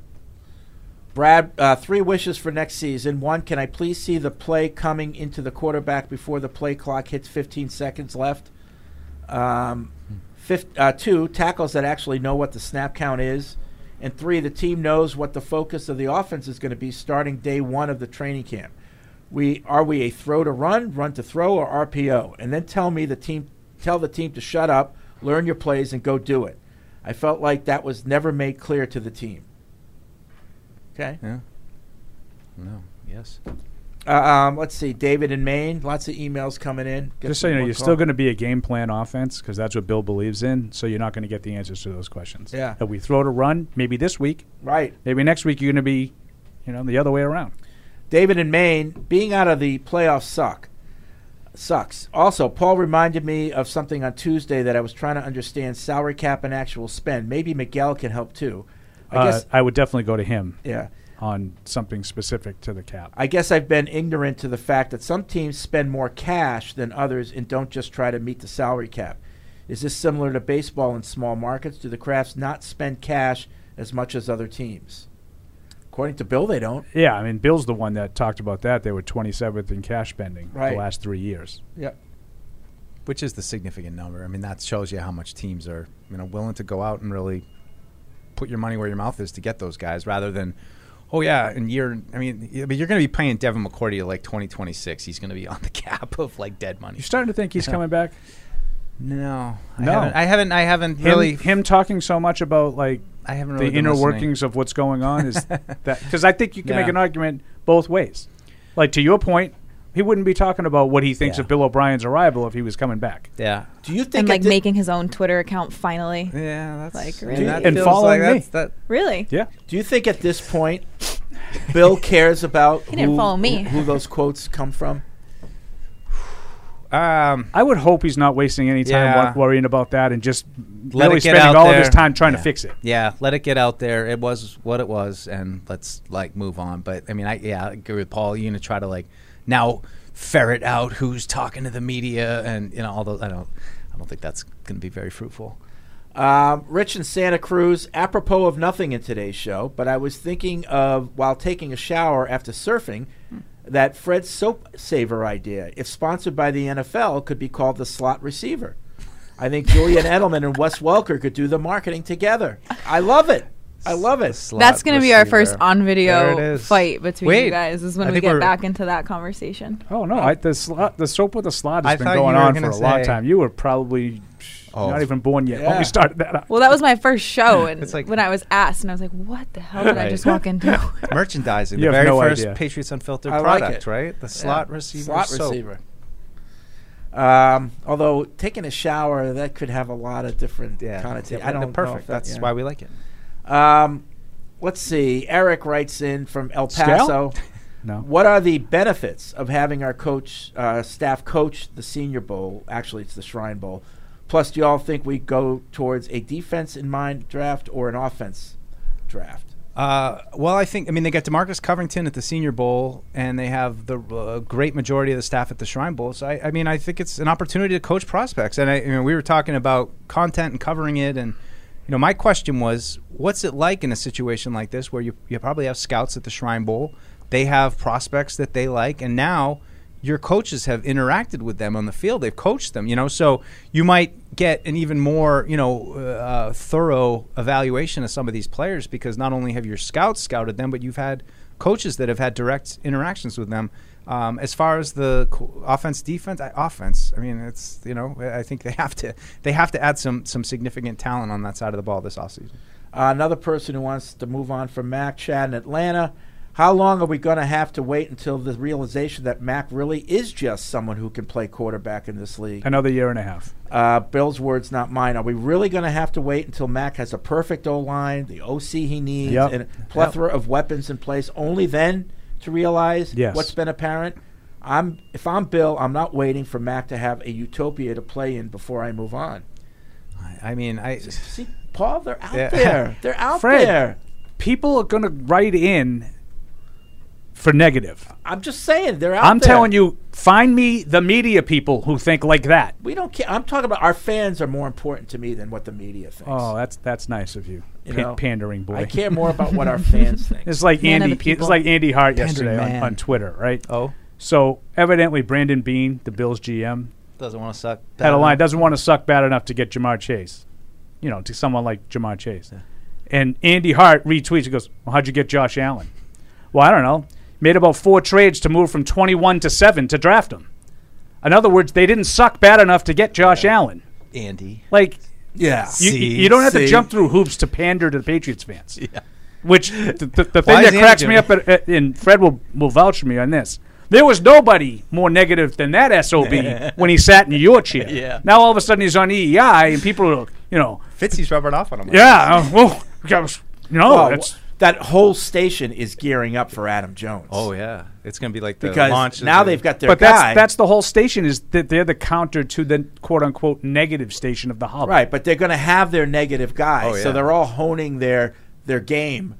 Brad, uh, three wishes for next season. One, can I please see the play coming into the quarterback before the play clock hits 15 seconds left? Um, fif- uh, two, tackles that actually know what the snap count is. And three, the team knows what the focus of the offense is going to be starting day one of the training camp. We are we a throw to run, run to throw, or RPO? And then tell me the team, tell the team to shut up, learn your plays, and go do it. I felt like that was never made clear to the team. Okay.
Yeah. No. Yes.
Uh, um, let's see, David in Maine. Lots of emails coming in. Get
just so
some
you know,
more
you're
call.
still going to be a game plan offense because that's what Bill believes in. So you're not going to get the answers to those questions.
Yeah.
That we throw to run maybe this week.
Right.
Maybe next week you're going to be, you know, the other way around.
David in Maine. Being out of the playoffs suck. Sucks. Also, Paul reminded me of something on Tuesday that I was trying to understand: salary cap and actual spend. Maybe Miguel can help too. I
Uh,
guess
I would definitely go to him.
Yeah.
On something specific to the cap.
I guess I've been ignorant to the fact that some teams spend more cash than others and don't just try to meet the salary cap. Is this similar to baseball in small markets? Do the crafts not spend cash as much as other teams? According to Bill, they don't.
Yeah, I mean, Bill's the one that talked about that. They were 27th in cash spending
Right.
the last three years.
Yep.
Which is the significant number. I mean, that shows you how much teams are you know willing to go out and really put your money where your mouth is to get those guys, rather than. Oh yeah, and you're. I mean, yeah, but you're going to be paying Devin McCourty like 2026. He's going to be on the cap of like dead money.
You're starting to think he's coming back?
Uh-huh. No, I
no.
haven't- I haven't- I haven't
Him-
really-
Him talking so much about like
I haven't
the
really been
inner
listening.
workings of what's going on is that because I think you can make
Yeah.
an argument both ways. Like to your point, he wouldn't be talking about what he thinks of Bill O'Brien's arrival if he was coming back.
Yeah.
Do you
and like making his own Twitter account finally.
Yeah, that's
like
and
really
that And feels following like me. that's-
that-
really.
Yeah.
Do you think at this point Bill cares about
He didn't
who-
follow me.
who those quotes come from?
Um,
I would hope he's not wasting any time
Yeah.
wor- worrying about that and just
Let
really
it get
spending
out
all
there.
of his time trying
Yeah.
to fix it.
Yeah, let it get out there. It was what it was, and let's like move on. But I mean, I yeah, I agree with Paul. You're gonna try to like now ferret out who's talking to the media, and you know, although I don't, I don't think that's gonna be very fruitful.
Um, Rich in Santa Cruz, apropos of nothing in today's show, but I was thinking of while taking a shower after surfing that Fred Soap Saver idea, if sponsored by the NFL, could be called the slot receiver. I think Julian Edelman and Wes Welker could do the marketing together. I love it. I love it.
That's going to be our first on
There it
video
is.
fight between
Wait,
you guys. Is when
I
we
think
get
we're-
back into that conversation.
Oh no, I, the slot, the soap with the slot has
I
been
thought you
going
were
on for
gonna
a long
say-
time. You were probably
Oh.
You're not even born yet. When
Yeah.
we started that.
Well, that was my first show, and
It's like-
when I was asked, and I was like, "What the hell did I
Right.
just walk into?"
Merchandising,
You
the
have
very
no
first
idea.
Patriots Unfiltered
I like
product,
it.
right? The
Yeah.
slot receiver.
Slot
soap.
receiver. Um, although taking a shower that could have a lot of different
Yeah.
connotations.
Yeah,
I don't know if
perfect.
that-
That's
yeah.
why we like it.
Um, let's see. Eric writes in from El
Stale?
Paso.
No.
What are the benefits of having our coach uh, staff coach the Senior Bowl? Actually, it's the Shrine Bowl. Plus, do you all think we go towards a defense in mind draft or an offense draft?
Uh, well, I think I mean they got Demarcus Covington at the Senior Bowl, and they have the uh, great majority of the staff at the Shrine Bowl. So I, I mean, I think it's an opportunity to coach prospects. And I, you know, we were talking about content and covering it, and you know, my question was, what's it like in a situation like this where you you probably have scouts at the Shrine Bowl, they have prospects that they like, and now your coaches have interacted with them on the field. They've coached them, you know. So you might get an even more, you know, uh, thorough evaluation of some of these players because not only have your scouts scouted them, but you've had coaches that have had direct interactions with them. Um, as far as the co- offense, defense, I, offense. I mean, it's you know, I I think they have to they have to add some some significant talent on that side of the ball this offseason.
Uh, another person who wants to move on from Mac, Chad in Atlanta. How long are we going to have to wait until the realization that Mac really is just someone who can play quarterback in this league?
Another year and a half.
Uh, Bill's words, not mine. Are we really going to have to wait until Mac has a perfect O line, the OC he needs,
Yep.
and a plethora of weapons in place? Only then to realize
Yes.
what's been apparent. I'm if I'm Bill, I'm not waiting for Mac to have a utopia to play in before I move on.
I mean, I
see Paul, they're out
Yeah.
there. They're out
Fred,
there.
People are going to write in for negative.
I'm just saying they're out
I'm
there.
telling you, find me the media people who think like that.
We don't care. I'm talking about our fans are more important to me than what the media thinks.
Oh, that's that's nice of you,
You
Pa-
know,
pandering boy.
I care more about what our fans think.
It's like
Man of the
Andy. It's
people.
like Andy Hart
Pandering
yesterday on,
man.
on Twitter, right?
Oh,
so evidently Brandon Bean, the Bills GM,
Doesn't want to suck.
had a line doesn't want to suck bad enough to get Jamar Chase, you know, to someone like Jamar Chase. And Andy Hart retweets and goes, well, "How'd you get Josh Allen?" Well, I don't know. Made about four trades to move from twenty-one to seven to draft him. In other words, they didn't suck bad enough to get Josh Allen.
Andy.
Like,
Yeah.
you,
See,
you don't have to
see.
jump through hoops to pander to the Patriots fans.
Yeah.
Which the, the, the
Why
thing
is
that
Andy
cracks
doing
me up, at, at- and Fred will, will vouch for me on this. There was nobody more negative than that sob when he sat in your chair.
Yeah.
Now all of a sudden he's on EEI and people are, you know,
Fitzy's rubbing off on him.
yeah, uh, well, gosh, no,
Well,
it's
that whole station is gearing up for Adam Jones.
Oh yeah, it's going to be like the
because
launch. of
now
the-
they've got their
but
guy.
that's that's the whole station is that they're the counter to the quote unquote negative station of the hub.
right, but they're going to have their negative guy,
Oh, yeah.
so they're all honing their their game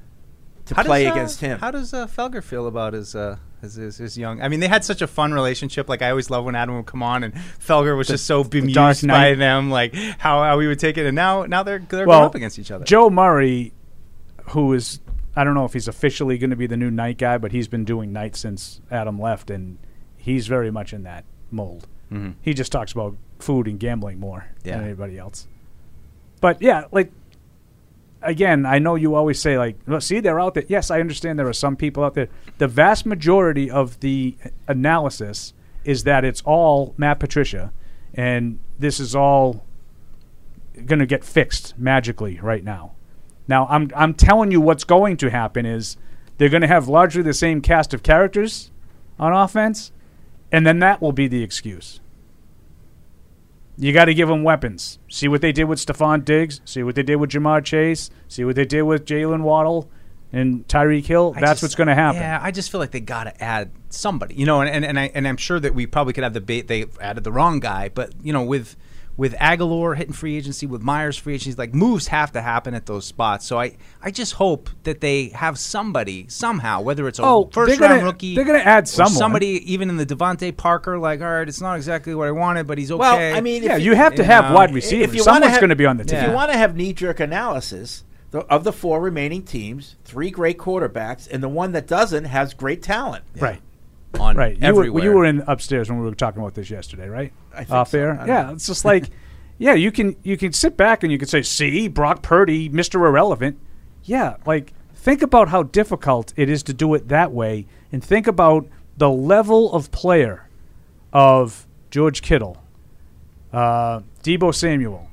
to play
does, uh,
against him.
How does uh, Felger feel about his, uh, his, his his young? I mean, they had such a fun relationship. Like I always love when Adam would come on, and Felger was
The-
just so
the Dark
bemused by
Knight.
them, like how, how we would take it. And now now they're they're going up against each other.
Joe Murray, who is I don't know if he's officially going to be the new night guy, but he's been doing night since Adam left, and he's very much in that mold.
Mhm.
He just talks about food and gambling more
Yeah.
than anybody else. But yeah, like again, I know you always say like, "Well, see, they're out there. Yes, I understand there are some people out there. The vast majority of the analysis is that it's all Matt Patricia, and this is all going to get fixed magically right now. Now, I'm I'm telling you what's going to happen is they're going to have largely the same cast of characters on offense, and then that will be the excuse. You got to give them weapons. See what they did with Stephon Diggs. See what they did with Jamar Chase. See what they did with Jalen Waddle and Tyreek Hill.
I
That's
just-
what's going to happen.
Yeah, I just feel like they got to add somebody, you know, and, and, and I and I'm sure that we probably could have the bait they added the wrong guy, but you know, with with Aguilar hitting free agency, with Myers free agency, like moves have to happen at those spots. So I I just hope that they have somebody somehow, whether it's a
Oh,
1st
they're
round
gonna-
rookie,
they're gonna add
or
someone.
somebody even in the Devonte Parker. Like, all right, it's not exactly what I wanted, but he's okay.
Well, I mean, if
know,
If you wanna have- If you want to have knee-jerk analysis the, of the four remaining teams, three great quarterbacks, and the one that doesn't has great talent.
Right.
On
right. You were,
everywhere.
you were in upstairs when we were talking about this yesterday, right?
I think
Off
so.
air.
I don't
Yeah.
know.
It's just like, yeah, you can you can sit back and you can say, see, Brock Purdy, Mister Irrelevant. Yeah. Like, think about how difficult it is to do it that way, and think about the level of player of George Kittle, uh, Debo Samuel,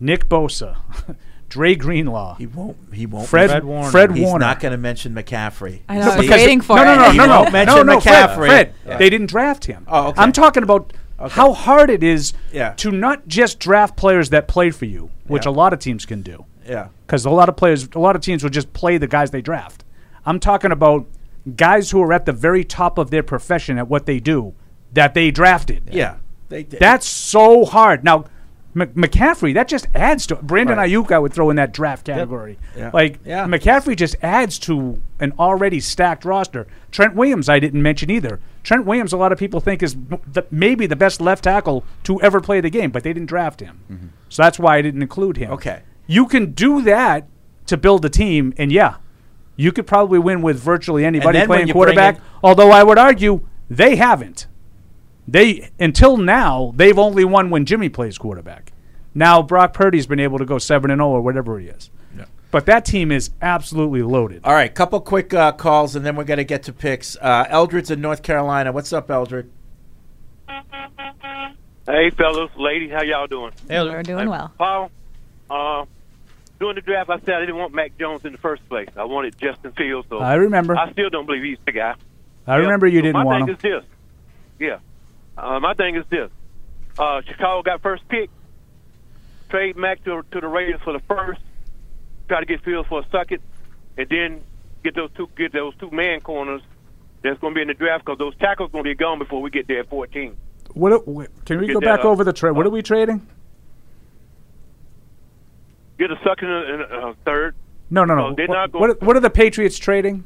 Nick Bosa, Dre Greenlaw. He
won't. He won't.
Fred,
mention-
Warner.
He's
Warner.
not going to mention McCaffrey.
I know, I was
Because-
waiting for
no,
it.
No, no,
He
no, no,
won't
Mention
mention
McCaffrey.
Fred. Fred. They didn't draft him.
Oh, okay.
I'm talking about how hard it is to not just draft players that play for you, which
Yeah.
a lot of teams can do.
Yeah.
Because a lot of players, a lot of teams will just play the guys they draft. I'm talking about guys who are at the very top of their profession at what they do that they drafted.
Yeah, they did.
That's so hard. Now, Mc- McCaffrey, that just adds to Brandon Ayuk. I would throw in that draft category.
Yeah.
Like McCaffrey just adds to an already stacked roster. Trent Williams, I didn't mention either. Trent Williams, a lot of people think is m- the, maybe the best left tackle to ever play the game, but they didn't draft him, so that's why I didn't include him. Okay, you can do that to build a team, and yeah, you could probably win with virtually anybody
then when
playing
you bring
quarterback.
in-
although I would argue they haven't. They until now they've only won when Jimmy plays quarterback. Now Brock Purdy's been able to go seven and zero or whatever he is. But that team is absolutely loaded.
All right, couple quick uh, calls, and then we're going to get to picks. Uh, Eldred's in North Carolina. What's up, Eldred?
Hey, fellas, ladies, how y'all doing?
We're doing well.
Paul, uh, during the draft, I said I didn't want Mac Jones in the first place. I wanted Justin Fields. So
I remember.
I still don't believe he's the guy.
I remember you
So
didn't
my
want
thing
him.
is this. Yeah. Uh, my thing is this. Uh, Chicago got first pick. Trade Mac to, to the Raiders for the first. Try to get Fields for a second, and then get those two get those two man corners that's going to be in the draft because those tackles going to be gone before we get there at 14.
What, are- wait, can we
Get
go
that uh,
back
up.
over the trade? What are we trading?
Get a second and a, a third.
No, no, no.
So they're
what,
not going
what are- what are the Patriots trading?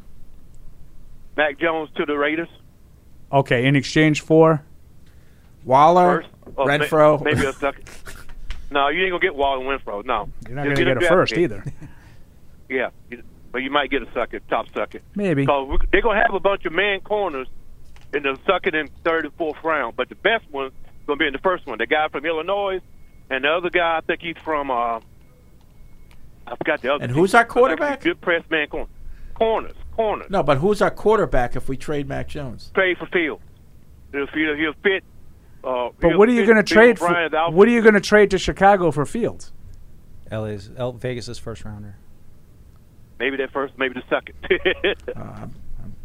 Mac Jones to the Raiders.
Okay, in exchange for
Waller,
First, or may- maybe a second. No, you ain't gonna get Waller and Renfro. No,
You're not going to
Just
get a
draft
first
pick.
either.
Yeah, you- but you might get a second, top second.
Maybe.
So we- they're gonna have a bunch of man corners in the second and third and fourth round, but the best one's gonna be in the first one. The guy from Illinois, and the other guy, I think he's from. Uh, I forgot the other.
And
team.
who's our
I think he's
quarterback?
Good press man corner, corners, corners.
No, but who's our quarterback if we trade Mac Jones?
Trade for Field. If he'll, he'll fit. Uh,
But
he'll
what are you
fit
going to
Bill
trade for?
O'Brien's outfit.
What are you going to trade to Chicago for Fields?
LA's L- Vegas's first rounder.
Maybe that first, maybe the second.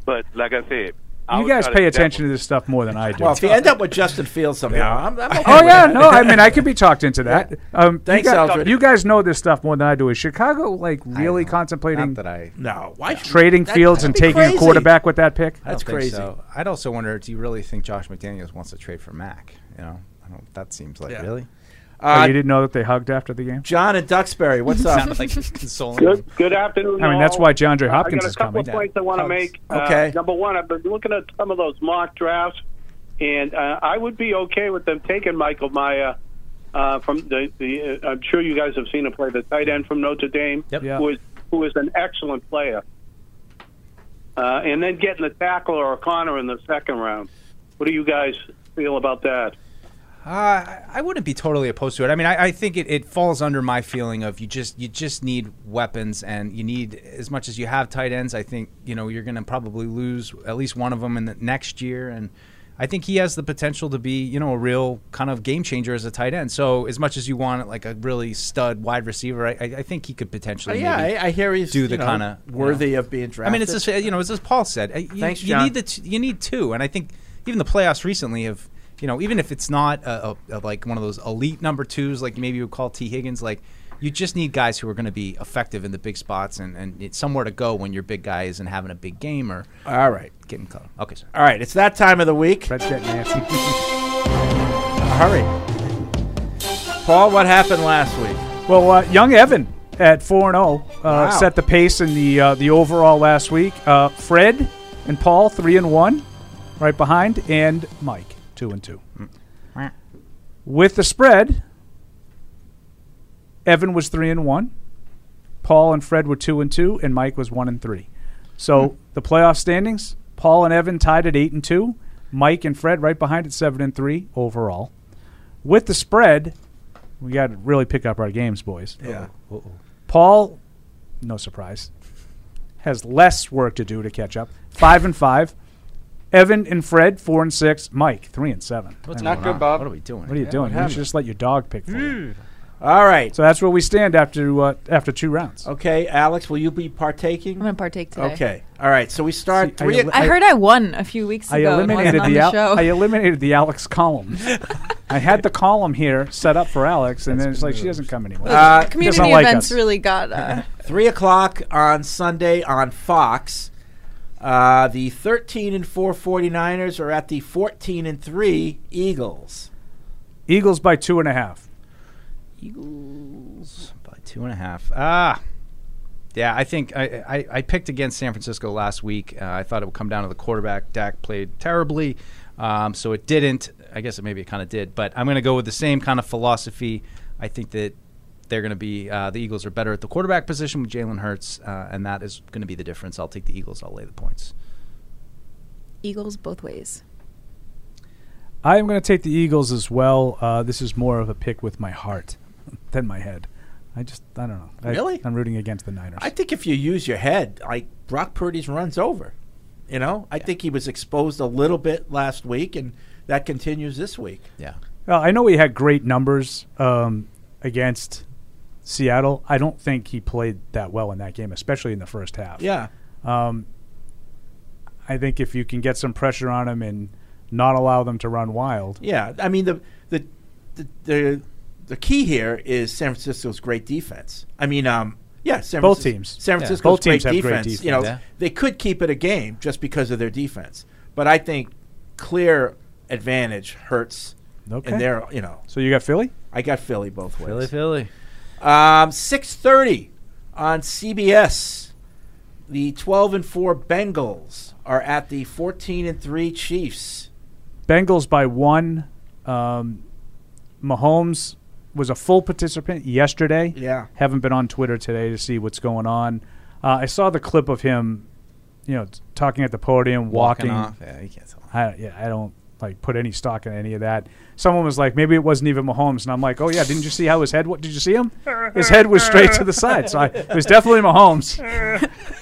but like I said, I
Uh, You
was
guys
trying to
pay
get that
attention to this stuff more than I do.
Well, if you end up with Justin Fields somehow,
Yeah.
I'm, I'm okay
oh
with
yeah,
that.
no, I mean I could be talked into that. Um,
Thanks,
you guys,
Eldred.
You guys know this stuff more than I do. Is Chicago like really contemplating
that I
no why should-
trading
that-
Fields
that'd
and
be
taking
crazy.
a quarterback with that pick?
I don't think so. I'd also wonder: Do you really think Josh McDaniels wants to trade for Mac? You know, I don't. That seems like really. Uh,
Oh, you didn't know that they hugged after the game.
Uh, John and Duxbury, what's up?
Sounded like consoling
Good-
Good afternoon.
I mean, that's
all.
why DeAndre
Uh, I
Hopkins
got a
is
couple
coming.
of points I want to make. Uh,
Okay.
Number one, I've been looking at some of those mock drafts, and uh, I would be okay with them taking Michael Maya. Uh, from the, the uh, I'm sure you guys have seen him play the tight end from Notre Dame,
Yeah.
who is who is an excellent player. Uh, and then getting a tackle or a corner in the second round. What do you guys feel about that?
Uh, I- I wouldn't be totally opposed to it. I mean, I, I think it, it falls under my feeling of you just you just need weapons and you need as much as you have tight ends. I think you know you're going to probably lose at least one of them in the next year, and I think he has the potential to be you know a real kind of game changer as a tight end. So as much as you want like a really stud wide receiver, I, I, I think he could
Uh,
potentially
yeah,
maybe
I, I hear he's
do the
you know,
kind of
worthy of being drafted.
I mean, it's just uh, you know, it's as Paul said, uh, you,
Thanks,
you
John.
need the t- you need two, and I think even the playoffs recently have you know, even if it's not a, a, a, like one of those elite number twos, like maybe you would call T Higgins, like you just need guys who are going to be effective in the big spots and and it's somewhere to go when your big guy isn't having a big game or
all right,
getting close. Okay, sorry.
all right. It's that time of the week. Uh,
Fred's getting nasty.
Hurry, Paul. What happened last week?
Well, uh, young Evan at four and zero
Wow.
set the pace in the uh, the overall last week. Uh, Fred and Paul three and one, right behind, and Mike two and two.
Mm.
With the spread, Evan was three and one, Paul and Fred were two and two, and Mike was one and three. So the playoff standings: Paul and Evan tied at eight and two, Mike and Fred right behind at seven and three overall. With the spread, we got to really pick up our games, boys.
Yeah.
Paul, no surprise, has less work to do to catch up. Five and five. Evan and Fred, four and six. Mike, three and seven.
What's
I don't
Not
know.
good, Bob.
What are we doing?
What are you
Yeah, what
doing? You
happened?
should just let your dog pick for you.
All right.
So that's where we stand after uh, after two rounds.
Okay, Alex, will you be partaking? I'm
going to partake today.
Okay. All right. So we start
See, I
three.
el-
I heard I won a few weeks
I
ago. and wasn't
eliminated
on
the,
the,
Al-
show.
I eliminated the Alex column. I had the column here set up for Alex, and then it's like she doesn't come anymore.
Uh,
Community
doesn't like
events
us.
really got. Uh,
Three o'clock on Sunday on Fox. Uh, the 13 and 4 49ers are at the 14 and 3 Eagles.
Eagles by two and a half.
Eagles by two and a half. Ah, yeah. I think I, I, I picked against San Francisco last week. Uh, I thought it would come down to the quarterback. Dak played terribly, um, so it didn't. I guess it maybe it kind of did, but I'm going to go with the same kind of philosophy. I think that they're going to be uh, the Eagles are better at the quarterback position with Jalen Hurts, uh, and that is going to be the difference. I'll take the Eagles. I'll lay the points.
Eagles both ways.
I am going to take the Eagles as well. Uh, this is more of a pick with my heart than my head. I just I don't know. I,
Really?
I'm rooting against the Niners.
I think if you use your head, like Brock Purdy's runs over. You know, I think he was exposed a little bit last week, and that continues this week.
Yeah.
Well, Uh, I know he had great numbers um, against Seattle. I don't think he played that well in that game, especially in the first half.
Yeah.
Um, I think if you can get some pressure on him and not allow them to run wild.
Yeah, I mean the the the the, the key here is San Francisco's great defense. I mean, um, yeah, San
Both
Francis-
teams.
San
Yeah.
Francisco's
Both teams
great,
have great
defense. You know,
defense. Yeah.
they could keep it a game just because of their defense, but I think clear advantage hurts.
Okay.
And they're you know.
So you got Philly?
I got Philly both ways.
Philly, Philly.
Um, six thirty on CBS. The twelve and four Bengals are at the fourteen and three Chiefs.
Bengals by one. Um, Mahomes was a full participant yesterday.
Yeah.
Haven't been on Twitter today to see what's going on. Uh, I saw the clip of him, you know, t- talking at the podium,
Walking
walking.
off. Yeah, you can't tell.
I, yeah, I don't like put any stock in any of that. Someone was like, maybe it wasn't even Mahomes, and I'm like, oh yeah, didn't you see how his head? What did you see him? His head was straight to the side, so I, it was definitely Mahomes.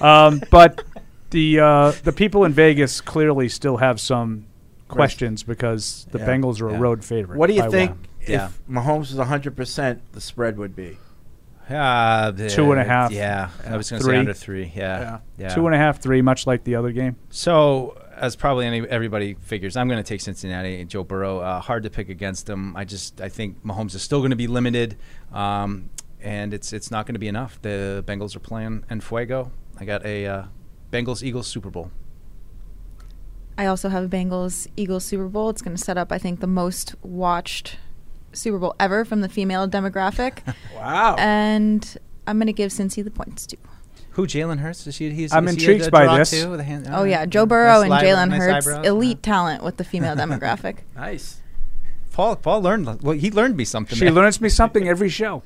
Um, but the uh, the people in Vegas clearly still have some questions because the
Yeah.
Bengals are
Yeah.
a road favorite.
What do you
by
think
one.
if
Yeah.
Mahomes was 100%, the spread would be?
Uh, the-
Two and a half.
Yeah, I was going to say under three. Yeah, yeah.
Two and a half, three, much like the other game.
So, as probably any, everybody figures, I'm going to take Cincinnati and Joe Burrow. Uh, hard to pick against them. I just I think Mahomes is still going to be limited, um, and it's it's not going to be enough. The Bengals are playing en fuego. I got a uh, Bengals Eagles Super Bowl.
I also have Bengals Eagles Super Bowl. It's going to set up, I think, the most watched Super Bowl ever from the female demographic.
wow.
And I'm going to give Cincy the points too.
Who Jalen Hurts is he? He's,
I'm
is he
intrigued
a
by
draw
this.
too, with a hand-
Oh, yeah.
alright.
Joe Burrow
Nice li-
and Jalen
nice
Hurts,
eyebrows.
elite talent with the female demographic.
Nice.
Paul Paul learned well, he learned me something.
She
there.
learns me something every show.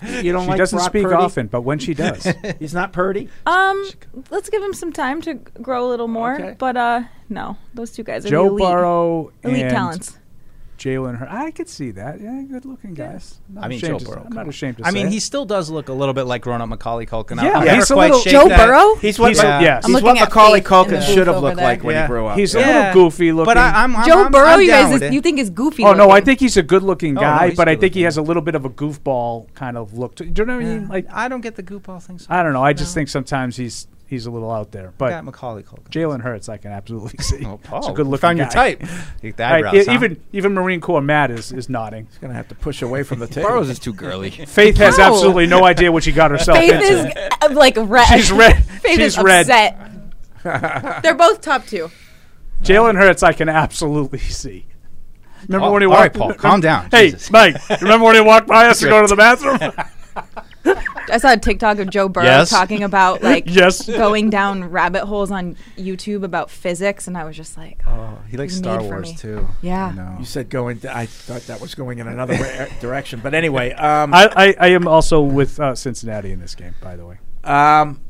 You don't
she
like
doesn't
Brock
speak
Purdy?
often, but when she does,
He's not Purdy?
Um, let's give him some time to grow a little more.
Okay.
But uh, no, those two guys are
Joe
the elite,
Burrow
elite
and
talents.
Jalen Hurts. I could see that. Yeah, good looking guys. I'm not
I mean, Joe
ashamed to-
Burrow.
I'm not ashamed to
I
say
mean,
it.
he still does look a little bit like grown-up Macaulay Culkin.
Yeah, yeah.
I'll never
He's a
quite
little-
shake
Joe
that.
Burrow? He's what- yes. I'm
He's what
looking at
Macaulay
Faith in the
Culkin
booth
should have
over
looked
there.
like when
Yeah.
he grew up.
He's a little Yeah. goofy
But I- I'm- I'm-
Joe
I'm-
Burrow,
I'm
you
down
guys,
with
is-
it.
you think is goofy?
Oh no, I
looking.
think he's a good-looking
Oh,
guy,
no, he's
but I think he has a little bit of a goofball kind of look. To, do you know what I mean? Like
I don't get the goofball thing.
I don't know. I just think sometimes he's he's a little out there. But
got Macaulay
Jalen Hurts, I can absolutely see.
Oh,
It's
Paul,
a good-looking
found
guy.
your type. Take the
All right,
eyebrows,
e-
huh?
Even even Marine Corps Matt is, is nodding. He's
gonna have to push away from the table.
Burrows is too girly.
Faith has
No.
absolutely no idea what she got herself
Faith
into.
is uh, like red.
She's red.
Faith
She's
is
red.
upset. They're both top two.
Jalen Hurts, I can absolutely see. Remember
Oh,
when he
all
walked?
right, Paul, calm down.
Hey, Mike, remember when he walked by us to go to the bathroom?
I saw a TikTok of Joe Burrow
Yes.
talking about like
Yes.
going down rabbit holes on YouTube about physics, and I was just like,
Oh, he likes
He's
Star
made for
Wars
me.
too.
Yeah.
You said going. I thought that was going in another way, direction. But anyway, um,
I, I, I am also with uh, Cincinnati in this game, by the way.
um,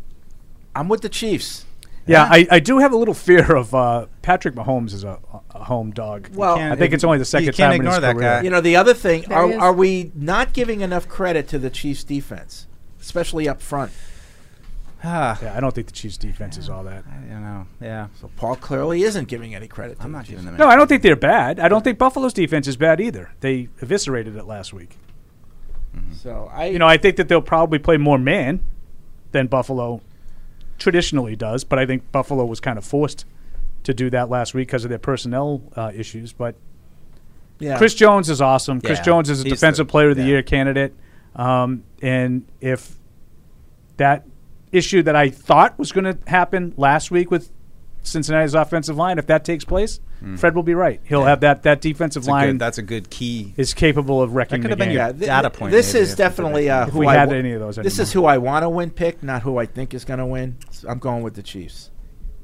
I'm with the Chiefs.
Yeah, I, I do have a little fear of uh, Patrick Mahomes is a, a home dog.
Well,
I think it's only the second time in his career.
You know, the other thing
There he
are,
is.
are we not giving enough credit to the Chiefs' defense, especially up front?
yeah, I don't think the Chiefs' defense is all that.
I don't know. Yeah.
So Paul clearly isn't giving any credit. To I'm not giving them.
No, I don't think they're bad. I don't think Buffalo's defense is bad either. They eviscerated it last week.
So I,
You know, I think that they'll probably play more man than Buffalo traditionally does, but I think Buffalo was kind of forced to do that last week because of their personnel uh, issues. But
Yeah.
Chris Jones is awesome. Chris
Yeah.
Jones is a
He's
defensive player of the year candidate. Um, and if that issue that I thought was going to happen last week with Cincinnati's offensive line, if that takes place,
Mm.
Fred will be right. He'll have that that defensive
That's a,
line
good, that's a good key.
is capable of wrecking. the
could have been
game.
your data point.
This
maybe,
is
if
definitely uh,
If
who
we
I
had
wa-
any of those
This is who I want to win pick, not who I think is going to win. So I'm going with the Chiefs.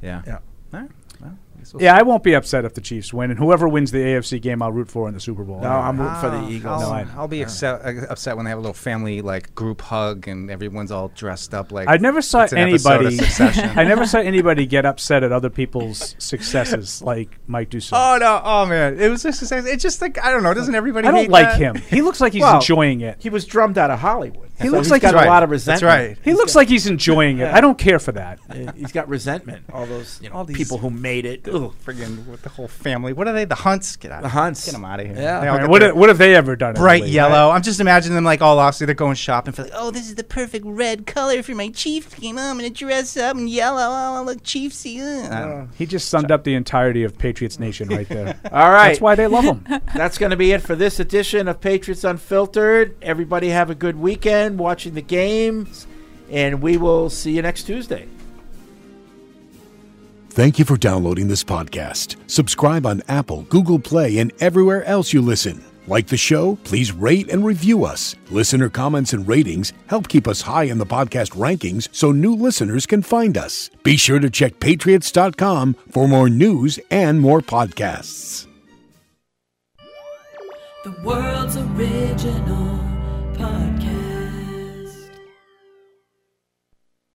Yeah.
Yeah.
All right. Well, I guess we'll
Yeah, I won't be upset if the Chiefs win, and whoever wins the AFC game, I'll root for in the Super Bowl.
Oh,
No,
I'll,
I-
I'll be upset, uh, upset when they have a little family like group hug and everyone's all dressed up like.
I never saw
it's an episode of
anybody.
Succession.
I never saw anybody get upset at other people's successes like Mike Dussault.
Uh,
Oh no! Oh man! It was just it's just like I don't know. Doesn't everybody?
I don't
hate
like
that?
him. He looks like he's
Well,
enjoying it.
He was drummed out of Hollywood.
He
So
looks
he's
like
got
he's-
a lot of
That's
resentment.
right. He looks like he's enjoying it. I don't care for that.
Uh, he's got resentment. All those you know
All these-
people who made it. Ugh.
Friggin' with the whole family. What are they? The Hunts? Get out.
The Hunts.
Get them out of here.
Yeah.
They all
Man,
get
what
their
have- what have they ever done in the
Bright
league,
yellow.
right?
I'm just imagining them like all off. So they're going shopping for like, oh,
Oh, this is the perfect red color for my Chiefs team. I'm gonna dress up in yellow. Oh, I look Chiefsy. Ugh.
Oh.
He just summed up the entirety of Patriots Nation right there.
All right.
That's why they love him.
That's going to be it for this edition of Patriots Unfiltered. Everybody have a good weekend watching the games, and we will see you next Tuesday.
Thank you for downloading this podcast. Subscribe on Apple, Google Play, and everywhere else you listen. Like the show? Please rate and review us. Listener comments and ratings help keep us high in the podcast rankings so new listeners can find us. Be sure to check patriots.com for more news and more podcasts.
The world's original podcast.